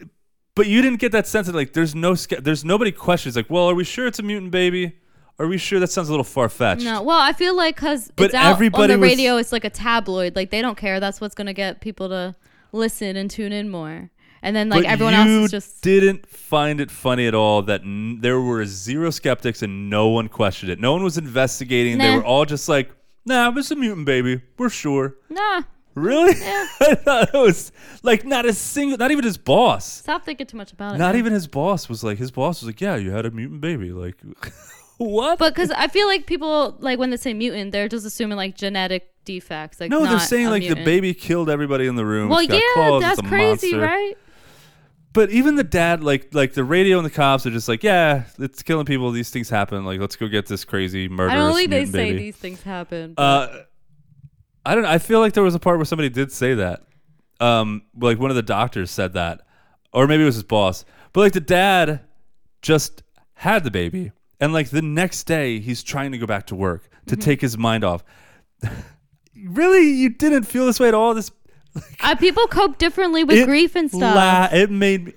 Speaker 1: but you didn't get that sense of like there's no sca- there's nobody questions like well are we sure it's a mutant baby? Are we sure that sounds a little far fetched?
Speaker 2: No, well, I feel like because
Speaker 1: But
Speaker 2: it's out
Speaker 1: everybody
Speaker 2: on the
Speaker 1: was-
Speaker 2: radio, it's like a tabloid. Like they don't care. That's what's gonna get people to listen and tune in more. And then like
Speaker 1: But
Speaker 2: everyone
Speaker 1: you
Speaker 2: else is just
Speaker 1: didn't find it funny at all that n- there were zero skeptics and no one questioned it. No one was investigating. They
Speaker 2: Nah.
Speaker 1: were all just like, "Nah, it's a mutant baby. We're sure."
Speaker 2: nah.
Speaker 1: Really? I thought it was like not a single, not even his boss.
Speaker 2: Stop thinking too much about it.
Speaker 1: Not
Speaker 2: man.
Speaker 1: even his boss was like. His boss was like, "Yeah, you had a mutant baby." Like, what?
Speaker 2: But because I feel like people like when they say mutant, they're just assuming like genetic defects. Like
Speaker 1: no, they're
Speaker 2: not
Speaker 1: saying
Speaker 2: a
Speaker 1: like the
Speaker 2: mutant.
Speaker 1: baby killed everybody in the room.
Speaker 2: Well,
Speaker 1: It's got
Speaker 2: yeah,
Speaker 1: claws, it's
Speaker 2: that's
Speaker 1: a
Speaker 2: crazy,
Speaker 1: monster.
Speaker 2: right?
Speaker 1: But even the dad, like like the radio and the cops are just like, yeah, it's killing people. These things happen. Like, let's go get this crazy murderous
Speaker 2: I don't think they
Speaker 1: mutant
Speaker 2: say
Speaker 1: baby.
Speaker 2: these things happen.
Speaker 1: Uh, I don't. know. I feel like there was a part where somebody did say that. Um, like one of the doctors said that, or maybe it was his boss. But like the dad just had the baby, and like the next day he's trying to go back to work to
Speaker 2: Mm-hmm.
Speaker 1: take his mind off. really, you didn't feel this way at all. This
Speaker 2: Uh, people cope differently with
Speaker 1: it
Speaker 2: grief and stuff.
Speaker 1: la- it made me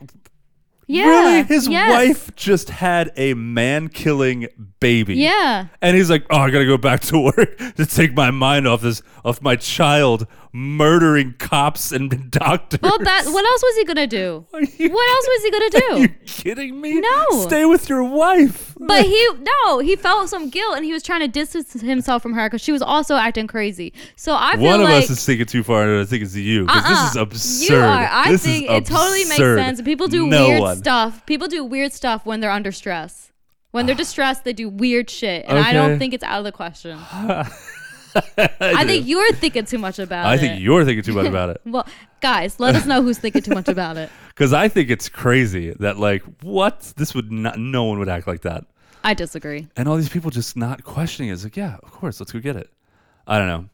Speaker 2: yeah,
Speaker 1: really his
Speaker 2: yes.
Speaker 1: wife just had a man killing baby.
Speaker 2: Yeah.
Speaker 1: And he's like, "Oh, I gotta go back to work to take my mind off this, off my child murdering cops and doctors."
Speaker 2: Well, that what else was he gonna do?
Speaker 1: Are
Speaker 2: What else
Speaker 1: you-
Speaker 2: was he
Speaker 1: Are
Speaker 2: gonna
Speaker 1: you
Speaker 2: do?
Speaker 1: kidding me?
Speaker 2: No.
Speaker 1: stay with your wife.
Speaker 2: But he no, he felt some guilt and he was trying to distance himself from her because she was also acting crazy. So I feel
Speaker 1: One of
Speaker 2: like
Speaker 1: us is thinking too far, and I think it's you 'cause
Speaker 2: uh-uh.
Speaker 1: this is absurd.
Speaker 2: You are. I
Speaker 1: This is
Speaker 2: think it totally makes
Speaker 1: absurd.
Speaker 2: sense. People do
Speaker 1: No
Speaker 2: weird
Speaker 1: one.
Speaker 2: stuff. People do weird stuff when they're under stress. When they're distressed, they do weird shit, and I
Speaker 1: Okay.
Speaker 2: don't think it's out of the question. I think you're thinking too much about
Speaker 1: I
Speaker 2: it.
Speaker 1: think you're thinking too much about it
Speaker 2: Well, guys, let us know who's thinking too much about it.
Speaker 1: because I think it's crazy that like what this would not no one would act like that.
Speaker 2: I disagree.
Speaker 1: and all these people just not questioning it. It's like, yeah, of course, let's go get it. I don't know.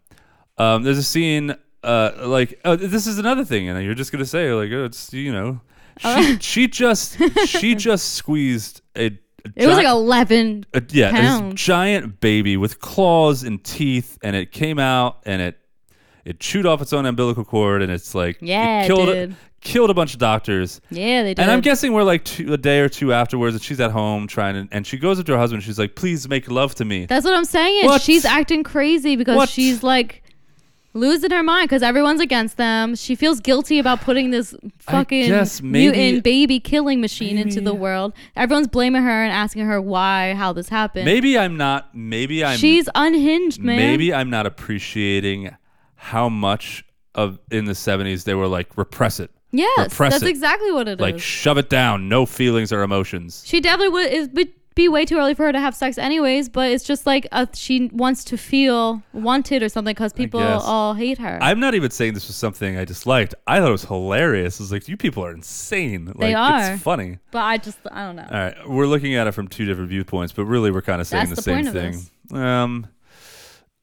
Speaker 1: Um, there's a scene uh, like oh, th- this is another thing, and you're just gonna say like, oh, it's you know,
Speaker 2: Oh.
Speaker 1: she, she just she just squeezed a.
Speaker 2: It was like eleven.
Speaker 1: a yeah, this
Speaker 2: pounds.
Speaker 1: giant baby with claws and teeth, and it came out and it it chewed off its own umbilical cord, and it's like it
Speaker 2: Yeah, it
Speaker 1: killed
Speaker 2: did.
Speaker 1: killed a bunch of doctors.
Speaker 2: Yeah, they did.
Speaker 1: And I'm guessing we're like two, a day or two afterwards, and she's at home trying to, and she goes up to her husband. She's like, "Please make love to me."
Speaker 2: That's what I'm saying.
Speaker 1: What?
Speaker 2: She's acting crazy because
Speaker 1: What?
Speaker 2: she's like losing her mind because everyone's against them. She feels guilty about putting this fucking
Speaker 1: guess maybe-
Speaker 2: mutant baby killing machine into the
Speaker 1: maybe-
Speaker 2: world. Everyone's blaming her and asking her why, how this happened.
Speaker 1: maybe I'm not. Maybe I'm.
Speaker 2: she's unhinged, man.
Speaker 1: Maybe I'm not appreciating how much of in the '70s they were like repress it,
Speaker 2: Yes,
Speaker 1: repress
Speaker 2: that's
Speaker 1: it.
Speaker 2: exactly what it is.
Speaker 1: like shove it down, no feelings or emotions.
Speaker 2: she definitely would it would be way too early for her to have sex anyways but it's just like uh she wants to feel wanted or something because people
Speaker 1: guess.
Speaker 2: all hate her
Speaker 1: I'm not even saying this was something I disliked. I thought it was hilarious. It's like you people are insane. Like,
Speaker 2: They are.
Speaker 1: It's funny.
Speaker 2: but i just i don't know
Speaker 1: All right, we're looking at it from two different viewpoints, but really we're kind of saying
Speaker 2: That's
Speaker 1: the,
Speaker 2: the
Speaker 1: same
Speaker 2: point of
Speaker 1: thing. Um,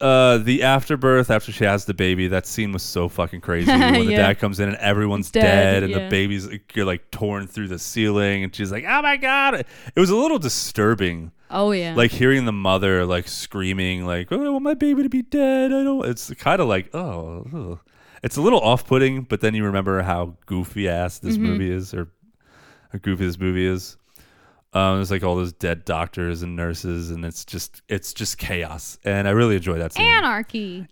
Speaker 1: uh, the afterbirth after she has the baby, that scene was so fucking crazy. when the
Speaker 2: Yeah.
Speaker 1: dad comes in and everyone's
Speaker 2: Dead,
Speaker 1: dead, and
Speaker 2: yeah.
Speaker 1: the baby's like, you're like torn through the ceiling, and she's like, "Oh my god!" It was a little disturbing,
Speaker 2: oh yeah
Speaker 1: like hearing the mother like screaming, like, "Oh, I want my baby to be dead." I don't. It's kind of like, oh, ugh. it's a little off-putting, but then you remember how goofy ass this movie is, or how goofy this movie is. Um, there's like all those dead doctors and nurses, and it's just it's just chaos. And I really enjoy that scene.
Speaker 2: anarchy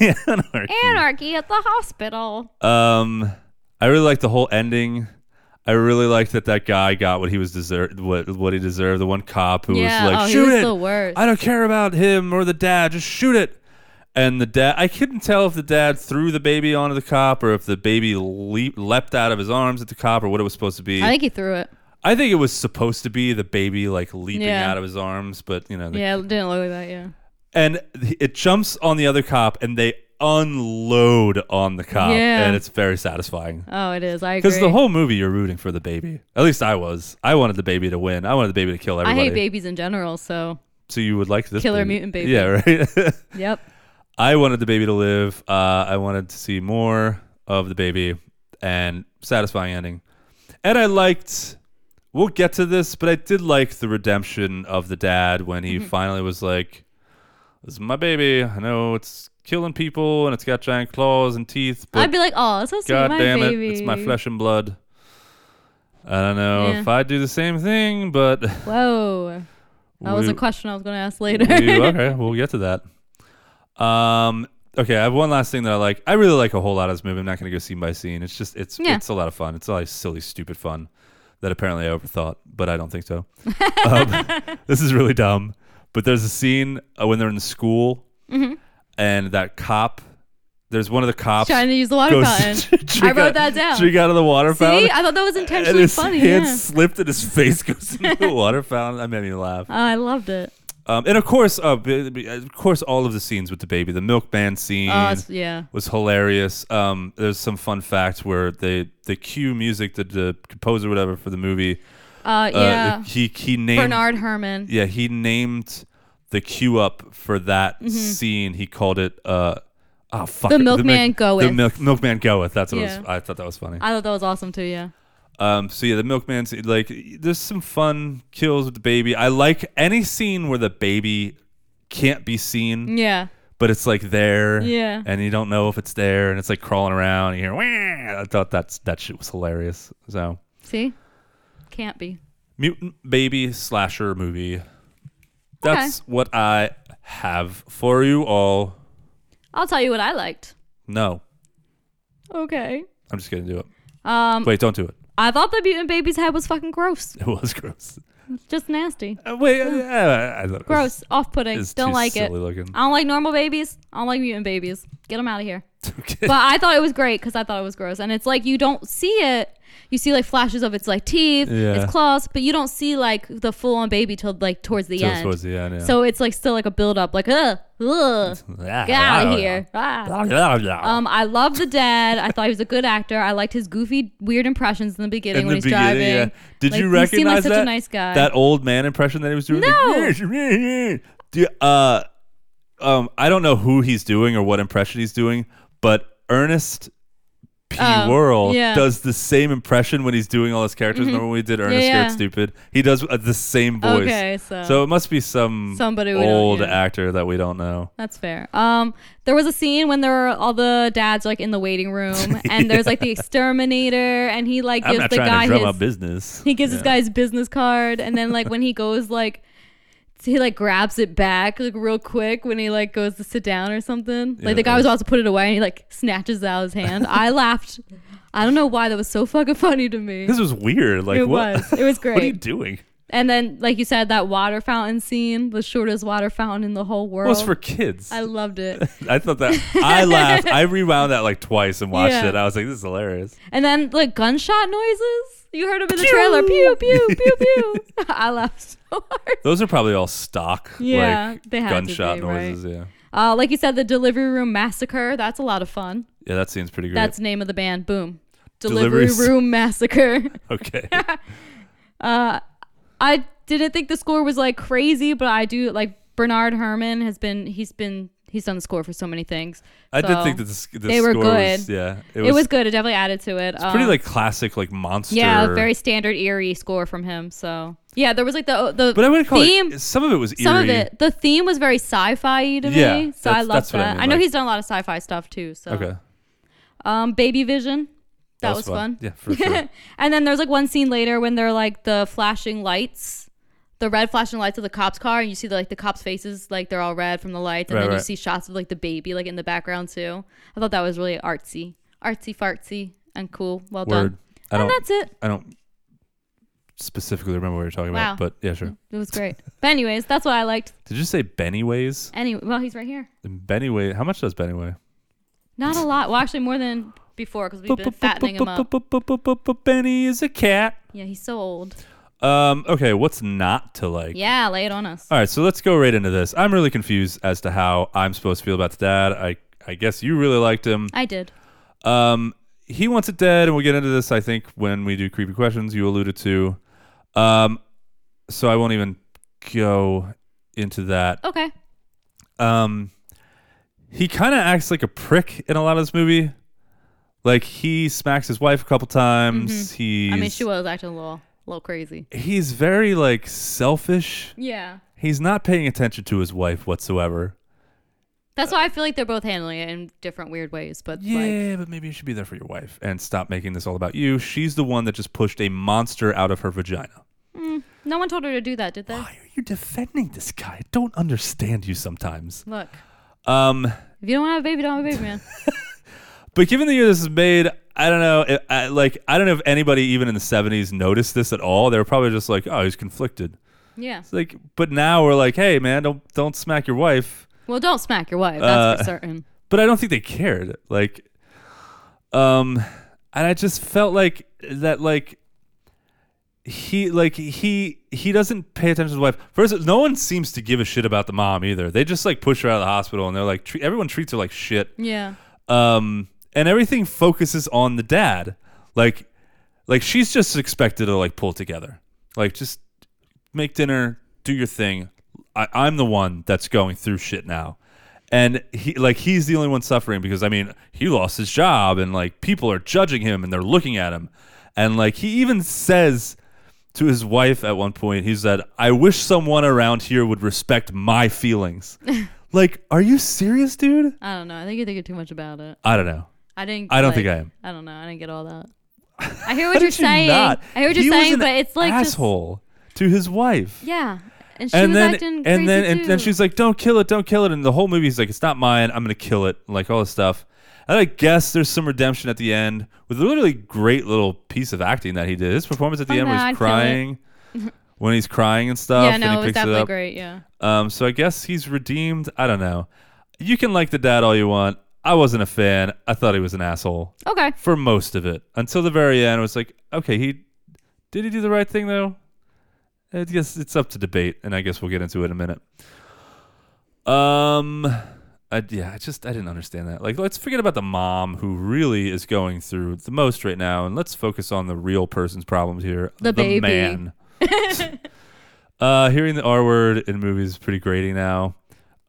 Speaker 1: Anarchy.
Speaker 2: anarchy at the hospital
Speaker 1: Um, I really like the whole ending. I really like that that guy got what he was deserved, what what he deserved. The one cop who
Speaker 2: Yeah,
Speaker 1: was
Speaker 2: oh,
Speaker 1: like,
Speaker 2: he
Speaker 1: "Shoot
Speaker 2: was
Speaker 1: it!
Speaker 2: the worst."
Speaker 1: I don't care about him or the dad. Just shoot it." And the dad, I couldn't tell if the dad threw the baby onto the cop or if the baby leap, leapt out of his arms at the cop or what it was supposed to be.
Speaker 2: i think he threw it
Speaker 1: I think it was supposed to be the baby like leaping
Speaker 2: Yeah.
Speaker 1: out of his arms, but you know, the-
Speaker 2: yeah it didn't look like that yeah
Speaker 1: and it jumps on the other cop and they unload on the cop,
Speaker 2: Yeah.
Speaker 1: and it's very satisfying.
Speaker 2: oh it is i agree
Speaker 1: Because the whole movie, you're rooting for the baby. At least I was. I wanted the baby to win. I wanted the baby to kill
Speaker 2: i
Speaker 1: everybody.
Speaker 2: hate babies in general so
Speaker 1: So you would like this
Speaker 2: Killer mutant baby.
Speaker 1: Yeah, right.
Speaker 2: yep
Speaker 1: I wanted the baby to live. Uh, I wanted to see more of the baby and satisfying ending. And I liked. We'll get to this, but I did like the
Speaker 2: Mm-hmm.
Speaker 1: redemption of the dad when he finally was like, "This is my baby. I know it's killing people and it's got giant claws and teeth. But
Speaker 2: I'd be like, oh, so sweet,
Speaker 1: God
Speaker 2: my
Speaker 1: damn
Speaker 2: baby.
Speaker 1: it, it's my flesh and blood. I don't know
Speaker 2: Yeah.
Speaker 1: if I'd do the same thing, but
Speaker 2: Whoa, that was a
Speaker 1: we-
Speaker 2: question I was gonna ask later.
Speaker 1: we- okay, we'll get to that. Um, okay, I have one last thing that I like. I really like a whole lot of this movie. I'm not going to go scene by scene. It's just it's
Speaker 2: Yeah.
Speaker 1: it's a lot of fun. It's a lot of silly, stupid fun that apparently I overthought, but I don't think so. um, this is really dumb. But there's a scene uh, when they're in school,
Speaker 2: Mm-hmm.
Speaker 1: and that cop. There's one of the cops
Speaker 2: Trying to use the water
Speaker 1: goes
Speaker 2: fountain.
Speaker 1: to drink
Speaker 2: I wrote
Speaker 1: out-
Speaker 2: that down.
Speaker 1: Drink out of the water
Speaker 2: See,
Speaker 1: fountain.
Speaker 2: I thought that was
Speaker 1: and
Speaker 2: intentionally
Speaker 1: his
Speaker 2: funny.
Speaker 1: hand
Speaker 2: Yeah.
Speaker 1: slipped and his face goes into the water fountain. That made me laugh.
Speaker 2: Oh, I loved it.
Speaker 1: Um, and of course, uh, b- b- of course, all of the scenes with the baby, the milkman scene
Speaker 2: Oh, it's- yeah.
Speaker 1: was hilarious. Um, there's some fun facts where they the cue music that the composer, whatever, for the movie,
Speaker 2: Uh,
Speaker 1: uh,
Speaker 2: yeah.
Speaker 1: he he named
Speaker 2: Bernard Herman.
Speaker 1: yeah, he named the cue up for that scene. He called it uh, oh fuck,
Speaker 2: Mm-hmm. The
Speaker 1: it.
Speaker 2: Milkman
Speaker 1: Milk- The
Speaker 2: Goeth.
Speaker 1: milk, milkman goeth. That's what it
Speaker 2: Yeah.
Speaker 1: was. I thought that was funny.
Speaker 2: I thought that was awesome too. Yeah.
Speaker 1: Um, so yeah, the milkman scene, like there's some fun kills with the baby. I like any scene where the baby can't be seen,
Speaker 2: Yeah.
Speaker 1: but it's like there,
Speaker 2: Mm. Yeah.
Speaker 1: and you don't know if it's there, and it's like crawling around. And you hear, Wah! I thought that's that shit was hilarious. So
Speaker 2: See, can't be.
Speaker 1: mutant baby slasher movie. That's what I have for you all.
Speaker 2: I'll tell you what I liked.
Speaker 1: No,
Speaker 2: Okay.
Speaker 1: I'm just gonna do it.
Speaker 2: Um,
Speaker 1: Wait, don't do it.
Speaker 2: I thought the mutant baby's head was fucking gross.
Speaker 1: It was gross.
Speaker 2: Just nasty.
Speaker 1: Uh, wait, uh, I, I thought it was-
Speaker 2: Gross. Off putting.
Speaker 1: it's
Speaker 2: Don't
Speaker 1: too
Speaker 2: like it.
Speaker 1: silly looking.
Speaker 2: I don't like normal babies. I don't like mutant babies. Get them out of here.
Speaker 1: Okay.
Speaker 2: But I thought it was great because I thought it was gross. And it's like you don't see it. You see like flashes of its like teeth,
Speaker 1: Yeah.
Speaker 2: its claws, but you don't see like the full on baby till like towards the
Speaker 1: Till
Speaker 2: end.
Speaker 1: towards the end, yeah.
Speaker 2: So it's like still like a build up, like ugh, ugh, get out of here. Ah. Um, I love the dad. I thought he was a good actor. I liked his goofy, weird impressions in the beginning when he's driving.
Speaker 1: Did
Speaker 2: Like,
Speaker 1: you
Speaker 2: he
Speaker 1: recognize
Speaker 2: seemed like
Speaker 1: that?
Speaker 2: such a nice guy.
Speaker 1: That old man impression that he was doing. Like, Do you, uh, um, I don't know who he's doing or what impression he's doing, but Ernest P.
Speaker 2: Oh,
Speaker 1: Worrell
Speaker 2: yeah. Mm-hmm.
Speaker 1: does the same impression when he's doing all his characters. Remember when we did Ernest
Speaker 2: yeah.
Speaker 1: Scared Stupid? He does uh, the same voice.
Speaker 2: Okay, so-
Speaker 1: it must be some
Speaker 2: Somebody we don't-
Speaker 1: old
Speaker 2: yeah.
Speaker 1: actor that we don't know.
Speaker 2: That's fair. Um, there was a scene when there were all the dads like in the waiting room, and there's like the exterminator, and he like
Speaker 1: I'm
Speaker 2: gives
Speaker 1: not
Speaker 2: the
Speaker 1: trying
Speaker 2: guy
Speaker 1: to drum
Speaker 2: his
Speaker 1: up business.
Speaker 2: he gives this guy his business card, and then like when he goes like he like grabs it back like real quick when he like goes to sit down or something.
Speaker 1: Yeah,
Speaker 2: Like the
Speaker 1: that
Speaker 2: guy was
Speaker 1: was-
Speaker 2: about to put it away, and he like snatches it out of his hand. I laughed. I don't know why that was so fucking funny to me.
Speaker 1: This was weird. Like
Speaker 2: It
Speaker 1: what?
Speaker 2: was. It was
Speaker 1: what are you
Speaker 2: great.
Speaker 1: doing?
Speaker 2: And then like you said, that water fountain scene, the shortest water fountain in the whole world.
Speaker 1: Well, it's for kids.
Speaker 2: I loved it.
Speaker 1: I thought that I laughed. I rewound that like twice and watched
Speaker 2: Yeah.
Speaker 1: it. I was like, this is hilarious.
Speaker 2: And then like gunshot noises. You heard them in the trailer. Pew pew pew pew. I laughed so hard.
Speaker 1: Those are probably all stock
Speaker 2: Yeah,
Speaker 1: like
Speaker 2: they had to
Speaker 1: gunshot
Speaker 2: be, right?
Speaker 1: noises. Yeah.
Speaker 2: Uh, like you said, the delivery room massacre. That's a lot of fun.
Speaker 1: Yeah, that seems pretty great.
Speaker 2: That's the name of the band. Boom.
Speaker 1: Delivery
Speaker 2: Delivery
Speaker 1: s-
Speaker 2: room massacre.
Speaker 1: okay.
Speaker 2: I didn't think the score was like crazy, but I do like Bernard Herman has been. He's been. He's done the score for so many things.
Speaker 1: I did
Speaker 2: So,
Speaker 1: think that the, sc- the
Speaker 2: they
Speaker 1: score
Speaker 2: were good.
Speaker 1: was yeah.
Speaker 2: It was, good. It definitely added to it.
Speaker 1: pretty
Speaker 2: Um,
Speaker 1: like classic like monster.
Speaker 2: yeah, very standard eerie score from him. So yeah, there was like the the
Speaker 1: But I would call
Speaker 2: theme.
Speaker 1: it some of it was eerie.
Speaker 2: some of it the theme was very sci-fi -y to
Speaker 1: Yeah,
Speaker 2: me so i
Speaker 1: that's-
Speaker 2: love
Speaker 1: that's
Speaker 2: that
Speaker 1: what I
Speaker 2: I,
Speaker 1: mean,
Speaker 2: know
Speaker 1: like-
Speaker 2: he's done a lot of sci-fi stuff too so
Speaker 1: Okay.
Speaker 2: um baby vision that, was, fun,
Speaker 1: Yeah, for sure.
Speaker 2: and then there's like one scene later when they're like the flashing lights the red flashing lights of the cops car and you see the, like the cops faces like they're all red from the lights and
Speaker 1: Right,
Speaker 2: then you
Speaker 1: right.
Speaker 2: see shots of like the baby like in the background too i thought that was really artsy artsy fartsy and cool well
Speaker 1: Word.
Speaker 2: done
Speaker 1: I
Speaker 2: and
Speaker 1: don't.
Speaker 2: that's it
Speaker 1: I don't specifically remember what you're talking
Speaker 2: Wow.
Speaker 1: about, but yeah, sure.
Speaker 2: it was great but anyways that's what i liked
Speaker 1: Did you say Benny weighs?
Speaker 2: anyway well he's right here
Speaker 1: Benny weigh. How much does Benny weigh?
Speaker 2: Not a lot. Well, actually, more than before because we've been fattening him up.
Speaker 1: Benny is a cat.
Speaker 2: Yeah, he's so old.
Speaker 1: Um, okay, what's not to like?
Speaker 2: Yeah, lay it on us.
Speaker 1: All right, so let's go right into this. I'm really confused as to how I'm supposed to feel about the dad. I I guess you really liked him.
Speaker 2: I did.
Speaker 1: Um, he wants it dead, and we'll get into this. I think when we do creepy questions, you alluded to. Um, so I won't even go into that.
Speaker 2: Okay.
Speaker 1: Um, he kind of acts like a prick in a lot of this movie. Like he smacks his wife a couple times. He
Speaker 2: Mm-hmm. I mean, she was acting a little, little crazy.
Speaker 1: he's very like selfish.
Speaker 2: Yeah.
Speaker 1: He's not paying attention to his wife whatsoever.
Speaker 2: That's why I feel like they're both handling it in different weird ways. But like,
Speaker 1: Yeah, but maybe you should be there for your wife and stop making this all about you. She's the one that just pushed a monster out of her vagina.
Speaker 2: no one told her to do that, did they?
Speaker 1: Why are you defending this guy? I don't understand you sometimes.
Speaker 2: Look,
Speaker 1: Um,
Speaker 2: if you don't have a baby, don't have a baby, man.
Speaker 1: but given the year this is made, I don't know. It, I, like, I don't know if anybody even in the '70s noticed this at all. They were probably just like, "Oh, he's conflicted."
Speaker 2: Yeah.
Speaker 1: It's like, but now we're like, "Hey, man, don't don't smack your wife."
Speaker 2: Well, don't smack your wife.
Speaker 1: Uh.
Speaker 2: That's for certain.
Speaker 1: but I don't think they cared. Like, um, and I just felt like that, like he, like he, he doesn't pay attention to the wife. First, no one seems to give a shit about the mom either. They just like push her out of the hospital, and they're like, treat, everyone treats her like shit.
Speaker 2: Yeah.
Speaker 1: Um, and everything focuses on the dad. Like, like she's just expected to like pull together, like just make dinner, do your thing. I, I'm the one that's going through shit now. And he like he's the only one suffering because I mean he lost his job and like people are judging him and they're looking at him. And like he even says to his wife at one point, he said, I wish someone around here would respect my feelings. like, are you serious, dude?
Speaker 2: I don't know. I think you're thinking too much about it.
Speaker 1: I don't know.
Speaker 2: I didn't.
Speaker 1: I don't
Speaker 2: like-
Speaker 1: think I am.
Speaker 2: I don't know. I didn't get all that. I hear what
Speaker 1: How
Speaker 2: you're
Speaker 1: did you
Speaker 2: saying.
Speaker 1: not?
Speaker 2: I hear what you're
Speaker 1: He was
Speaker 2: saying,
Speaker 1: an
Speaker 2: but it's like just-
Speaker 1: asshole to his wife.
Speaker 2: yeah. And she
Speaker 1: and
Speaker 2: was
Speaker 1: then
Speaker 2: acting
Speaker 1: and
Speaker 2: crazy
Speaker 1: then and
Speaker 2: too.
Speaker 1: then she's like, "Don't kill it, don't kill it." And the whole movie is like, "It's not mine. I'm gonna kill it." Like all this stuff. And I guess there's some redemption at the end with a really great little piece of acting that he did. His performance at the
Speaker 2: Oh,
Speaker 1: end,
Speaker 2: no,
Speaker 1: where
Speaker 2: I'd
Speaker 1: he's
Speaker 2: kill it.
Speaker 1: crying, when he's crying and stuff,
Speaker 2: yeah,
Speaker 1: and
Speaker 2: no, it
Speaker 1: he
Speaker 2: was
Speaker 1: picks
Speaker 2: definitely
Speaker 1: it up.
Speaker 2: great. Yeah.
Speaker 1: Um, so I guess he's redeemed. I don't know. You can like the dad all you want. I wasn't a fan. I thought he was an asshole
Speaker 2: Okay.
Speaker 1: for most of it until the very end. It was like, okay, he did he do the right thing though? I guess it's up to debate, and I guess we'll get into it in a minute. Um, I, yeah, I just I didn't understand that. Like, let's forget about the mom who really is going through the most right now, and let's focus on the real person's problems here.
Speaker 2: The baby.
Speaker 1: man. uh, hearing the R word in movies is pretty grating now.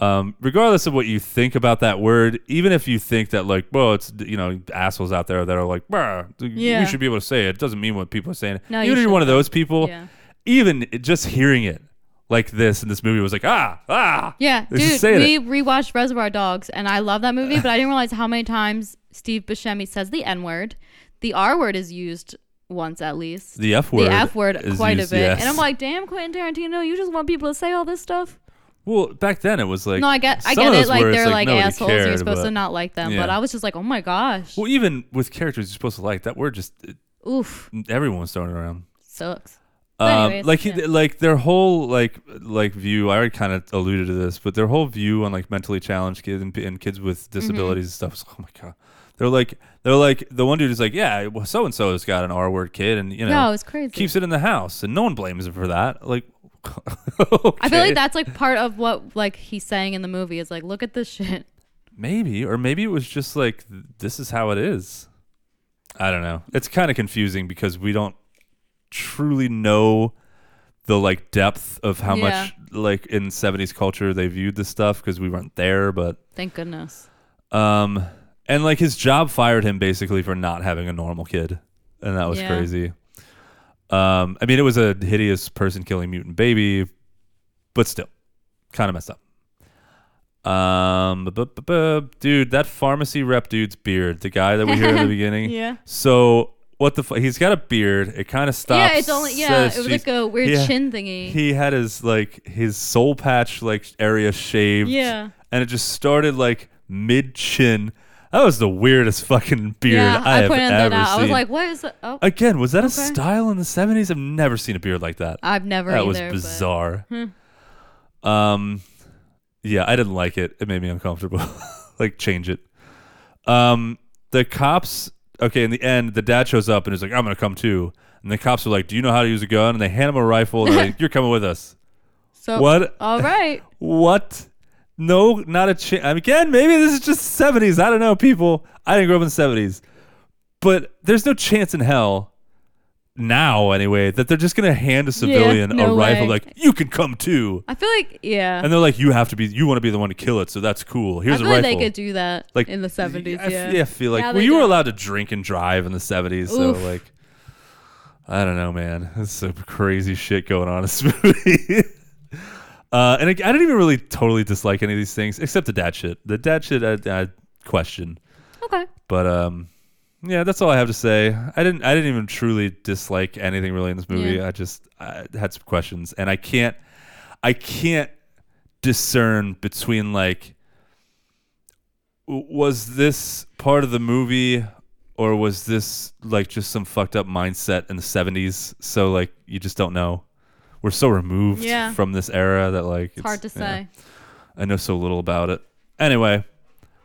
Speaker 1: Um, regardless of what you think about that word, even if you think that like, well, it's you know assholes out there that are like, "Bruh,
Speaker 2: Yeah.
Speaker 1: we should be able to say it. It doesn't mean what people are saying.
Speaker 2: No,
Speaker 1: even
Speaker 2: you
Speaker 1: if you're one of those people,
Speaker 2: Yeah.
Speaker 1: even it- just hearing it like this in this movie was like, ah, ah.
Speaker 2: Yeah,
Speaker 1: They're just
Speaker 2: dude,
Speaker 1: saying
Speaker 2: we
Speaker 1: it.
Speaker 2: rewatched Reservoir Dogs, and I love that movie, but I didn't realize how many times Steve Buscemi says the N word. The R word is used once at least.
Speaker 1: The F word.
Speaker 2: The F word
Speaker 1: is
Speaker 2: quite
Speaker 1: used-
Speaker 2: a bit.
Speaker 1: yes.
Speaker 2: And I'm like, damn, Quentin Tarantino, you just want people to say all this stuff?
Speaker 1: well, back then it was like,
Speaker 2: No, I get, I
Speaker 1: some of
Speaker 2: get it.
Speaker 1: those
Speaker 2: Like
Speaker 1: words,
Speaker 2: they're like,
Speaker 1: nobody
Speaker 2: assholes.
Speaker 1: cared,
Speaker 2: You're supposed
Speaker 1: but-
Speaker 2: to not like them. But
Speaker 1: Yeah.
Speaker 2: I was just like, oh my gosh,
Speaker 1: Well, even with characters you're supposed to like, that word just it,
Speaker 2: oof,
Speaker 1: everyone was throwing it around.
Speaker 2: sucks. But
Speaker 1: Um,
Speaker 2: anyways,
Speaker 1: like he,
Speaker 2: yeah.
Speaker 1: like their whole like like view. I already kind of alluded to this, but their whole view on like mentally challenged kids and, and kids with
Speaker 2: Mm-hmm.
Speaker 1: disabilities and stuff. Is, oh my god, they're like they're like the one dude is like, yeah, well, so and so has got an R word kid, and you know,
Speaker 2: No, it's crazy.
Speaker 1: Keeps it in the house, and no one blames him for that. Like,
Speaker 2: I feel
Speaker 1: okay.
Speaker 2: like that's like part of what like he's saying in the movie is like, look at this shit.
Speaker 1: Maybe, or maybe it was just like th- this is how it is. I don't know. It's kind of confusing because we don't truly know the like depth of how
Speaker 2: Yeah.
Speaker 1: much like in 70s culture they viewed this stuff because we weren't there, but
Speaker 2: Thank goodness.
Speaker 1: um and like his job fired him basically for not having a normal kid. And that was
Speaker 2: Yeah.
Speaker 1: crazy. Um I mean it was a hideous person killing mutant baby, but still kind of messed up. Um, bu- bu- bu- bu- dude, that pharmacy rep dude's beard, the guy that we hear in the beginning.
Speaker 2: Yeah.
Speaker 1: So what the? Fu- he's got a beard. It kind of stops.
Speaker 2: yeah, it's only yeah.
Speaker 1: says
Speaker 2: It was
Speaker 1: she's-
Speaker 2: like a weird
Speaker 1: Yeah.
Speaker 2: chin thingy.
Speaker 1: He had his like his soul patch like area shaved.
Speaker 2: Yeah.
Speaker 1: And it just started like mid chin. That was the weirdest fucking beard
Speaker 2: yeah,
Speaker 1: I, have
Speaker 2: pointed
Speaker 1: ever
Speaker 2: that out.
Speaker 1: seen.
Speaker 2: I was like, what is that? Oh, I,
Speaker 1: Again, was that a
Speaker 2: Okay.
Speaker 1: style in the seventies? I've never seen a beard like that.
Speaker 2: have never
Speaker 1: that
Speaker 2: either.
Speaker 1: was
Speaker 2: but- Hmm.
Speaker 1: bizarre. Um, yeah, I didn't like it. It made me uncomfortable. like, change it. Um, the cops. Okay, in the end, the dad shows up and is like, "I'm gonna come too." And the cops are like, "Do you know how to use a gun?" And they hand him a rifle. And they're like, "You're coming with us."
Speaker 2: So
Speaker 1: What?
Speaker 2: All right.
Speaker 1: What? No, not a chance. I mean, again, maybe this is just 70s. I don't know, people. I didn't grow up in the 70s. But there's no chance in hell, now anyway, that they're just going to hand a civilian a
Speaker 2: no
Speaker 1: rifle
Speaker 2: way.
Speaker 1: like, you can come too.
Speaker 2: I feel like yeah.
Speaker 1: And they're like, you have to be, you want to be the one to kill it, so that's cool.
Speaker 2: I
Speaker 1: Here's a
Speaker 2: feel like
Speaker 1: rifle.
Speaker 2: they could do that
Speaker 1: like
Speaker 2: in the seventies.
Speaker 1: I f-
Speaker 2: Yeah.
Speaker 1: yeah, I feel like
Speaker 2: Now
Speaker 1: well,
Speaker 2: they
Speaker 1: you were
Speaker 2: don't.
Speaker 1: allowed to drink and drive in the '70s, so
Speaker 2: Oof.
Speaker 1: like, I don't know, man. There's some crazy shit going on in this movie. Uh, and I, I didn't even really totally dislike any of these things except the dad shit. The dad shit I, I question,
Speaker 2: Okay.
Speaker 1: but um, yeah, that's all I have to say. I didn't I didn't even truly dislike anything really in this movie.
Speaker 2: Yeah.
Speaker 1: I just I had some questions, and I can't I can't discern between like w- was this part of the movie or was this like just some fucked up mindset in the 70s so like you just don't know we're so removed
Speaker 2: Yeah.
Speaker 1: from this era that like
Speaker 2: It's hard to
Speaker 1: yeah.
Speaker 2: say.
Speaker 1: I know so little about it. Anyway,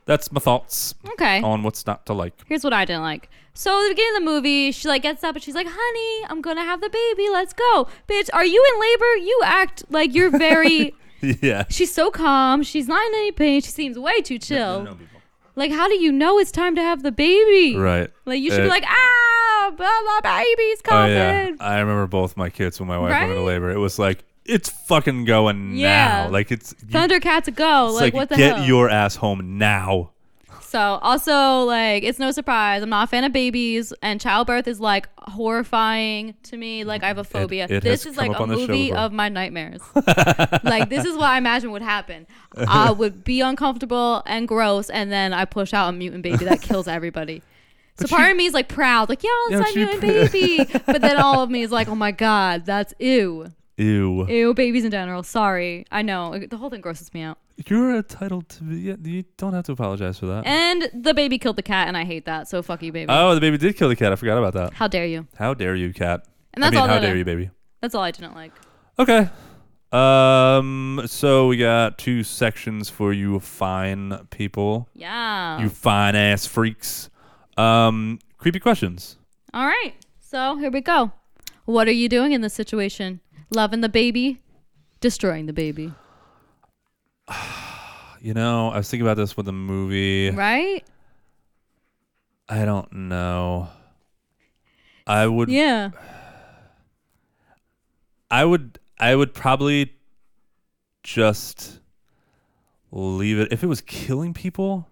Speaker 1: that's my thoughts
Speaker 2: Okay.
Speaker 1: on what's not to like.
Speaker 2: Here's what I didn't like. So at the beginning of the movie, she like gets up and she's like, "Honey, I'm gonna have the baby. Let's go, bitch. Are you in labor? You act like you're very."
Speaker 1: yeah.
Speaker 2: she's so calm. She's not in any pain. She seems way too chill. Like, how do you know it's time to have the baby?
Speaker 1: Right.
Speaker 2: Like you should
Speaker 1: Uh,
Speaker 2: be like, ah, blah, blah, baby's
Speaker 1: Oh
Speaker 2: coming.
Speaker 1: yeah. I remember both my kids when my wife went into
Speaker 2: Right?
Speaker 1: labor. It was like it's fucking going
Speaker 2: Yeah.
Speaker 1: now. Like it's you-
Speaker 2: Thundercats a go.
Speaker 1: it's
Speaker 2: Like, what the
Speaker 1: get
Speaker 2: hell?
Speaker 1: your ass home now.
Speaker 2: so also like it's no surprise I'm not a fan of babies and childbirth is like horrifying to me. Like I have a phobia.
Speaker 1: it has
Speaker 2: this is
Speaker 1: come
Speaker 2: like
Speaker 1: up
Speaker 2: a
Speaker 1: on this show
Speaker 2: movie
Speaker 1: before.
Speaker 2: of my nightmares. like this is what I imagine would happen. I would be uncomfortable and gross, and then I push out a mutant baby that kills everybody. So part of me is like proud, like yeah,
Speaker 1: Yeah,
Speaker 2: it's
Speaker 1: but
Speaker 2: a
Speaker 1: you-
Speaker 2: mutant baby. But then all of me is like, oh my god, that's ew.
Speaker 1: Ew.
Speaker 2: Ew, babies in general. Sorry. I know. The whole thing grosses me out.
Speaker 1: You're entitled to be yeah, you don't have to apologize for that.
Speaker 2: And the baby killed the cat, and I hate that. So fuck you, baby.
Speaker 1: oh, the baby did kill the cat. I forgot about that.
Speaker 2: How dare you?
Speaker 1: How dare you, cat?
Speaker 2: And that's
Speaker 1: I mean,
Speaker 2: all
Speaker 1: how
Speaker 2: that
Speaker 1: dare
Speaker 2: I-
Speaker 1: you, baby?
Speaker 2: That's all I didn't like.
Speaker 1: Okay. Um. So we got two sections for you, fine people,
Speaker 2: Yeah.
Speaker 1: you fine ass freaks. Um. Creepy questions.
Speaker 2: all right. So here we go. What are you doing in this situation? Loving the baby, destroying the baby,
Speaker 1: You know, I was thinking about this with the movie.
Speaker 2: right?
Speaker 1: I don't know. I would.
Speaker 2: Yeah.
Speaker 1: I would. I would probably just leave it. If it was killing people,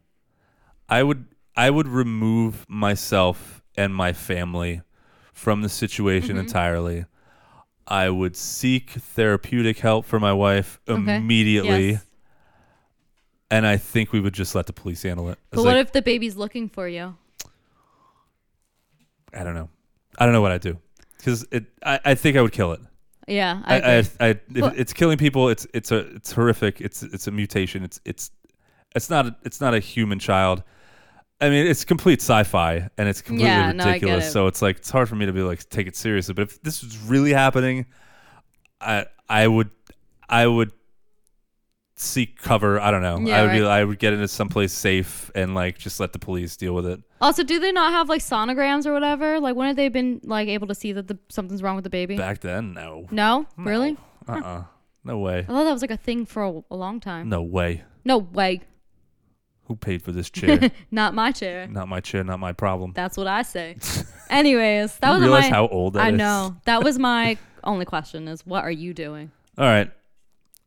Speaker 1: I would. I would remove myself and my family from the
Speaker 2: Mm-hmm.
Speaker 1: situation entirely. I would seek therapeutic help for my wife
Speaker 2: Okay.
Speaker 1: immediately,
Speaker 2: Yes.
Speaker 1: and I think we would just let the police handle it. It's
Speaker 2: But what
Speaker 1: like-
Speaker 2: if the baby's looking for you?
Speaker 1: I don't know. I don't know what I do because it. I, I think I would kill it.
Speaker 2: Yeah.
Speaker 1: I,
Speaker 2: I,
Speaker 1: I,
Speaker 2: agree.
Speaker 1: I, if
Speaker 2: Well-
Speaker 1: it's killing people. It's it's a it's horrific. It's it's a mutation. It's it's it's not a, it's not a human child. I mean, it's complete sci-fi and it's completely
Speaker 2: Yeah, no, I get
Speaker 1: ridiculous.
Speaker 2: it.
Speaker 1: So it's like it's hard for me to be like take it seriously. But if this was really happening, I I would I would seek cover. I don't know.
Speaker 2: Yeah,
Speaker 1: I would be,
Speaker 2: right.
Speaker 1: I would get into someplace safe and like just let the police deal with it.
Speaker 2: also, do they not have like sonograms or whatever? Like, when have they been like able to see that the, something's wrong with the baby?
Speaker 1: Back then, no,
Speaker 2: no? Really?
Speaker 1: uh, uh no way,
Speaker 2: I thought that was like a thing for a, a long time.
Speaker 1: no way.
Speaker 2: No way.
Speaker 1: Who paid for this chair?
Speaker 2: Not my chair.
Speaker 1: not my chair. Not my problem.
Speaker 2: That's what I say. Anyways, that was
Speaker 1: realize
Speaker 2: my,
Speaker 1: how old that
Speaker 2: I
Speaker 1: is?
Speaker 2: know. That was my only question: is what are you doing?
Speaker 1: All right.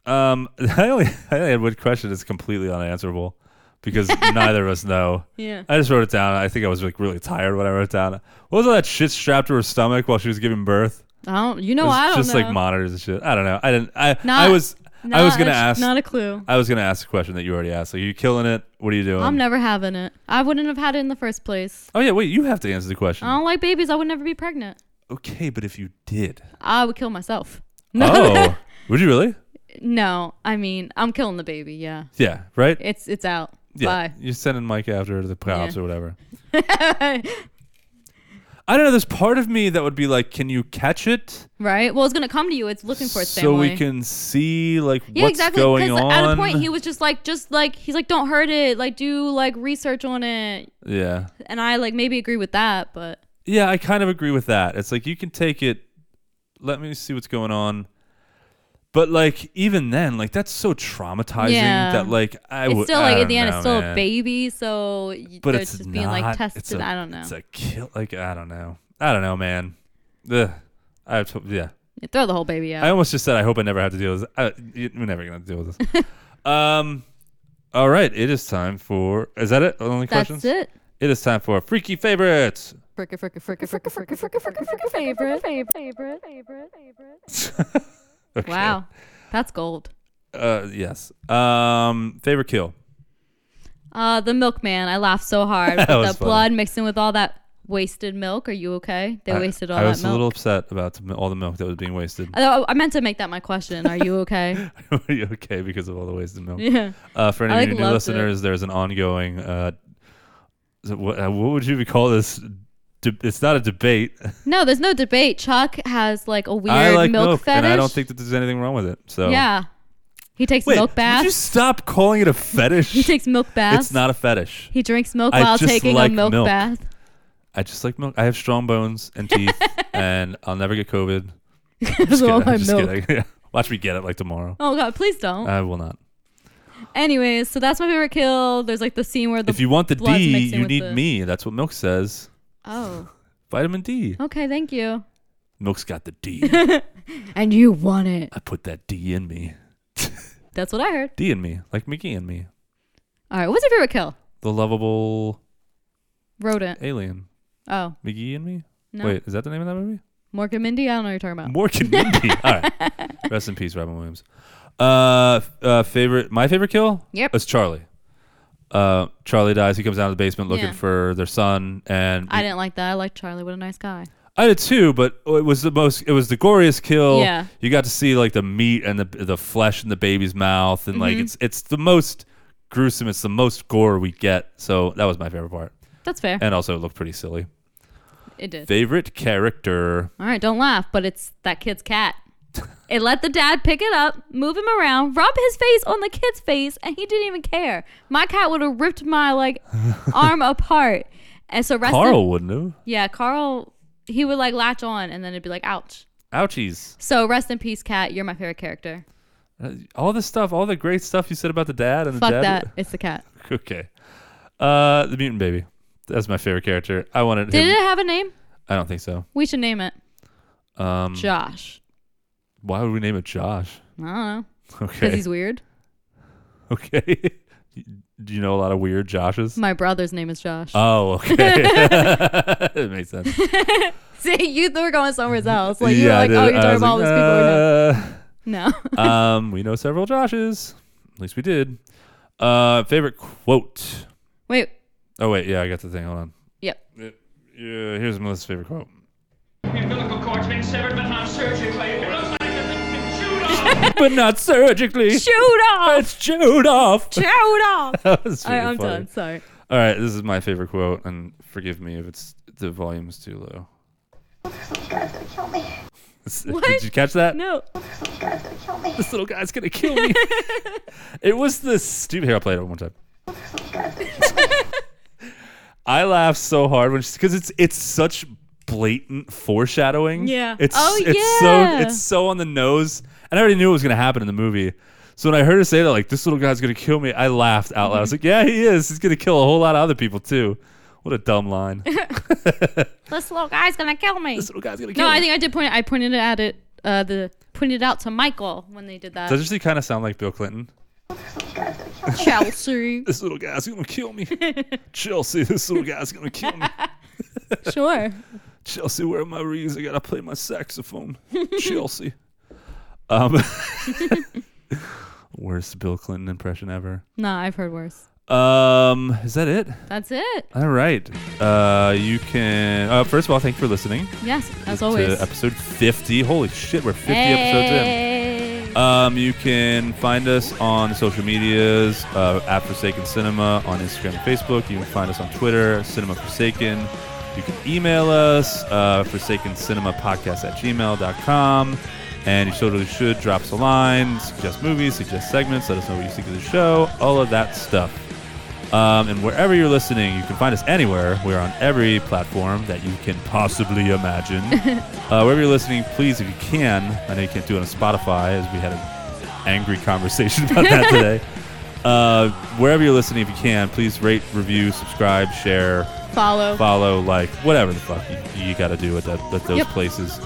Speaker 1: Um, I only, I only had one question that's completely unanswerable because neither of us know.
Speaker 2: Yeah.
Speaker 1: I just wrote it down. I think I was like really tired when I wrote it down. What was all that shit strapped to her stomach while she was giving birth?
Speaker 2: I don't. You
Speaker 1: It
Speaker 2: know,
Speaker 1: was
Speaker 2: Oh, I don't
Speaker 1: just
Speaker 2: know.
Speaker 1: like monitors and shit. I don't know. I didn't. I I
Speaker 2: Not-
Speaker 1: was I was gonna
Speaker 2: a-
Speaker 1: ask.
Speaker 2: Not a clue.
Speaker 1: I was gonna ask a question that you already asked. Like, are you killing it? What are you doing?
Speaker 2: I'm never having it. I wouldn't have had it in the first place.
Speaker 1: oh yeah, wait. You have to answer the question.
Speaker 2: I don't like babies. I would never be pregnant.
Speaker 1: Okay, but if you did,
Speaker 2: I would kill myself.
Speaker 1: oh, would you really?
Speaker 2: No, I mean, I'm killing the baby. Yeah,
Speaker 1: Yeah. Right.
Speaker 2: it's it's out.
Speaker 1: Yeah,
Speaker 2: Bye.
Speaker 1: you're sending Mike after the cops
Speaker 2: Yeah.
Speaker 1: or whatever. I don't know. There's part of me that would be like, can you catch it
Speaker 2: Right. Well, it's gonna come to you. It's looking for its
Speaker 1: so
Speaker 2: family.
Speaker 1: we can see like
Speaker 2: Yeah,
Speaker 1: what's
Speaker 2: exactly.
Speaker 1: going on?
Speaker 2: at a point he was just like, just like he's like, don't hurt it. Like do like research on it.
Speaker 1: yeah,
Speaker 2: And I like maybe agree with that, but
Speaker 1: yeah. I kind of agree with that. It's like you can take it. Let me see what's going on. But like even then, like that's so traumatizing
Speaker 2: Yeah.
Speaker 1: that like I
Speaker 2: it's
Speaker 1: would
Speaker 2: still like
Speaker 1: I
Speaker 2: at the
Speaker 1: don't
Speaker 2: end,
Speaker 1: know,
Speaker 2: it's still
Speaker 1: man.
Speaker 2: a baby, so y-
Speaker 1: But
Speaker 2: they're
Speaker 1: it's
Speaker 2: just
Speaker 1: not,
Speaker 2: being like
Speaker 1: it's
Speaker 2: tested.
Speaker 1: a-
Speaker 2: I don't know.
Speaker 1: It's a kill. Like I don't know. I don't know, man. Ugh. I have to- yeah.
Speaker 2: You throw the whole baby out.
Speaker 1: I almost just said I hope I never have to deal with this. I, you- we're never gonna deal with this. um, all right, it is time for. Is that it? Only
Speaker 2: That's
Speaker 1: questions.
Speaker 2: it.
Speaker 1: It is time for freaky favorites.
Speaker 2: Fricka, fricka, fricka, fricka, fricka, fricka, fricka, fricka, favorite, favorite, favorite, favorite.
Speaker 1: Okay.
Speaker 2: Wow, that's gold.
Speaker 1: Uh, yes. Um, favorite kill.
Speaker 2: Uh, the milkman. I laughed so hard. with
Speaker 1: That was
Speaker 2: the
Speaker 1: funny.
Speaker 2: blood mixing with all that wasted milk. Are you okay? They wasted all
Speaker 1: I
Speaker 2: that
Speaker 1: was
Speaker 2: milk.
Speaker 1: a little upset about the mi- all the milk that was being wasted.
Speaker 2: I, thought- I meant to make that my question. Are you okay?
Speaker 1: Are you okay because of all the wasted milk?
Speaker 2: yeah.
Speaker 1: Uh, for any
Speaker 2: I,
Speaker 1: of you
Speaker 2: like,
Speaker 1: new
Speaker 2: loved it.
Speaker 1: listeners, there's an ongoing. Uh, is it- what, uh, what would you call this? De- it's not a debate.
Speaker 2: No, there's no debate. Chuck has like a weird
Speaker 1: I like
Speaker 2: milk,
Speaker 1: milk,
Speaker 2: fetish.
Speaker 1: and I don't think that there's anything wrong with it. So
Speaker 2: Yeah. He takes
Speaker 1: Wait,
Speaker 2: milk baths.
Speaker 1: would you stop calling it a fetish?
Speaker 2: He takes milk baths.
Speaker 1: It's not a fetish.
Speaker 2: He drinks milk
Speaker 1: I
Speaker 2: while
Speaker 1: just
Speaker 2: taking
Speaker 1: like
Speaker 2: a milk,
Speaker 1: milk.
Speaker 2: bath.
Speaker 1: I just like milk. I have strong bones and teeth, and I'll never get COVID. Just
Speaker 2: All
Speaker 1: kidding.
Speaker 2: my
Speaker 1: I'm just
Speaker 2: milk.
Speaker 1: kidding. Uh. Watch me get it like tomorrow.
Speaker 2: Oh god, please don't.
Speaker 1: I will not.
Speaker 2: Anyways, so that's my favorite kill. There's like the scene where the
Speaker 1: If you want the
Speaker 2: blood's
Speaker 1: D,
Speaker 2: mixing
Speaker 1: you
Speaker 2: with
Speaker 1: need
Speaker 2: the-
Speaker 1: me. That's what milk says.
Speaker 2: Oh.
Speaker 1: Vitamin D.
Speaker 2: Okay, thank you.
Speaker 1: Milk's got the D.
Speaker 2: And you want it.
Speaker 1: I put that D in me.
Speaker 2: That's what I heard.
Speaker 1: D in me, like Mickey and me,
Speaker 2: All right, what's your favorite kill?
Speaker 1: the lovable
Speaker 2: Rodent.
Speaker 1: alien.
Speaker 2: Oh,
Speaker 1: Mickey and me.
Speaker 2: No.
Speaker 1: Wait, is that the name of that movie?
Speaker 2: Morgan Mindy. I don't know what you're talking about.
Speaker 1: Morgan Mindy. All right. Rest in peace, Robin Williams. Uh, f- uh, favorite. My favorite kill.
Speaker 2: Yep.
Speaker 1: It's Charlie. Uh, Charlie dies. He comes down to the basement looking
Speaker 2: Yeah.
Speaker 1: for their son, and
Speaker 2: I didn't like that. I liked Charlie. What a nice guy.
Speaker 1: I did too, but it was the most. It was the goriest kill.
Speaker 2: Yeah.
Speaker 1: You got to see like the meat and the the flesh in the baby's mouth, and
Speaker 2: Mm-hmm.
Speaker 1: like it's it's the most gruesome. It's the most gore we get. So that was my favorite part,
Speaker 2: That's fair.
Speaker 1: and also it looked pretty silly.
Speaker 2: It did.
Speaker 1: Favorite character.
Speaker 2: All right, don't laugh, but it's that kid's cat. It let the dad pick it up, move him around, rub his face on the kid's face, and he didn't even care. My cat would have ripped my like arm apart. And so rest in-
Speaker 1: Carl wouldn't have.
Speaker 2: yeah, Carl he would like latch on and then it'd be like ouch.
Speaker 1: Ouchies.
Speaker 2: So rest in peace, cat. You're my favorite character.
Speaker 1: Uh, All this stuff, all the great stuff you said about the dad and
Speaker 2: Fuck
Speaker 1: the dad.
Speaker 2: that. It's the cat.
Speaker 1: Okay. Uh, the mutant baby. That's my favorite character. I wanted
Speaker 2: Did
Speaker 1: him.
Speaker 2: it have a name?
Speaker 1: I don't think so.
Speaker 2: We should name it
Speaker 1: Um,
Speaker 2: Josh.
Speaker 1: why would we name it Josh?
Speaker 2: I don't know. Because
Speaker 1: Okay.
Speaker 2: he's weird.
Speaker 1: Okay. Do you know a lot of weird Joshes?
Speaker 2: My brother's name is Josh.
Speaker 1: oh, okay. it makes sense.
Speaker 2: See, you were going somewhere else. Like you
Speaker 1: yeah,
Speaker 2: were
Speaker 1: I
Speaker 2: like,
Speaker 1: did.
Speaker 2: oh, you're
Speaker 1: I
Speaker 2: talking
Speaker 1: was
Speaker 2: about all these people. we know.
Speaker 1: like, uh,
Speaker 2: No.
Speaker 1: um, we know several Joshes. At least we did. Uh, favorite quote.
Speaker 2: Wait.
Speaker 1: Oh wait, yeah, I got the thing. Hold on.
Speaker 2: Yep.
Speaker 1: Yeah, here's Melissa's favorite quote.
Speaker 7: Your umbilical cord's been severed, but not surgically. It looks like it's been chewed off.
Speaker 1: but not surgically.
Speaker 2: Shoot off!
Speaker 1: It's chewed off.
Speaker 2: Shoot off!
Speaker 1: that was
Speaker 2: All
Speaker 1: really
Speaker 2: right, I'm
Speaker 1: funny.
Speaker 2: done. Sorry.
Speaker 1: All right, this is my favorite quote, and forgive me if it's the volume's too low. This- Did
Speaker 2: What?
Speaker 1: you catch that?
Speaker 2: No.
Speaker 1: This little guy's gonna kill me. it was this stupid. Here, I'll play it one more time. I laugh so hard when because it's it's such blatant foreshadowing.
Speaker 2: Yeah.
Speaker 1: It's
Speaker 2: Oh,
Speaker 1: it's so
Speaker 2: yeah.
Speaker 1: it's so on the nose, and I already knew it was gonna happen in the movie. So when I heard her say that, like this little guy's gonna kill me, I laughed out loud. I was like, yeah, he is. He's gonna kill a whole lot of other people too. What a dumb line.
Speaker 2: This little guy's gonna kill me.
Speaker 1: this little guy's gonna kill
Speaker 2: No, I
Speaker 1: me.
Speaker 2: think I did point. I pointed it at it. Uh, the pointed it out to Michael when they did that.
Speaker 1: Doesn't she kind of sound like Bill Clinton?
Speaker 2: Chelsea.
Speaker 1: This little guy's gonna kill me. Chelsea, this little guy's gonna kill me.
Speaker 2: sure.
Speaker 1: Chelsea, where are my reeds? I gotta play my saxophone. Chelsea. Um, worst Bill Clinton impression ever.
Speaker 2: Nah, I've heard worse.
Speaker 1: Um, is that it?
Speaker 2: That's it.
Speaker 1: All right. Uh, you can. Uh, first of all, thank you for listening
Speaker 2: Yes, as
Speaker 1: to
Speaker 2: always.
Speaker 1: episode fifty. Holy shit, we're fifty episodes in.
Speaker 2: hey.
Speaker 1: Um, you can find us on social medias uh, at Forsaken Cinema on Instagram and Facebook. You can find us on Twitter, Cinema Forsaken. You can email us, uh, Forsaken Cinema Podcast at gmail.com. And you totally should drop us a line, suggest movies, suggest segments, let us know what you think of the show, all of that stuff. Um, and wherever you're listening, you can find us anywhere. We're on every platform that you can possibly imagine. uh, wherever you're listening, please, if you can, I know you can't do it on Spotify, as we had an angry conversation about that today. Uh, wherever you're listening, if you can, please rate, review, subscribe, share,
Speaker 2: Follow.
Speaker 1: follow, like, whatever the fuck you, you got to do at, that, at those
Speaker 2: Yep.
Speaker 1: places.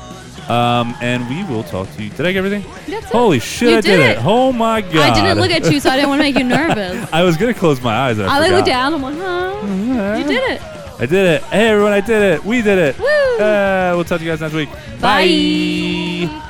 Speaker 1: Um, and we will talk to you. Did I get everything?
Speaker 2: That's it.
Speaker 1: Holy shit,
Speaker 2: You
Speaker 1: I
Speaker 2: did
Speaker 1: did it.
Speaker 2: it.
Speaker 1: Oh my god.
Speaker 2: I didn't look at you, so I didn't want to make you nervous.
Speaker 1: I was going to close my eyes. And I,
Speaker 2: I like
Speaker 1: forgot. Uh-huh.
Speaker 2: looked down. I'm like, huh? You did it.
Speaker 1: I did it. Hey, everyone, I did it. We did it.
Speaker 2: Woo.
Speaker 1: Uh, we'll talk to you guys next week.
Speaker 2: Bye.